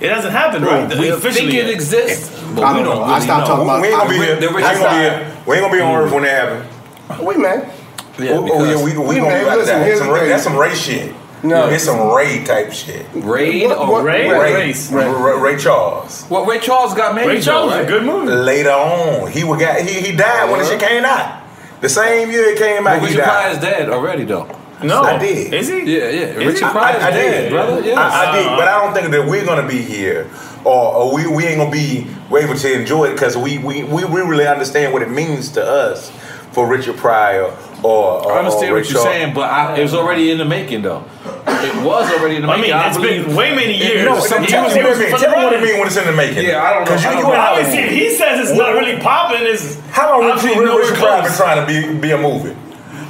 S3: It hasn't happened,
S2: Bro,
S3: right?
S2: we
S3: Officially
S2: think it
S3: yet.
S2: exists, but
S1: I
S2: we don't
S1: don't know. I
S2: really
S1: stopped
S2: know.
S1: talking about-
S5: We ain't gonna be
S1: I-
S5: here.
S2: the
S5: We ain't gonna be
S1: Richard
S5: here. We ain't gonna be on earth when that happens.
S1: Wait, man.
S2: Yeah,
S5: oh, oh, yeah, we, we,
S1: We
S5: gonna
S1: may-
S5: be like
S1: listen,
S5: that.
S1: here's
S5: Some
S1: the
S5: Ray,
S1: thing.
S5: that's some Ray shit.
S1: No.
S5: it's some Ray type shit.
S2: Raid
S1: What-
S2: or
S1: what-
S2: Ray?
S1: what-
S5: Ray,
S3: Race.
S5: Ray, Ray, Ray Charles.
S2: Well, Ray Charles got married.
S3: Ray Charles
S2: though,
S3: is a
S2: right?
S3: good movie.
S5: Later on, he would got he, he died when the shit came out. The same year it came out,
S2: But
S5: he
S2: Richard Pryor
S5: died.
S2: is dead already, though.
S3: No.
S5: I did.
S3: Is he?
S2: Yeah, yeah.
S3: Is
S2: Richard
S3: he?
S2: Pryor is
S5: I, I
S2: dead,
S5: did,
S2: brother. Yes.
S5: I, I did, but I don't think that we're gonna be here, or, or we, we ain't gonna be able to enjoy it because we, we, we we really understand what it means to us for Richard Pryor or, or
S2: I understand what
S3: Oh,
S5: or Ray
S2: you're
S5: Charles.
S2: saying, but I, it was already in the making, though. It was already in the
S3: I
S2: making.
S3: mean, it's
S2: believe-
S3: been way many years.
S5: No,
S3: Some-
S5: tell me
S3: he was- he was
S5: what it means.
S3: from the
S5: Tell me what it
S3: Renaissance.
S5: means when it's in the making.
S2: Yeah, I don't know.
S5: Because you,
S2: I
S5: you
S2: don't
S5: ain't
S2: know.
S5: out
S3: Obviously, if he says it's not really popping. Is
S5: How long Richard,
S3: obviously nowhere
S5: Richard Pryor been
S3: close.
S5: trying to be, be a movie?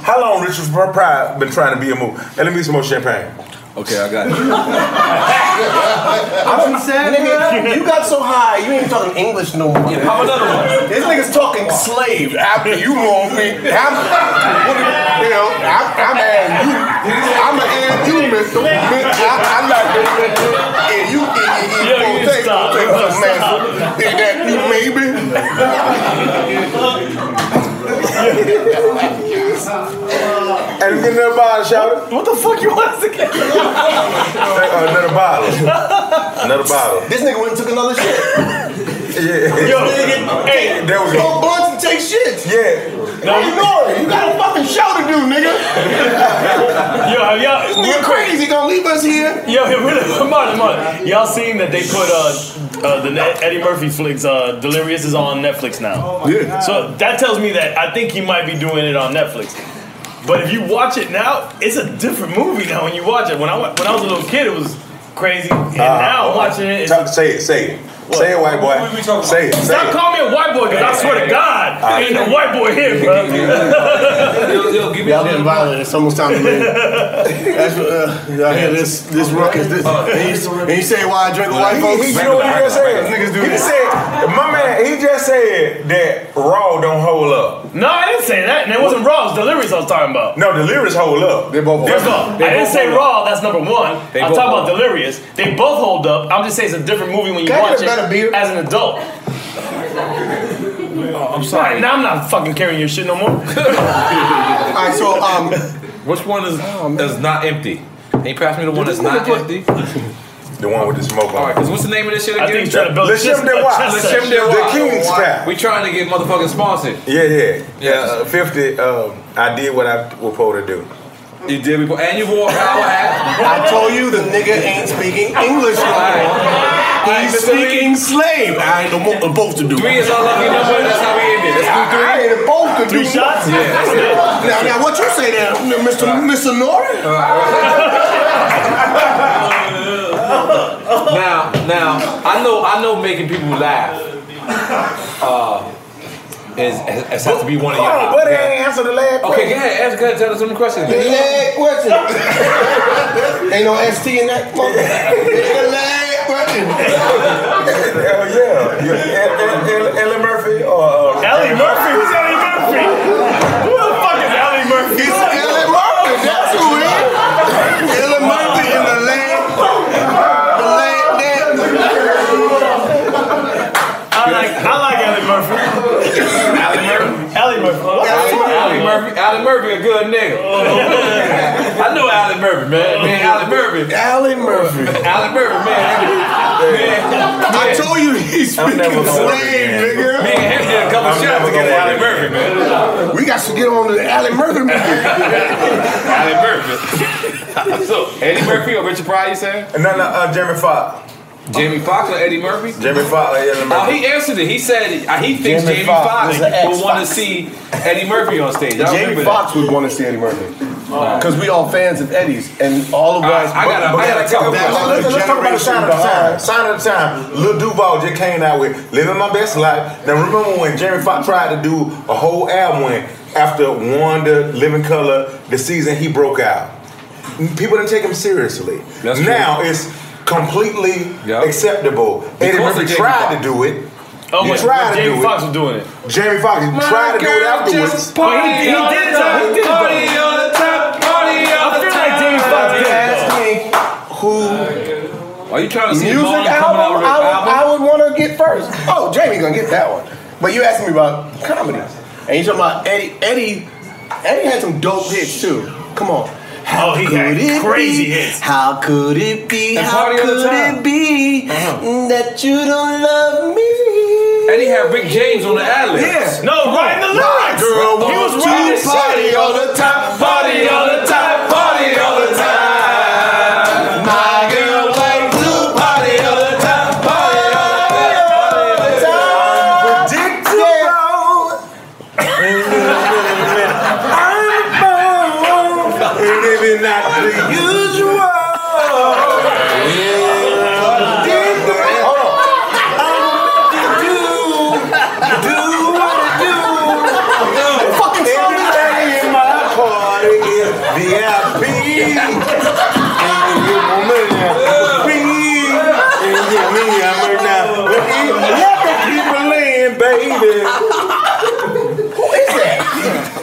S5: How long Richard Pryor been trying to be a movie? Hey, let me get some more champagne.
S2: Okay, I got you.
S1: I'm saying, nigga, you got so high, you ain't talking English no more.
S2: How another one?
S1: This nigga's talking slave after you wrong me. I'm, you know, I'm, I'm an you. I'm an and you, mister. I, I'm not this mister. And you, and you, and you,
S3: Yo, you
S1: gonna take,
S3: stop.
S1: gonna take
S3: You
S1: some man. And that you maybe.
S5: And get another bottle, shout
S3: What the fuck you want us to get?
S5: Uh, another bottle. another bottle.
S1: This nigga went and took another shit.
S5: Yeah.
S3: Yo, hey,
S5: There we
S1: Go
S5: go.
S1: blunts and take shit.
S5: Yeah.
S1: No, you know it. You got a fucking show to do, nigga.
S3: yo, have
S1: This
S3: y'all,
S1: nigga crazy. Gonna leave us here.
S3: yo, hey, really, Martin, Martin, y'all seen that they put uh, uh the Ne- Eddie Murphy flicks, uh, Delirious is on Netflix now.
S1: Yeah.
S3: So that tells me that I think he might be doing it on Netflix. But if you watch it now, it's a different movie now when you watch it. When I wa- when I was a little kid, it was crazy, and now watching it, it's
S5: Tell- say it, say it. Say it, white boy. Say it, say
S3: Stop
S5: it.
S3: calling me a white boy, because I swear to God, ain't no white boy here, bro.
S2: Yo, yo, give me
S1: Y'all
S2: that.
S1: been violent. It's almost time to leave. That's what, uh, y'all hear this this ruckus. This, and, you, and you say why I drink with white
S5: Uh, He,
S1: folks?
S5: he, you know what he just said?
S1: Niggas do
S5: he
S1: this.
S5: said, my man, he just said that Raw don't hold up.
S3: No, I didn't say that, and it wasn't Raw, it was Delirious I was talking about.
S5: No, the lyrics hold up.
S1: They both
S3: First off, I didn't
S2: both
S3: say
S2: hold up.
S3: Raw, that's number one.
S2: They
S3: I'm
S2: both
S3: talking about
S2: hold up.
S3: Delirious. They both hold up. I'm just saying it's a different movie when you
S1: Can I get
S3: watch
S1: a
S3: it
S1: better beer?
S3: as an adult.
S2: I'm
S3: Alright,
S2: sorry.
S3: now I'm not fucking carrying your shit no more.
S1: All right, so um,
S2: Which one is is not empty? Can you pass me the one that's not empty?
S5: The one with the smoke on.
S2: All right, because what's the name of this shit
S3: I
S2: again?
S3: think he's trying to build
S5: Le
S3: a chest-
S5: Chim de
S3: a
S5: Wa.
S3: chest
S5: Le
S3: set.
S2: Chim de
S5: The
S2: Wa.
S5: King's Cap.
S2: We trying to get motherfucking sponsored.
S5: Yeah, yeah,
S2: Yeah.
S5: Uh, Fifty. Um, I did what I was supposed to do.
S2: You did before, and you wore a power hat.
S1: I told you the nigga ain't speaking English no more.
S5: He's sneaking slave. I ain't no more supposed to do.
S2: Three is our lucky number. That's how we end it. Let's do three.
S5: I ain't supposed to do.
S3: Three shots?
S5: nothing.
S3: Yeah, that's it.
S5: Now, now, what you say there, Mr. Mr. Norrie?
S2: Now, now, I know, I know, making people laugh uh, is has, has has to be one of
S5: Come
S2: your.
S5: on, buddy, ain't answer the last
S2: Okay, go ahead. Ask, go ahead. Tell us some questions.
S1: The leg question. Ain't no ST in that motherfucker. The leg question.
S5: Hell yeah. yeah. El- El- El- Ellen Murphy or. Uh,
S3: Ellie Murphy? Who's Ellie Murphy? Who the fuck is Ellie Murphy?
S5: It's Ellen Murphy, that's who it is. Ellen Murphy in the land. The land
S3: I like, I like Ellie Murphy. Ellie Murphy. Ellie Murphy.
S2: Allen Murphy, Allen Murphy, a good nigga.
S5: Oh.
S2: I know Allen Murphy, man. Man, Allen Murphy,
S5: Allen Murphy.
S2: Allen Murphy, man. Man,
S5: I told you he's
S2: I'm
S5: speaking
S2: never gonna work
S5: slave,
S2: Me
S5: nigga.
S2: and him did a couple
S5: I'm
S2: shots
S5: never
S2: together.
S5: gonna
S2: Allen
S5: work
S2: Murphy, man.
S5: We got to get on to the Allen Murphy movie.
S2: Allen Murphy. so Eddie Murphy or Richard Pryor, you saying?
S5: no, no, uh, Jeremy Fox.
S2: Jamie Foxx or Eddie Murphy?
S5: Jeremy Fox, like Ellen
S2: Oh, he answered it. He said uh, he thinks
S5: Jamie
S2: Jamie
S5: Foxx
S2: Foxx
S5: was an
S2: will want
S5: ex-Fox.
S2: to see Eddie Murphy on stage. I remember
S5: Jamie
S2: that.
S5: Foxx would want to see Eddie Murphy. Because we all fans of Eddie's and all of
S2: All right,
S5: us.
S2: Uh-huh. Uh, I got a- I got a couple
S5: Now,
S2: questions.
S5: Let's, let's talk about the sign of the time.
S1: Behind.
S5: Sign of the time. Lil Duval just came out with "Living My Best Life." Now remember when Jeremy Foxx tried to do a whole album when after Wanda, Living Color, the season he broke out. People didn't take him seriously.
S2: That's true.
S5: now it's completely
S2: Yep.
S5: acceptable. Eddie
S2: Because of
S5: Murphy
S2: Jamie
S5: tried
S2: Foxx.
S5: to do it.
S3: Oh,
S5: You
S3: wait,
S5: tried to do
S3: Jamie
S5: it.
S3: Foxx was doing it.
S5: Jeremy Foxx tried to do it afterwards.
S3: But he- he did it, though. He did it,
S2: Party on the top, party on
S3: I
S2: the
S3: feel
S2: top.
S3: like Jamie Foxx did it.
S1: Ask me who
S2: Are you trying to see
S1: music
S2: Vaughn
S1: album,
S2: coming out with an
S1: I, would,
S2: album?
S1: I would want to get first. Oh, Jamie gonna get that one. But you asking me about comedy, and you talking about Eddie. Eddie, Eddie had some dope hits too. Come on.
S3: Oh, he had crazy
S1: be?
S3: hits.
S1: How could it be?
S2: And
S1: How
S2: Party All the
S1: could
S2: Time. Uh-huh.
S1: it be that you don't love me?
S2: And he had Rick James on the ad lib.
S1: Yeah.
S3: No, writing the lyrics.
S5: Girl,
S3: he was
S5: won't
S3: writing
S5: you
S3: this
S5: party
S3: shit.
S5: all the time,
S2: Party all the time, party all the time. My girl like blue. Party all the time, party all the time, party all the time.
S5: Predictable. I'm born, and maybe not the usual. Predictable. I'm making do, do what I do. Everybody in my party is VIP. And you woman, me, and you me, I'm right now. Let the people in, baby. Who is that?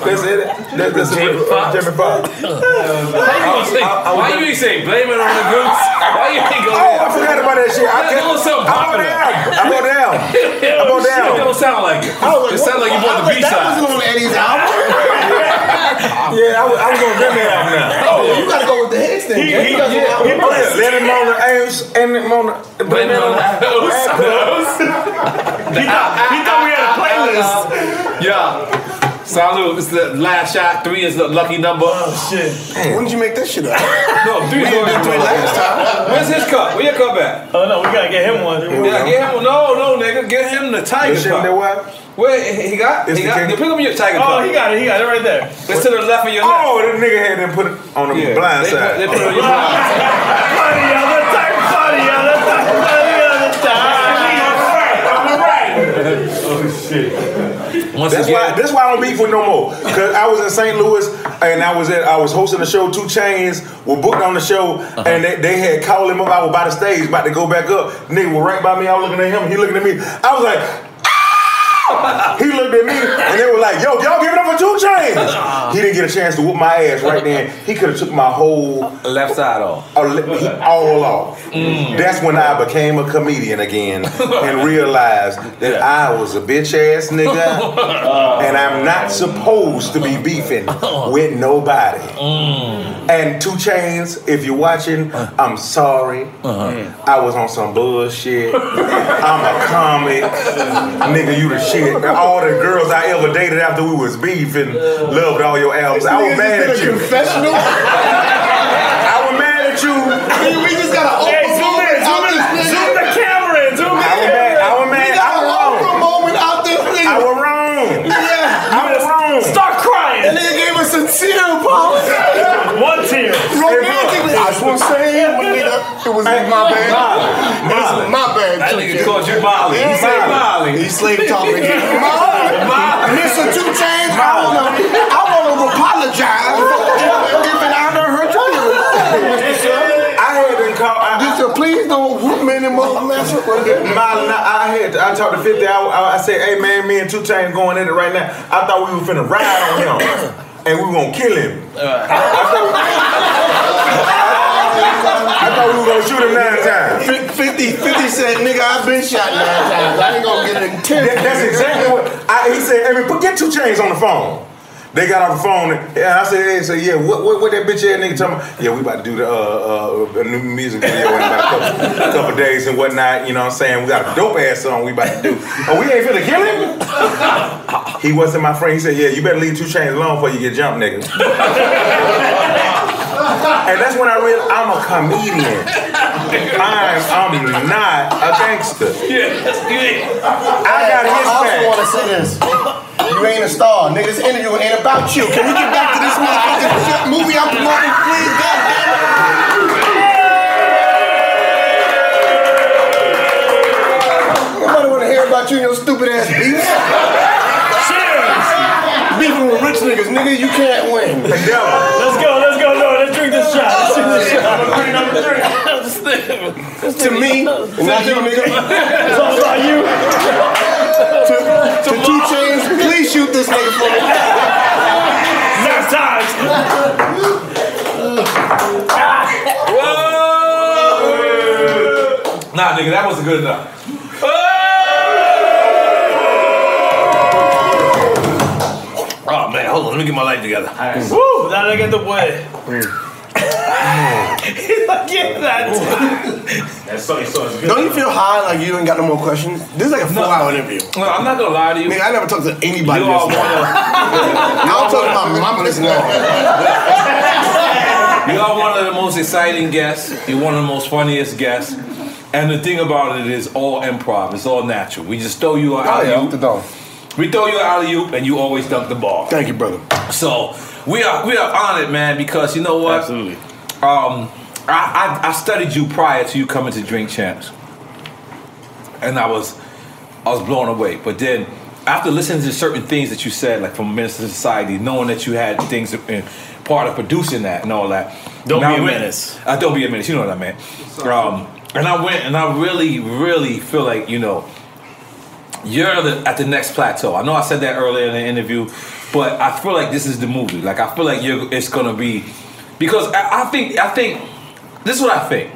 S5: That's it. That, that's
S2: Jamie Foxx.
S5: Jimmy Fox.
S2: Why you,
S5: I- I-
S2: why you say blame it on the goose? Why you think
S5: Oh, I forgot about that shit. I
S2: That's
S5: kept-
S2: a little something
S5: I'm on
S2: popular.
S5: down. I'm on down. I'm on
S2: It
S5: down.
S2: don't sound like it.
S5: I was
S2: It sounds like you bought the B
S1: That
S2: side.
S1: was on Eddie's album.
S5: Yeah, I was, I was on them album now.
S1: Oh, you gotta go with the hits then.
S3: He, he,
S1: Jamie. You gotta go with the
S3: he,
S1: album.
S3: blessed.
S5: Let him on the ass and him on the.
S2: Blame it on the goose.
S3: He thought, he thought we had a playlist.
S2: Yeah. Salute. It's the last shot. Three is the lucky number.
S3: Oh, Shit.
S1: When did you make this shit up?
S2: No, three is already
S1: Three last time.
S2: Where's his cup? Where your cup at?
S3: Oh no, we gotta get him one.
S2: Yeah, get him. No, no, nigga. Get him the tiger cup. Where he got?
S5: It's
S2: He
S5: the
S2: got.
S5: king.
S2: Pick up your tiger
S3: Oh, he
S2: cup.
S3: got it. He got it right there.
S2: It's to the left of your left.
S5: Oh, that nigga had them put it on the
S2: Yeah.
S5: blind
S2: They
S5: side.
S2: put- They put it on your blind side.
S3: Party all the time. Party all the time. Party all the time.
S2: Once
S5: That's why.
S2: again,
S5: That's why I don't beef with no more. Cause I was in St. Louis and I was at. I was hosting the show. Two Chains were booked on the show,
S2: Uh-huh.
S5: and they, they had called him up. I was by the stage, about to go back up. Nigga was right by me. I was looking at him. He looking at me. I was like. "Ah!" He looked at me and they were like, "Yo, y'all giving up for two chains."
S2: Uh-huh.
S5: He didn't get a chance to whoop my ass right then. He could have took my whole
S2: left side off.
S5: all Oh, all off. That's when I became a comedian again and realized that I was a bitch ass nigga and I'm not supposed to be beefing with nobody. And Two Chains, if you're watching, I'm sorry. I was on some bullshit. I'm a comic. Nigga, you the shit. And All the girls I ever dated after we was beefing loved all your albums. I was mad
S1: Is
S5: at
S1: this a
S5: you.
S1: confessional?
S5: I was mad at you.
S1: We just gotta
S3: Hey,
S1: open
S3: zoom in. Zoom in. Zoom the camera
S1: Oscar was in my bag. It was my bag.
S2: That
S1: too,
S2: nigga
S1: Jay.
S2: called you Molly. He said Molly.
S1: He slave talking. Molly.
S2: Molly.
S1: Mr. Two Chains, I want to I want to apologize if it honor her feelings.
S5: I hadn't called. I,
S1: Just uh, please don't whoop me anymore, mess up with it.
S5: Molly, I, I had I talked to 50. I, I, I said, hey man, me and Two Chains going in it right now. I thought we were finna ride on him and we were gonna kill him. I, thought, I, thought we were gonna shoot him nine times.
S1: 50, 50 said, nigga, I've been shot nine times. I ain't gonna get an
S5: That-
S1: attempt.
S5: that's exactly what I, he said. Every put get two chains on the phone. They got off the phone, and I said, "Hey, say, yeah, what, what, what that bitch ass nigga talking about? Yeah, we about to do the uh, uh, a new music video in about a couple, couple days and whatnot. You know what I'm saying? We got a dope ass song we about to do. Oh, we ain't finna kill him. he wasn't my friend. He said, yeah, you better leave two chains alone before you get jumped, nigga. and that's when I realized I'm a comedian. I'm, I'm not a gangster. I got his
S1: I also
S5: back.
S1: want to say this. You ain't a star. Niggas interview ain't about you. Can we get back to this motherfucking shit movie I'm promoting, please? God damn it. Nobody want to hear about you and your stupid ass beefs. Beefing with rich niggas, nigga, you can't win.
S5: Endeavor.
S3: Let's go, let's go, no, let's drink this shot. Let's drink this shot. Number three, number three.
S1: To me, and not you, nigga.
S3: It's all about you.
S1: To, to two chains, please shoot this nigga for me.
S3: Next time.
S2: Whoa! Nah, nigga, that wasn't good enough. Oh man, hold on, let me get my life together.
S3: Woo, now they get the way. He's like, get that.
S10: That's so, so it's good.
S1: Don't you feel high like you ain't got no more questions? This is like a four hour interview.
S2: No, I'm not gonna lie to you.
S1: Nigga, I never talked to anybody
S2: you
S1: this
S2: all
S1: long.
S2: wanna,
S1: I don't talk to my mama this long.
S2: you all one of the most exciting guests. You're one of the most funniest guests. And the thing about it is all improv. It's all natural. We just throw you an
S1: Oh, yeah, off
S2: alley
S1: the
S2: oop.
S1: dog.
S2: We throw you an alley oop, and you always dunk the ball.
S1: Thank you, brother.
S2: So we are we are on it, man. Because you know what?
S3: Absolutely.
S2: Um, I, I I studied you prior to you coming to Drink Champs, and I was I was blown away. But then after listening to certain things that you said, like from Minister Society, knowing that you had things in part of producing that and all that.
S3: Don't
S2: and
S3: be
S2: I
S3: a
S2: went-
S3: menace.
S2: Uh, don't be a menace. You know what I meant. Um, and I went and I really really feel like you know you're the, at the next plateau. I know I said that earlier in the interview, but I feel like this is the movie. Like I feel like you're, it's gonna be because I, I think I think this is what I think.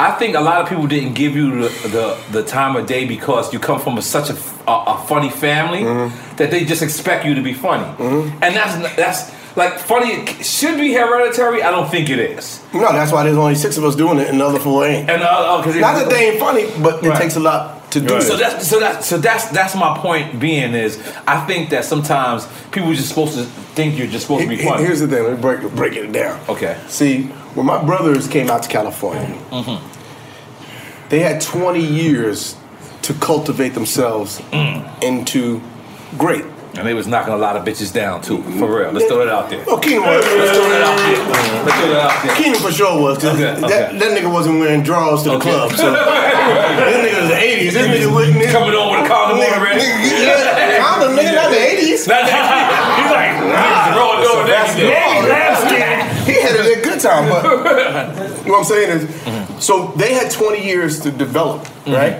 S2: I think a lot of people didn't give you the the, the time of day because you come from a, such a, a, a funny family
S1: Mm-hmm.
S2: that they just expect you to be funny, and that's that's like funny should be hereditary. I don't think it is.
S1: No, that's why there's only six of us doing it and the other four ain't.
S2: And uh, uh, 'cause it-
S1: Not that they ain't funny, but it
S2: Right.
S1: takes a lot to do
S3: Right.
S1: this.
S2: So that's so that's so that's that's my point being is I think that sometimes people are just supposed to think you're just supposed to be
S1: He- he-
S2: funny.
S1: Here's the thing. Let me break break it down.
S2: Okay.
S1: See, when my brothers came out to California,
S2: Mm-hmm.
S1: they had 20 years to cultivate themselves
S2: Mm.
S1: into great.
S2: and they was knocking a lot of bitches down too, for real. Let's throw that out there.
S1: Oh, Keenan was.
S2: Let's throw that out there. Let's throw that out there.
S1: Keenan for sure was. 'cause
S2: Okay, okay.
S1: That, that nigga wasn't wearing drawers to the
S2: Okay.
S1: club. So this nigga was the 80s. This nigga wasn't. this-
S2: Coming on with a condom on
S1: Nigga,
S2: already.
S1: nigga, yeah, condom, nigga, not the 80s.
S2: Not that-
S3: He's like,
S2: Niggas throwing- throwing that shit.
S1: He had it a good time, but you know what I'm saying is, so they had 20 years to develop, right?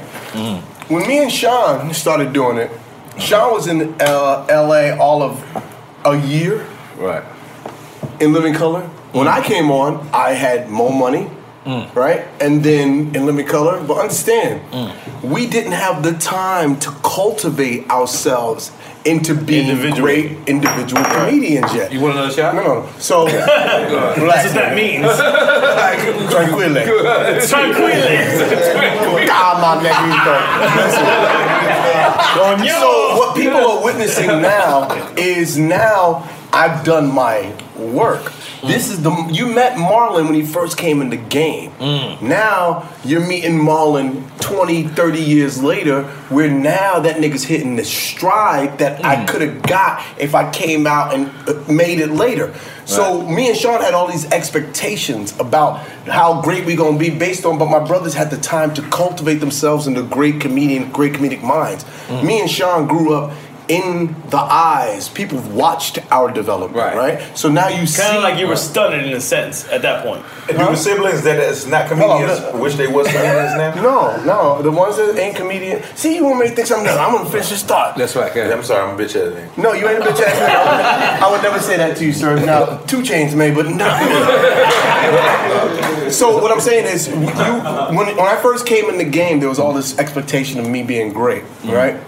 S1: When me and Sean started doing it, Sean was in uh, LA all of a year
S2: Right.
S1: in Living Color. When I came on, I had more money, right? And then in Living Color, but understand, we didn't have the time to cultivate ourselves into being
S3: Individual.
S1: great individual comedians yet.
S2: You want another shot?
S1: No, no, no. So,
S3: that's
S1: relax.
S3: what that means.
S1: Tranquille.
S3: Tranquilly.
S1: Calma, negrito. So what people are witnessing now is now I've done my work. This is the you met Marlon when he first came in the game. Now you're meeting Marlon 20, 30 years later, where now that nigga's hitting the stride that I could have got if I came out and uh, made it later. So me and Sean had all these expectations about how great we gonna be based on, but my brothers had the time to cultivate themselves into great comedian, great comedic minds. Me and Sean grew up in the eyes. People watched our development, right? So now you see.
S3: Kind of like you were stunned in a sense at that point.
S1: And you were siblings that is not
S3: comedians,
S1: wish they were comedians now? No, no. The ones that ain't comedian. See, you want me to think something else. I'm going to finish this thought.
S5: That's right. I'm sorry, I'm a bitch ass nigga.
S1: No, you ain't a bitch ass nigga. I would never say that to you, sir. Now, two chains may, but no. so what I'm saying is, you, when, when I first came in the game, there was all this expectation of me being great,
S2: Mm.
S1: right?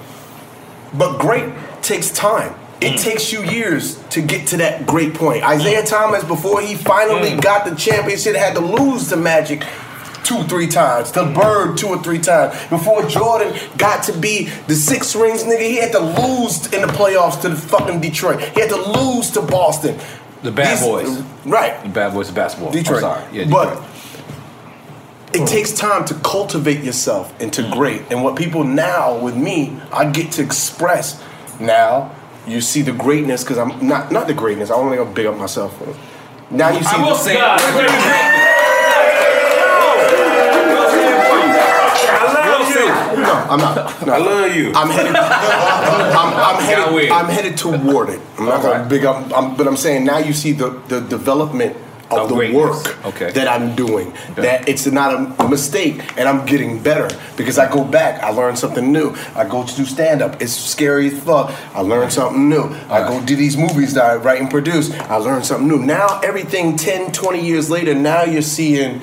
S1: But great takes time. It
S2: Mm.
S1: takes you years to get to that great point. Isaiah Thomas, before he finally
S2: Mm.
S1: got the championship, had to lose the Magic two, three times. The Bird two or three times. Before Jordan got to be the six rings nigga, he had to lose in the playoffs to the fucking Detroit. He had to lose to Boston.
S2: The bad boys.
S1: Right.
S2: The bad boys of basketball.
S1: Detroit.
S2: I'm sorry. Yeah,
S1: but it takes time to cultivate yourself into
S2: Mm.
S1: great. And what people now with me, I get to express. Now you see the greatness because I'm not not the greatness. I only gonna big up myself. Now you see.
S2: I will say it. God.
S1: No, I'm not. No. I love you. I'm headed. I'm, I'm headed. I'm headed toward it. I'm not gonna big up. I'm, but I'm saying now you see the the development of the work that I'm doing. That it's not a mistake, and I'm getting better because I go back. I learn something new. I go to do stand up. It's scary as fuck. I learn something new. I go do these movies that I write and produce. I learn something new. Now everything 10, 20 years later. Now you're seeing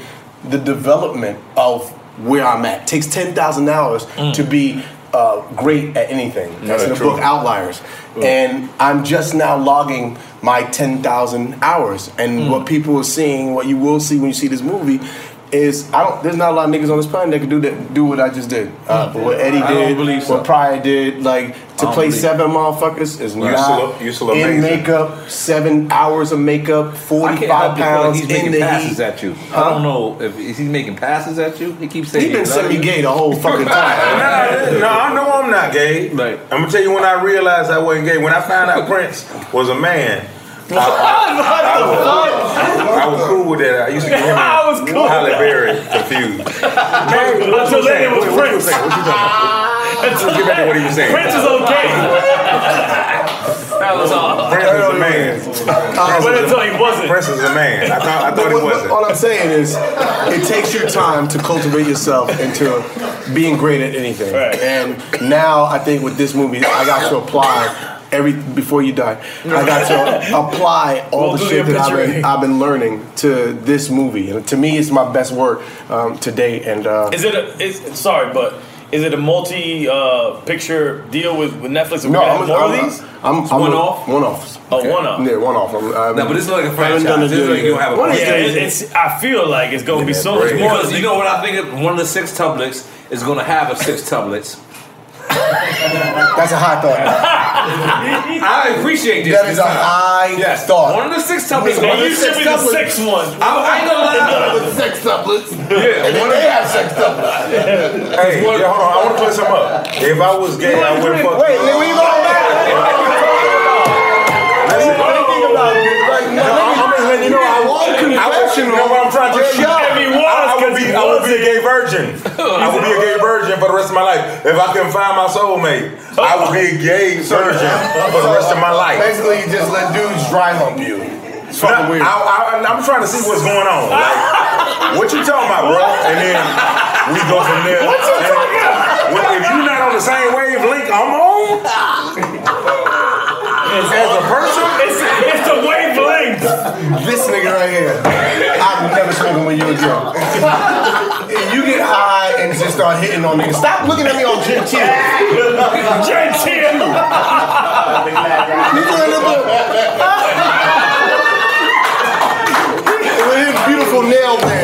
S1: the development of where I'm at. takes ten thousand hours to be uh, great at anything. That's in the
S5: true.
S1: book Outliers, and I'm just now logging my ten thousand hours. And
S5: Hmm.
S1: what people are seeing, what you will see when you see this movie. Is I don't. There's not a lot of niggas on this planet that can do that. Do what I just did. Uh, What Eddie
S5: Hmm. I don't
S1: did.
S5: believe so.
S1: What Pryor did. Like to
S5: don't
S1: play
S5: believe
S1: seven motherfuckers is
S5: Right. You
S1: not
S5: still- you still
S1: in
S5: amazing.
S1: makeup. Seven hours of makeup.
S2: I can't help
S1: Forty-five
S2: it, but
S1: pounds
S2: he's
S1: in
S2: making
S1: the
S2: passes
S1: heat.
S2: at you. I don't know if is he making passes at you. He keeps saying
S1: He been
S2: he love you.
S1: semi-gay the whole fucking time.
S5: no, no, I know I'm not gay. I'm gonna tell you when I realized I wasn't gay. When I found out Prince was a man, I, I- I was, I was cool with that. I used to get him and
S3: I was cool with
S5: Halle
S3: that.
S5: Berry confused.
S3: Until then, it was
S5: What you
S3: Prince.
S5: saying? What you talking about? Let's get back to what he was saying.
S3: Prince is okay. that was all.
S5: Prince is a man.
S3: But until he wasn't.
S5: Prince is a man. I thought, I
S1: But
S5: thought he
S1: what- what-
S5: wasn't.
S1: all I'm saying is, it takes you time to cultivate yourself into being great at anything.
S3: Right.
S1: And now I think with this movie, I got to apply every before you die. I got to apply all
S3: We'll
S1: the
S3: do
S1: shit
S3: the
S1: that I've been,
S3: obituary.
S1: I've been learning to this movie. And to me, it's my best work um, to date. And uh,
S3: Is it a, is, sorry, but is it a multi uh, picture deal with, with Netflix? Are we
S1: no,
S3: gonna have
S1: I'm,
S3: more
S1: I'm,
S3: of these?
S1: I'm, I'm
S2: One off?
S1: One off.
S3: Oh, one off.
S1: Yeah, one off. I'm, I'm,
S2: No, but this is like a
S1: I haven't done
S2: franchise. This is
S1: deal
S2: like you
S1: yet.
S2: don't have a
S1: One of these
S3: yeah,
S1: days-
S3: it, it's. I feel like it's gonna be so much
S5: great.
S3: more.
S2: Because you know what I think? of- One of the six tublets is going to have a six tublets.
S1: That's a hot thought.
S2: I appreciate this.
S1: That is a high
S2: yes.
S1: thought.
S2: One of the six tublets.
S3: And
S2: One of
S3: you
S2: the
S3: should
S2: six
S3: be the
S2: tublets.
S3: sixth one.
S2: I, I ain't gonna lie.
S1: with sex tuplets.
S2: Yeah, one of the
S5: Hey, yeah, hold on. I want to clear some up. If I was gay, I would fuck.
S1: Wait, nigga, where you going back?
S5: Listen, No, I'm just letting you know. I
S1: One
S5: I wish you know what I'm trying to tell you.
S3: If he was,
S5: I, I would be, I would be a
S3: because
S5: gay virgin. I would be a gay virgin for the rest of my life. If I couldn't find my soulmate, I would be a gay virgin for the rest of my life.
S1: Basically, you just let dudes dry hump you. It's
S5: But
S1: fucking
S5: I,
S1: weird.
S5: am trying to see what's going on. Like, what you talking about, bro? And then we go from there. What you talking about? If you're not on the same wavelength I'm on, as a person,
S3: It's, it's the wavelength.
S1: this nigga right here, I'm never smoking with you again. you get high and just start hitting on niggas. Stop looking at me all genteel.
S3: Gentile.
S1: You doing it, but- With his beautiful nail man.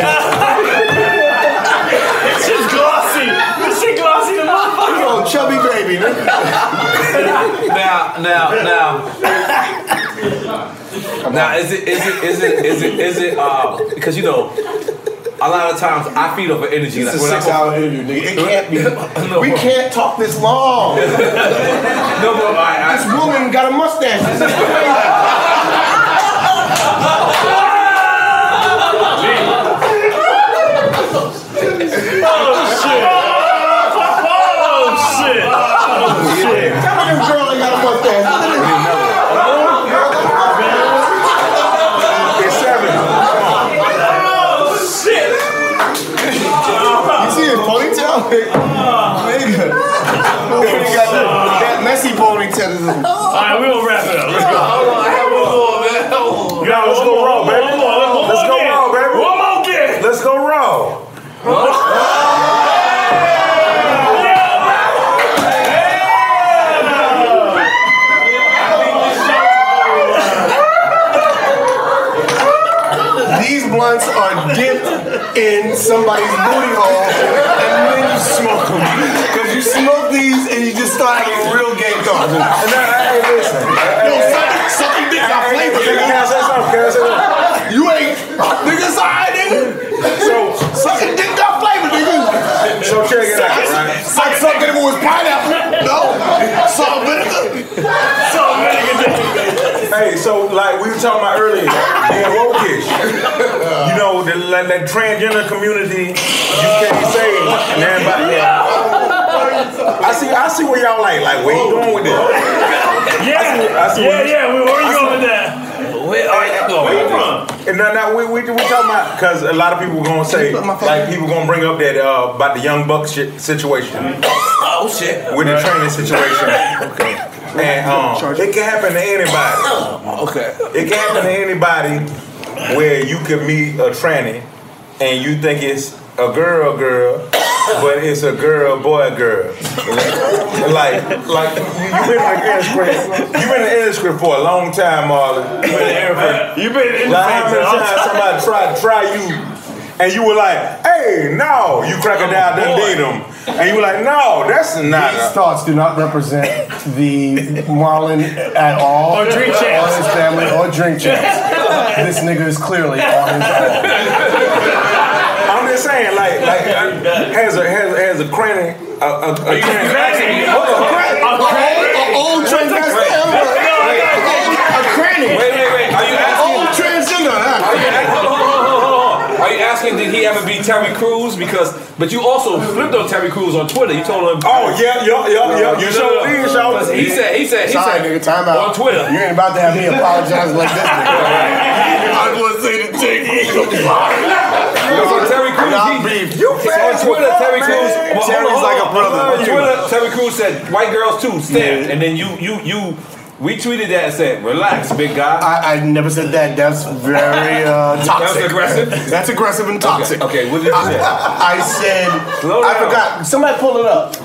S3: It's just glossy. This shit glossy to motherfucker.
S1: You old chubby baby. nigga.
S2: Now, now, now. Now is it is it is it is it is it uh because you know a lot of times I feed off of energy.
S1: This
S2: like,
S1: is
S2: when I
S1: six
S2: go-
S1: hour interview, nigga. It can't be.
S2: No,
S1: we
S2: bro.
S1: can't talk this long. no,
S2: but I,
S1: this woman got a mustache. This is crazy.
S3: Oh shit! Oh shit!
S1: Tell me this girl ain't got a mustache. It's seven.
S3: Oh shit!
S1: You see his ponytail? Nigga. He got that- that messy ponytail.
S3: All right, we gonna wrap it up. Let's go.
S5: You got let's go raw, baby. Let's go raw, baby.
S3: One more game.
S5: Let's go raw.
S1: These blunts are dipped in somebody's booty hole, and then you smoke them. Because you smoke these and you just start having a real gay thought. And I, I, listen. Yo, suck, suck your dick out flavor,
S5: Can I
S1: nigga.
S5: say something? Can I say something?
S1: You ain't, nigga, it's alright, nigga. So, suck your dick out flavor, nigga.
S5: So check it out, right?
S1: Suck something if it was pineapple. No, salt vinegar.
S3: So many good
S5: Hey, so like we were talking about earlier, being wokish. You know, the, like, that transgender community, you can't say nothing about that. I see, I see where y'all like. Like, where you going with this?
S3: Yeah,
S5: I see
S3: yeah,
S5: what you-
S3: yeah. we- Where
S5: I
S3: you
S5: see-
S3: going with that?
S2: Where are you
S3: Where you
S2: going?
S3: from?
S5: And now, now we, we, we talking about because a lot of people gonna say, like, people gonna bring up that uh, about the young buck shit situation.
S2: Oh shit.
S5: with the training situation. okay. And um, it can happen to anybody.
S2: Okay.
S5: It can happen to anybody where you could meet a tranny and you think it's a girl girl, but it's a girl boy girl. like like you, you been in the air script. You been in the air script for a long time, Marlon. You been in the air script.
S3: You been in the
S5: Like how many
S3: family.
S5: times somebody tried to try you and you were like, hey, no, you crocodile done date him. And you were like, no, that's not.
S1: These thoughts do not represent the Marlin at all,
S3: Or Drink
S1: or
S3: Champs.
S1: his family, or drink champs. this nigga is clearly on his own.
S5: I'm just saying, like, like has a has, has a cranny, a, a, a
S3: you
S5: cranny.
S3: cranny?
S5: Hold on, cranny.
S3: I'm cranny?
S1: Old transvestite ever. A
S2: Wait,
S1: cranny.
S2: wait, wait. Are you
S1: Old
S2: asking?
S1: transgender. huh?
S2: Are you, asking- hold on, hold on, hold on, hold on. Are you asking did he ever beat Terry Crews? Because but you also flipped on Terry Crews on Twitter. You told him
S5: Oh yeah, yeah, yeah, yeah. You
S2: No,
S5: sure
S2: no, no.
S5: did, y'all.
S2: He said he said he
S1: Sorry,
S2: said
S1: nigga, time out.
S2: on Twitter.
S1: You ain't about to have me apologize like this. Nigga. I just want to say the thing.
S2: No, so Terry Crews,
S1: Not
S2: he,
S1: beef. Oh,
S5: You
S2: so on
S5: fast
S2: Twitter,
S5: as fuck,
S2: Terry
S5: man.
S2: Crews, well, hold on,
S5: Terry's
S2: hold
S5: like a
S2: on.
S5: brother.
S2: On Twitter, Terry Crews said, "White girls too, stand." And then you, you, you, we tweeted that and said, "Relax, big guy."
S1: I, I never said that. That's very uh,
S2: That was
S1: toxic.
S2: aggressive.
S1: That's aggressive and toxic.
S2: Okay, what did you say?
S1: I, I said.
S2: Slow
S1: I
S2: down. Hmm.
S1: forgot. Somebody pull it up.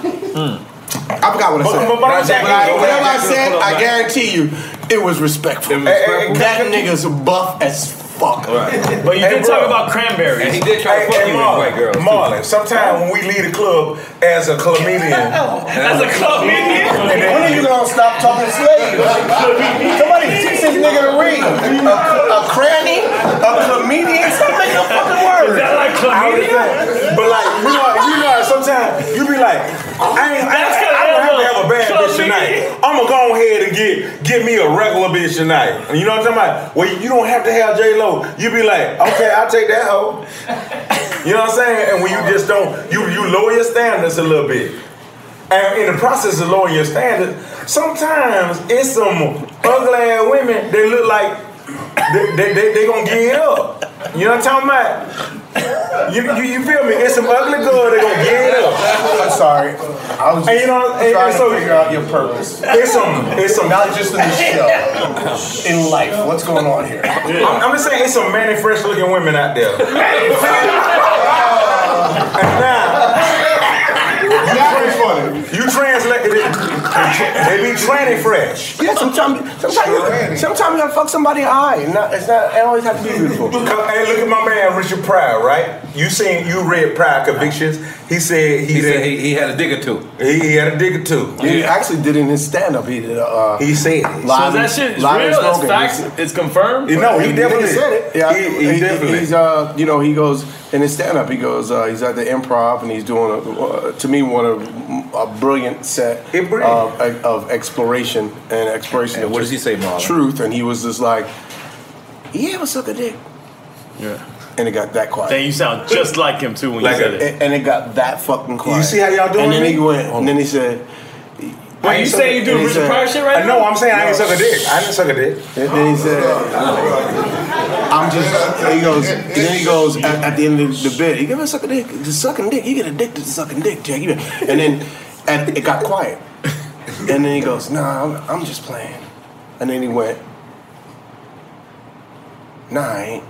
S1: I forgot what I said.
S5: but- but I'm
S1: But
S5: saying-
S1: I- whatever I said,
S2: Pull up,
S1: I
S2: right.
S1: guarantee you, it was respectful.
S5: respectful.
S1: That nigga's buff as fuck.
S3: But you
S5: Hey,
S3: did
S5: bro.
S3: talk about cranberries.
S2: And he did try
S5: Hey,
S2: to fuck
S5: hey,
S2: you Oh. with white
S5: Marlon,
S2: girls.
S5: Marlon, sometimes when we leave the club as a comedian,
S2: Oh.
S3: That's a club meeting.
S5: and
S1: When are
S5: then,
S1: you gonna stop talking slave? Somebody teach this nigga to read. A, a cranny, a comedian, stop making up
S3: Is
S1: fucking words.
S3: that like
S5: I
S3: club
S5: was
S3: meeting?
S5: like, but like, you know, you know, sometimes you be like, I ain't, I,
S3: That's
S5: I, I don't have to have a bad bitch tonight. I'm gonna go ahead and get get me a regular bitch tonight. And you know what I'm talking about? Well, you don't have to have J Lo. You be like, okay, I'll take that hoe. You know what I'm saying? And when you just don't, you you lower your standards a little bit. And in the process of lowering your standards, sometimes it's some ugly ass women. They look like they they, they, they gonna give it up. You know what I'm talking about? You, you, you feel me? It's some ugly girl that gonna give it up.
S1: I'm sorry. I was just
S5: And you know, and- and
S1: trying
S5: so-
S1: to figure out your purpose.
S5: It's some it's some
S1: Not just in the show, in life. What's going on here?
S5: I'm, I'm just saying, it's some manny fresh looking women out there. and now,
S1: That was funny.
S5: you translated it. They be tranny fresh.
S1: Yeah, sometimes, sometimes, sometimes you gotta fuck somebody high. Not, it's not. It always have to be beautiful.
S5: Come- Hey, look at my man Richard Pryor, right? You seen you read prior convictions. He said he,
S2: He said he, he had a dig or two.
S5: He, he had a digger too.
S1: He actually did in his stand up. He did. Uh,
S5: he said
S3: so that shit is real. That's facts. It's confirmed.
S1: You know, he definitely
S3: said
S1: said
S3: it.
S1: it. Yeah, he, definitely. He's uh, you know, he goes in his stand up. He goes, uh, he's at the improv, and he's doing a, uh, to me one of a brilliant set of, of exploration and exploration.
S2: And
S1: of
S2: what
S1: just
S2: does he say, Marlon?
S1: Truth, and he was just like, he ever suck a dick? Yeah. And it got that quiet.
S3: Then you sound just like him too when
S1: Like
S3: you said
S1: a-
S3: it.
S1: and- And it got that fucking quiet.
S5: see how y'all doing
S1: And then
S5: me?
S1: he went, and then he said.
S5: Wait,
S1: "I
S5: you
S1: ain't
S5: saying
S1: suck a-"
S5: you doing
S1: and he
S5: Richard
S1: said-
S5: Pryor shit right now? No.
S1: suck a dick. And then he said, I'm just, he goes, and then he goes at, at the end of the bit, you gonna suck a dick, just sucking dick, you get addicted to sucking dick, Jack. You know. And then and it got quiet. And then he goes, nah, I'm, I'm just playing. And then he went, nah, I ain't.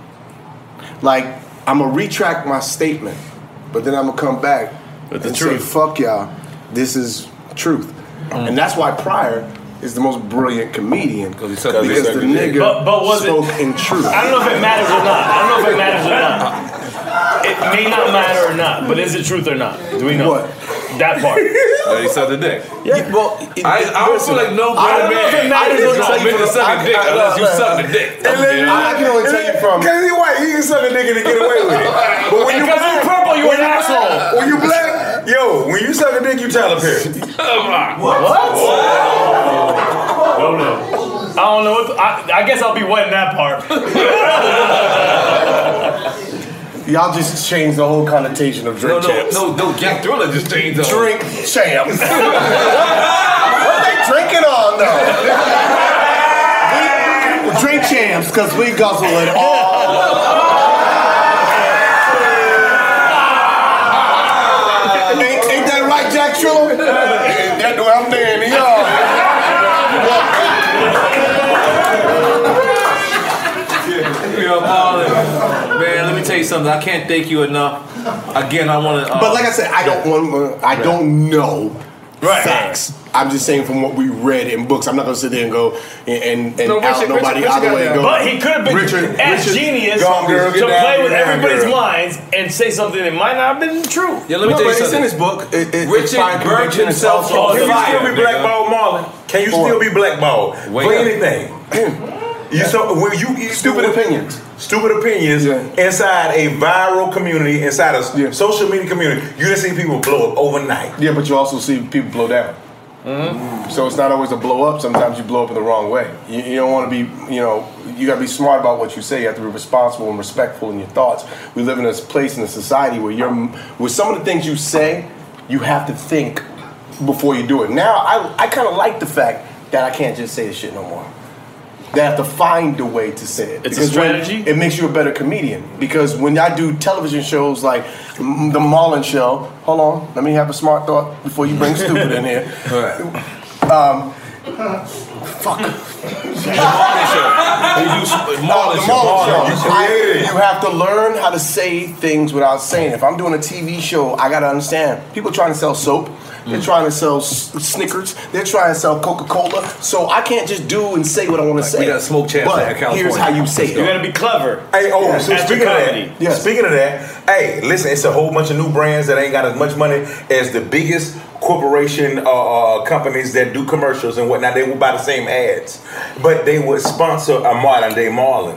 S1: Like, I'm gonna retract my statement, but then I'm gonna come back
S3: With the
S1: and
S3: truth. Mm.
S1: say, fuck y'all, this is truth. And that's why Pryor is the most brilliant comedian because the
S2: Because he sucked the dick.
S1: nigga
S3: But- but was it-
S1: spoke in truth.
S3: I don't know if it matters or not. I don't know if it matters or not.
S1: Uh-huh.
S3: It may not matter or not, but is it truth or not? Do we know
S1: What?
S3: that part?
S2: But he sucked the dick.
S1: Yeah, well,
S2: I, I don't feel like no
S1: I
S2: grown
S1: don't know if
S2: man
S1: it matters
S2: is
S1: or not.
S2: meant to suck a dick
S1: I- I-
S2: unless you
S1: look,
S2: suck the dick.
S5: And then-
S1: I can only tell you from
S5: Cause he white, he can suck a nigga to get away with it. But when you
S3: Because you
S5: black,
S3: purple, you
S5: when
S3: an
S5: black-
S3: asshole.
S5: When you black, yo, when you suck a dick, you Tyler Perry.
S3: No, no. I don't know. What the, I, I guess I'll be wet in that part.
S1: y'all just changed the whole connotation of
S2: No,
S1: drink
S2: no,
S1: champs.
S2: no, no. Jack Thriller just changed the whole-
S1: Drink champs. what they drinking on though? We- drink champs, cause we guzzle it all.
S6: Ain't, ain't that right, Jack Trillo? Ain't that what I'm doing, y'all?
S2: Yo, Marlon, man, let me tell you something. I can't thank you enough. Again, I want to. Uh,
S1: But like I said, I don't want. I don't know
S3: Right.
S1: facts. I'm just saying from what we read in books. I'm not gonna sit there and go and and, and
S2: No,
S1: out
S2: Richard-
S1: nobody
S2: Richard-
S1: either
S2: Richard
S1: way.
S2: got
S1: and Go,
S3: But he could have been
S1: Richard-
S3: as
S1: Richard-
S3: genius
S1: Go on, girl,
S3: to
S1: get down,
S3: play with
S1: get down,
S3: everybody's
S1: girl.
S3: minds and say something that might not have been true.
S2: yeah, let me tell
S1: no, but
S2: you
S1: it's in
S2: something.
S1: his book. It, it,
S2: Richard
S1: it's fine
S2: Burton
S1: conviction, it's
S2: himself
S1: also-
S2: called
S5: Can you
S2: Fire,
S5: still
S2: nigga.
S5: be blackballed, Marlon? Can you still be blackballed
S2: Wake
S5: for
S2: up.
S5: anything? You so when you you-
S1: Stupid opinions.
S5: stupid opinions
S1: Yeah.
S5: inside a viral community, inside a s-
S1: Yeah.
S5: social media community, you just see people blow up overnight.
S1: Yeah, but you also see people blow down. So it's not always a blow up. Sometimes you blow up in the wrong way. You, you don't want to be, you know, you got to be smart about what you say. You have to be responsible and respectful in your thoughts. We live in a place in a society where you're, with some of the things you say, you have to think before you do it. Now, I, I kind of like the fact that I can't just say this shit no more. They have to find a way to say it.
S3: It's a
S1: Because when-
S3: strategy?
S1: it makes you a better comedian because when I do television shows like mm, the Marlon Show, hold on, let me have a smart thought before you bring stupid in here.
S2: Marlon
S1: the
S2: show.
S1: Marlon
S2: Marlon
S1: Show.
S5: show.
S1: I- you have to learn how to say things without saying. If I'm doing a TV show, I gotta understand. People trying to sell soap. They're
S5: Mm.
S1: trying to sell S- Snickers. They're trying to sell Coca Cola. So I can't just do and say what I want to say.
S2: we got smoke champs
S1: But
S2: out here in
S1: here's
S2: California.
S1: how you say
S3: You
S1: it.
S3: gotta be clever.
S5: Hey, oh,
S3: Yeah.
S5: so
S3: After
S5: speaking of
S3: comedy.
S5: that,
S1: Yes.
S5: speaking of that, hey, listen, it's a whole bunch of new brands that ain't got as much money as the biggest corporation uh, uh, companies that do commercials and whatnot. They will buy the same ads, but they would sponsor a modern day Marlin.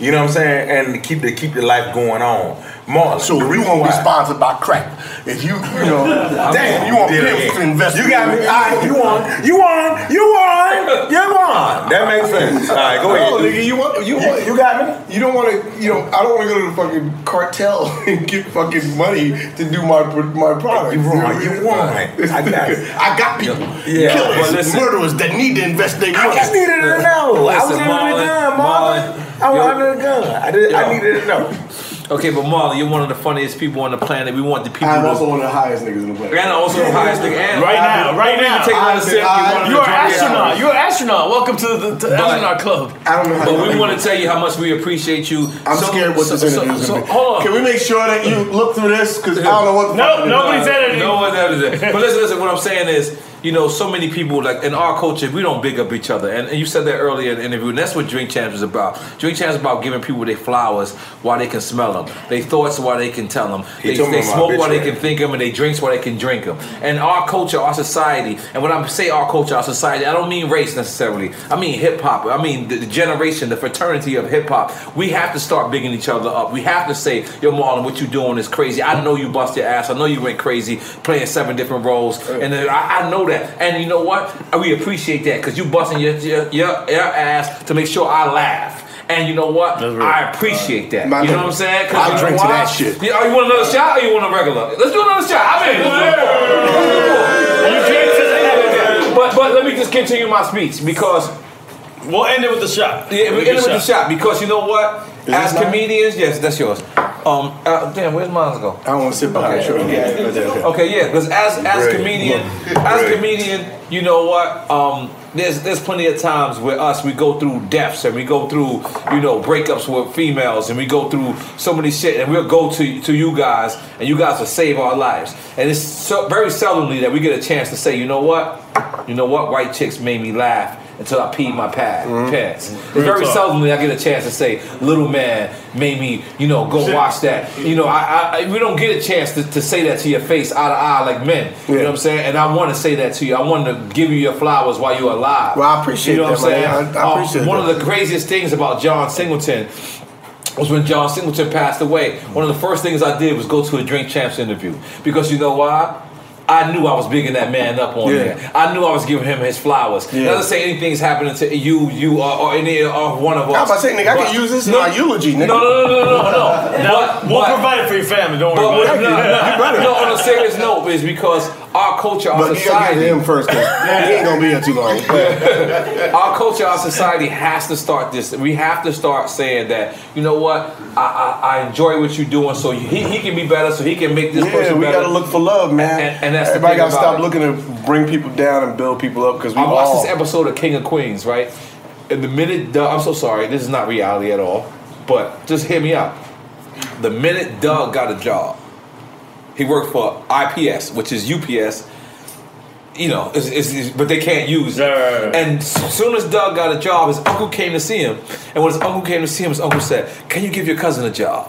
S5: You know what I'm saying? And keep the keep the life going on. Marlin.
S1: So
S5: the
S1: we
S5: reason
S1: won't be
S5: why-
S1: sponsored by crack. If you, you know, damn, you want
S5: Yeah,
S1: pimps
S5: yeah.
S1: to invest.
S5: You
S1: in
S5: got me. All right, you on. You on. You on. You on. That makes sense. All right, go ahead.
S1: No, Oh, nigga, you want you want
S5: you got
S1: me. You don't want to. You know, I don't want to go to the fucking cartel and get fucking money to do my my product.
S5: You won. You won. I got it.
S1: I got people,
S5: Yeah,
S2: but
S1: killers,
S2: listen.
S1: murderers that need to invest their
S5: I
S1: money.
S5: just needed to know. I was
S2: Listen,
S5: under the
S2: Marlon,
S5: gun, Marlon. I was
S2: Marlon,
S5: under the gun. I did.
S2: yo.
S5: I needed to know.
S2: uh, Okay, but Marlon, you're one of the funniest people on the planet. We want the people.
S1: I'm
S2: to-
S1: also one of the highest niggas in the planet.
S2: and also the highest nigga. And
S3: Right now, right now.
S2: Take one sip.
S1: I-
S2: You
S3: You're
S2: want
S3: an
S2: to
S3: astronaut. You're an astronaut. Welcome to the to astronaut club.
S1: I don't know how. to-
S2: But we want to tell you how much we appreciate you.
S1: I'm
S2: So-
S1: scared what
S2: so-
S1: this interview
S2: so-
S1: is
S2: so-
S1: gonna be.
S2: Hold on.
S1: Can we make sure that you look through this? Because I don't know what. the fuck
S3: No,
S1: it is.
S3: nobody said anything.
S2: No one ever did. But listen, listen. What I'm saying is, you know, so many people like in our culture, we don't big up each other. And, and you said that earlier in the interview, and that's what Drink Champs is about. Drink Champs is about giving people their flowers while they can smell them, their thoughts while they can tell them,
S1: He
S2: they,
S1: told me
S2: they
S1: about
S2: smoke while they
S1: obituary.
S2: can think them, and they drinks while they can drink them. And our culture, our society, and when I say our culture, our society, I don't mean race necessarily. I mean hip hop. I mean the, the generation, the fraternity of hip hop. We have to start bigging each other up. We have to say, "Yo, Marlon, what you doing is crazy. I know you bust your ass. I know you went crazy playing seven different roles, and then I, I know that. And you know what? We appreciate that because you busting your your, your your ass to make sure I laugh." And you know what? I appreciate that.
S1: My
S2: you know
S1: nigga.
S2: what I'm saying? 'Cause
S1: I'll
S2: you know
S1: drink to
S2: why?
S1: that shit.
S2: Yeah, oh, you want another shot or you want a regular? Let's do another shot. I'm in. You drink to that. But but let me just continue my speech because
S3: we'll end it with the shot.
S2: Yeah, we
S3: We'll get
S2: end it with the
S3: a
S2: shot because you know what?
S3: Is
S2: As
S3: this mine?
S2: comedians, yes, that's yours. Um, uh, damn, where's mine go?
S1: I don't want to sit behind you.
S2: Okay, yeah, because as as
S1: Brilliant.
S2: comedian,
S1: Look,
S2: as
S1: brilliant.
S2: comedian, you know what? Um, there's there's plenty of times where us we go through deaths and we go through you know breakups with females and we go through so many shit and we'll go to to you guys and you guys will save our lives and it's so, very seldomly that we get a chance to say you know what you know what white chicks made me laugh until I peed my pad, pants. It's
S3: Mm-hmm. Real
S2: very
S3: talk.
S2: seldomly I get a chance to say little man made me you know go
S3: Shit.
S2: watch that you know I, I- I we don't get a chance to, to say that to your face eye to eye like men you know what I'm saying and I want to say that to you I want to give you your flowers while you're alive
S1: Well, I appreciate
S2: you know
S1: that,
S2: what I'm
S1: man.
S2: saying
S1: I- I
S2: Uh,
S1: appreciate
S2: one
S1: that.
S2: of the craziest things about John Singleton was when John Singleton passed away. One of the first things I did was go to a Drink Champs interview because you know why? I knew I was bigging that man up on
S1: Yeah.
S2: there. I knew I was giving him his flowers.
S1: Yeah.
S2: Not to say anything's happening to you, you, or, or any or one of us.
S1: I'm about to say, nigga, I
S2: but-
S1: can use this in my eulogy, nigga.
S2: No, no, no, no, no, no.
S3: Now,
S2: But-
S3: we'll
S2: but-
S3: provide it for your family. Don't
S2: but
S3: worry
S2: what,
S3: about it.
S2: no, no, no, on a serious note, is because our culture, our
S1: But you gotta
S2: society,
S1: get to him first, cause he ain't gonna be here too long.
S2: our culture, our society has to start this. We have to start saying that, you know what, I, I, I enjoy what you're doing, so he, he can be better, so he can make this
S1: Yeah,
S2: person
S1: we
S2: better.
S1: gotta look for love, man.
S2: And- and that's the
S1: everybody
S2: thing
S1: gotta
S2: about
S1: stop
S2: it.
S1: looking to bring people down and build people up because we
S2: I watched
S1: all.
S2: this episode of King of Queens, right? And the minute, Doug, I'm so sorry, this is not reality at all, but just hear me out. The minute Doug got a job, he worked for IPS, which is UPS. You know, it's, it's, it's- but they can't use. it. And s- soon as Doug got a job, his uncle came to see him. And when his uncle came to see him, his uncle said, "Can you give your cousin a job?"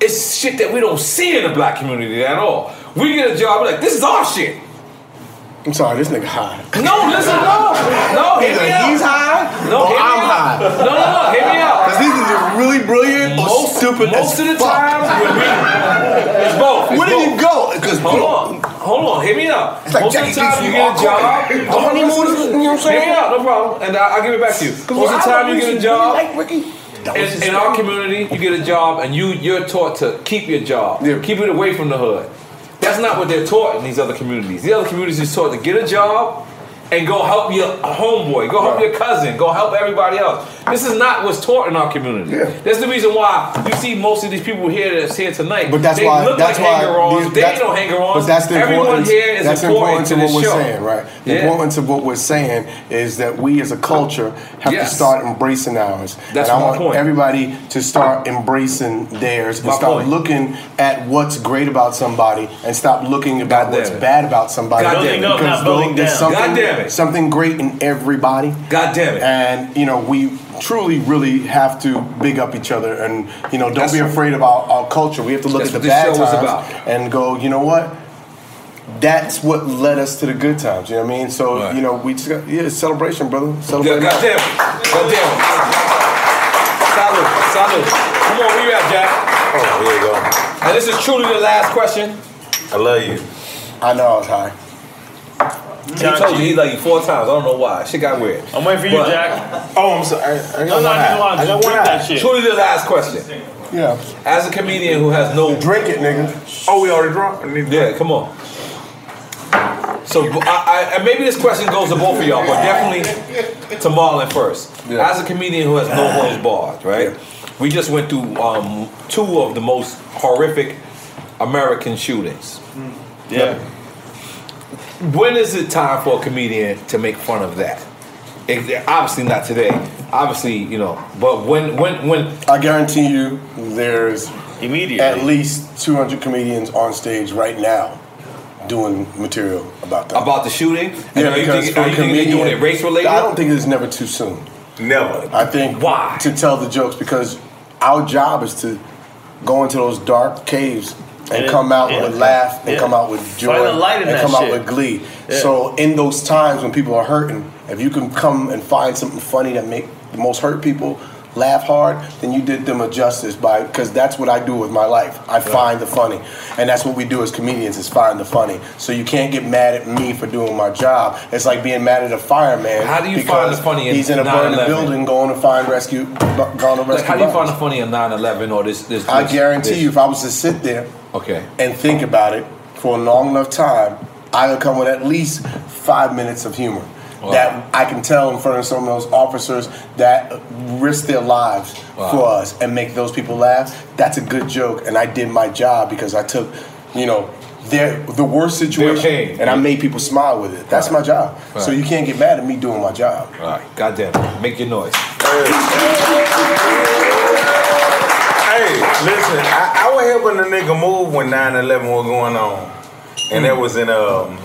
S2: It's shit that we don't see in the black community at all. We get a job, we're like, "This is our shit."
S1: I'm sorry, this nigga high.
S2: No, listen, no, no, hear
S1: Either
S2: me out.
S1: he's high
S2: No,
S1: or
S2: hear me
S1: I'm
S2: out.
S1: high.
S2: No, no, no, hear me out.
S1: Cause these are just really brilliant or
S2: Most,
S1: stupid
S2: most
S1: as
S2: of the
S1: fuck.
S2: time, when we- it's both. It's both.
S1: Where did you go? Cause
S2: Hold on, hold on, hear me out.
S1: It's like
S2: most
S1: Jackie
S2: of the time
S1: Gleason,
S2: you
S1: you
S2: get a
S1: all
S2: job.
S1: call it.
S2: Hold on,
S1: Honey
S2: listen,
S1: Motors, you know what I'm
S2: Hear
S1: saying?
S2: me out, no problem, and I, I'll give it back to you. Because most of the time you get a job,
S1: Like Ricky.
S2: in, in our community, you get a job and you you're taught to keep your job,
S1: Yeah.
S2: keep it away from the hood. That's not what they're taught in these other communities. The other communities is taught to get a job and go help your homeboy, go help
S1: Right.
S2: your cousin, go help everybody else. This is not what's taught in our community.
S1: Yeah.
S2: That's the reason why you see most of these people here that's here tonight.
S1: But that's
S2: they
S1: why.
S2: look
S1: that's
S2: like
S1: why.
S2: hanger-ons.
S1: these-
S2: They
S1: that's-
S2: ain't no hanger-ons.
S1: But that's the
S2: Everyone
S1: importance.
S2: here is
S1: that's
S2: important,
S1: important
S2: to
S1: to
S2: this
S1: what we're
S2: show.
S1: saying, right? The
S2: Yeah.
S1: importance of what we're saying is that we as a culture have
S2: Yes.
S1: to start embracing ours.
S2: That's
S1: and I
S2: my
S1: want
S2: point.
S1: everybody to start embracing theirs and
S2: My
S1: start
S2: point.
S1: looking at what's great about somebody and stop looking about
S2: God
S1: what's
S2: damn it.
S1: bad about somebody.
S2: God damn it.
S3: Building up,
S1: Because
S3: not building
S1: there's
S3: down.
S1: something,
S2: God damn it.
S1: something great in everybody.
S2: God damn it.
S1: And you know, we truly, really have to big up each other, and you know, don't
S2: That's-
S1: be afraid of our, our culture. We have to look
S2: That's
S1: at the
S2: what this
S1: bad
S2: show was about.
S1: times and go, you know what? That's what led us to the good times. You know what I mean? So
S2: Right.
S1: you know, we just got yeah, celebration, brother.
S2: Yeah,
S1: Celebrate.
S2: God damn it. God damn it. Salute. Salute. Come on, where you at, Jack?
S5: Oh, here you go.
S2: And this is truly the last question.
S5: I love you.
S1: I know I was high.
S2: He told you he like you four times. I don't know why. Shit got weird.
S3: I'm waiting for you,
S2: But-
S3: Jack.
S1: Oh, I'm sorry. I, I
S3: No, no,
S1: got
S3: I need
S1: one eye.
S3: one.
S1: I got
S3: Drink
S1: one
S3: that
S1: eye.
S3: shit.
S2: Truly the last question.
S1: Yeah.
S2: As a comedian who has no
S1: Drink it, nigga.
S5: Oh, we already drunk. I need to
S2: Yeah, come on. So I, I, and maybe this question goes to both of y'all, but definitely to Marlon first.
S1: Yeah.
S2: As a comedian who has no holds barred, right? We just went through um, two of the most horrific American shootings.
S1: Mm.
S3: Yeah.
S2: When is it time for a comedian to make fun of that? It- obviously not today. Obviously, you know. But when, when, when?
S1: I guarantee you, there's
S3: Immediately.
S1: at least 200 comedians on stage right now doing material about that.
S2: About the shooting? And
S1: Yeah,
S2: are you
S1: because
S2: thinking-
S1: for
S2: are you thinking they doing
S1: comedian-
S2: it race related?
S1: I don't think it's never too soon. Never. I think why to tell the jokes because our job is to go into those dark caves and
S3: Yeah,
S1: come out
S3: yeah,
S1: with laugh and
S3: yeah.
S1: come out with joy
S3: Find the light in
S1: and
S3: that
S1: come out
S3: shit.
S1: with glee.
S3: Yeah.
S1: So in those times when people are hurting, if you can come and find something funny that make the most hurt people laugh hard, then you did them a justice by because that's what I do with my life. I find the funny, and that's what we do as comedians is find the funny. So you can't get mad at me for doing my job. It's like being mad at a fireman.
S2: How do you
S1: because
S2: find the funny in
S1: He's in a burning
S2: 9/11?
S1: building going to find rescue, going to rescue.
S2: Like, how do you
S1: bombs.
S2: find the funny in 9-11 or this? this,
S1: I
S2: this-
S1: guarantee
S2: this-
S1: you, if I was to sit there
S2: Okay.
S1: and think about it for a long enough time, I will come with at least five minutes of humor
S2: Wow.
S1: that I can tell in front of some of those officers that risk their lives
S2: Wow.
S1: for us and make those people laugh. That's a good joke, and I did my job because I took, you know. Their, the worst
S2: pain.
S1: situation, and I made people smile with it. That's my job. So
S2: Right.
S1: you can't get mad at me doing my job.
S2: All right, goddamn it. Make your noise.
S5: Hey, listen, I, I was helping a nigga move when 9-11 was going on. And that was in um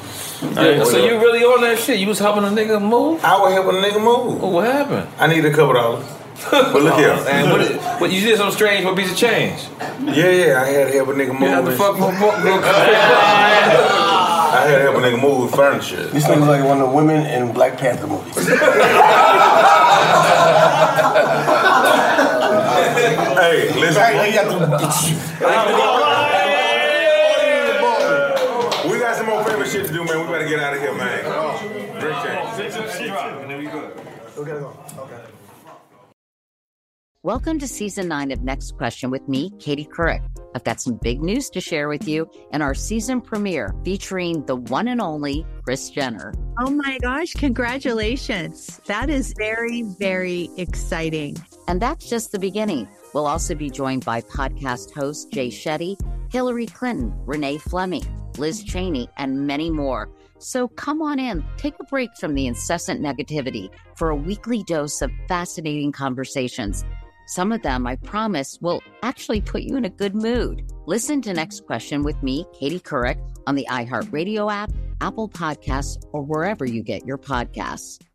S2: Yeah, so you really on that shit? You was helping a nigga move?
S5: I was helping a nigga move.
S2: What happened?
S5: I need a couple dollars. But look here.
S2: And Oh, what, is, what you did something strange for a piece of change.
S5: Yeah, yeah, I had to help a nigga move.
S2: You had to
S5: and
S2: fuck with
S5: I had to help a nigga move with furniture.
S1: This nigga's like one of the women in Black Panther movies.
S5: hey, listen.
S1: Right, you got the-
S5: We got some more favorite shit to do, man. We better get out of here, man. Drink that.
S9: Welcome to season nine of Next Question with me, Katie Couric. I've got some big news to share with you in our season premiere featuring the one and only Chris Jenner.
S11: Oh my gosh, congratulations. That is very, very exciting.
S9: And that's just the beginning. We'll also be joined by podcast host Jay Shetty, Hillary Clinton, Renee Fleming, Liz Cheney, and many more. So come on in, take a break from the incessant negativity for a weekly dose of fascinating conversations. Some of them, I promise, will actually put you in a good mood. Listen to Next Question with me, Katie Couric, on the iHeartRadio app, Apple Podcasts, or wherever you get your podcasts.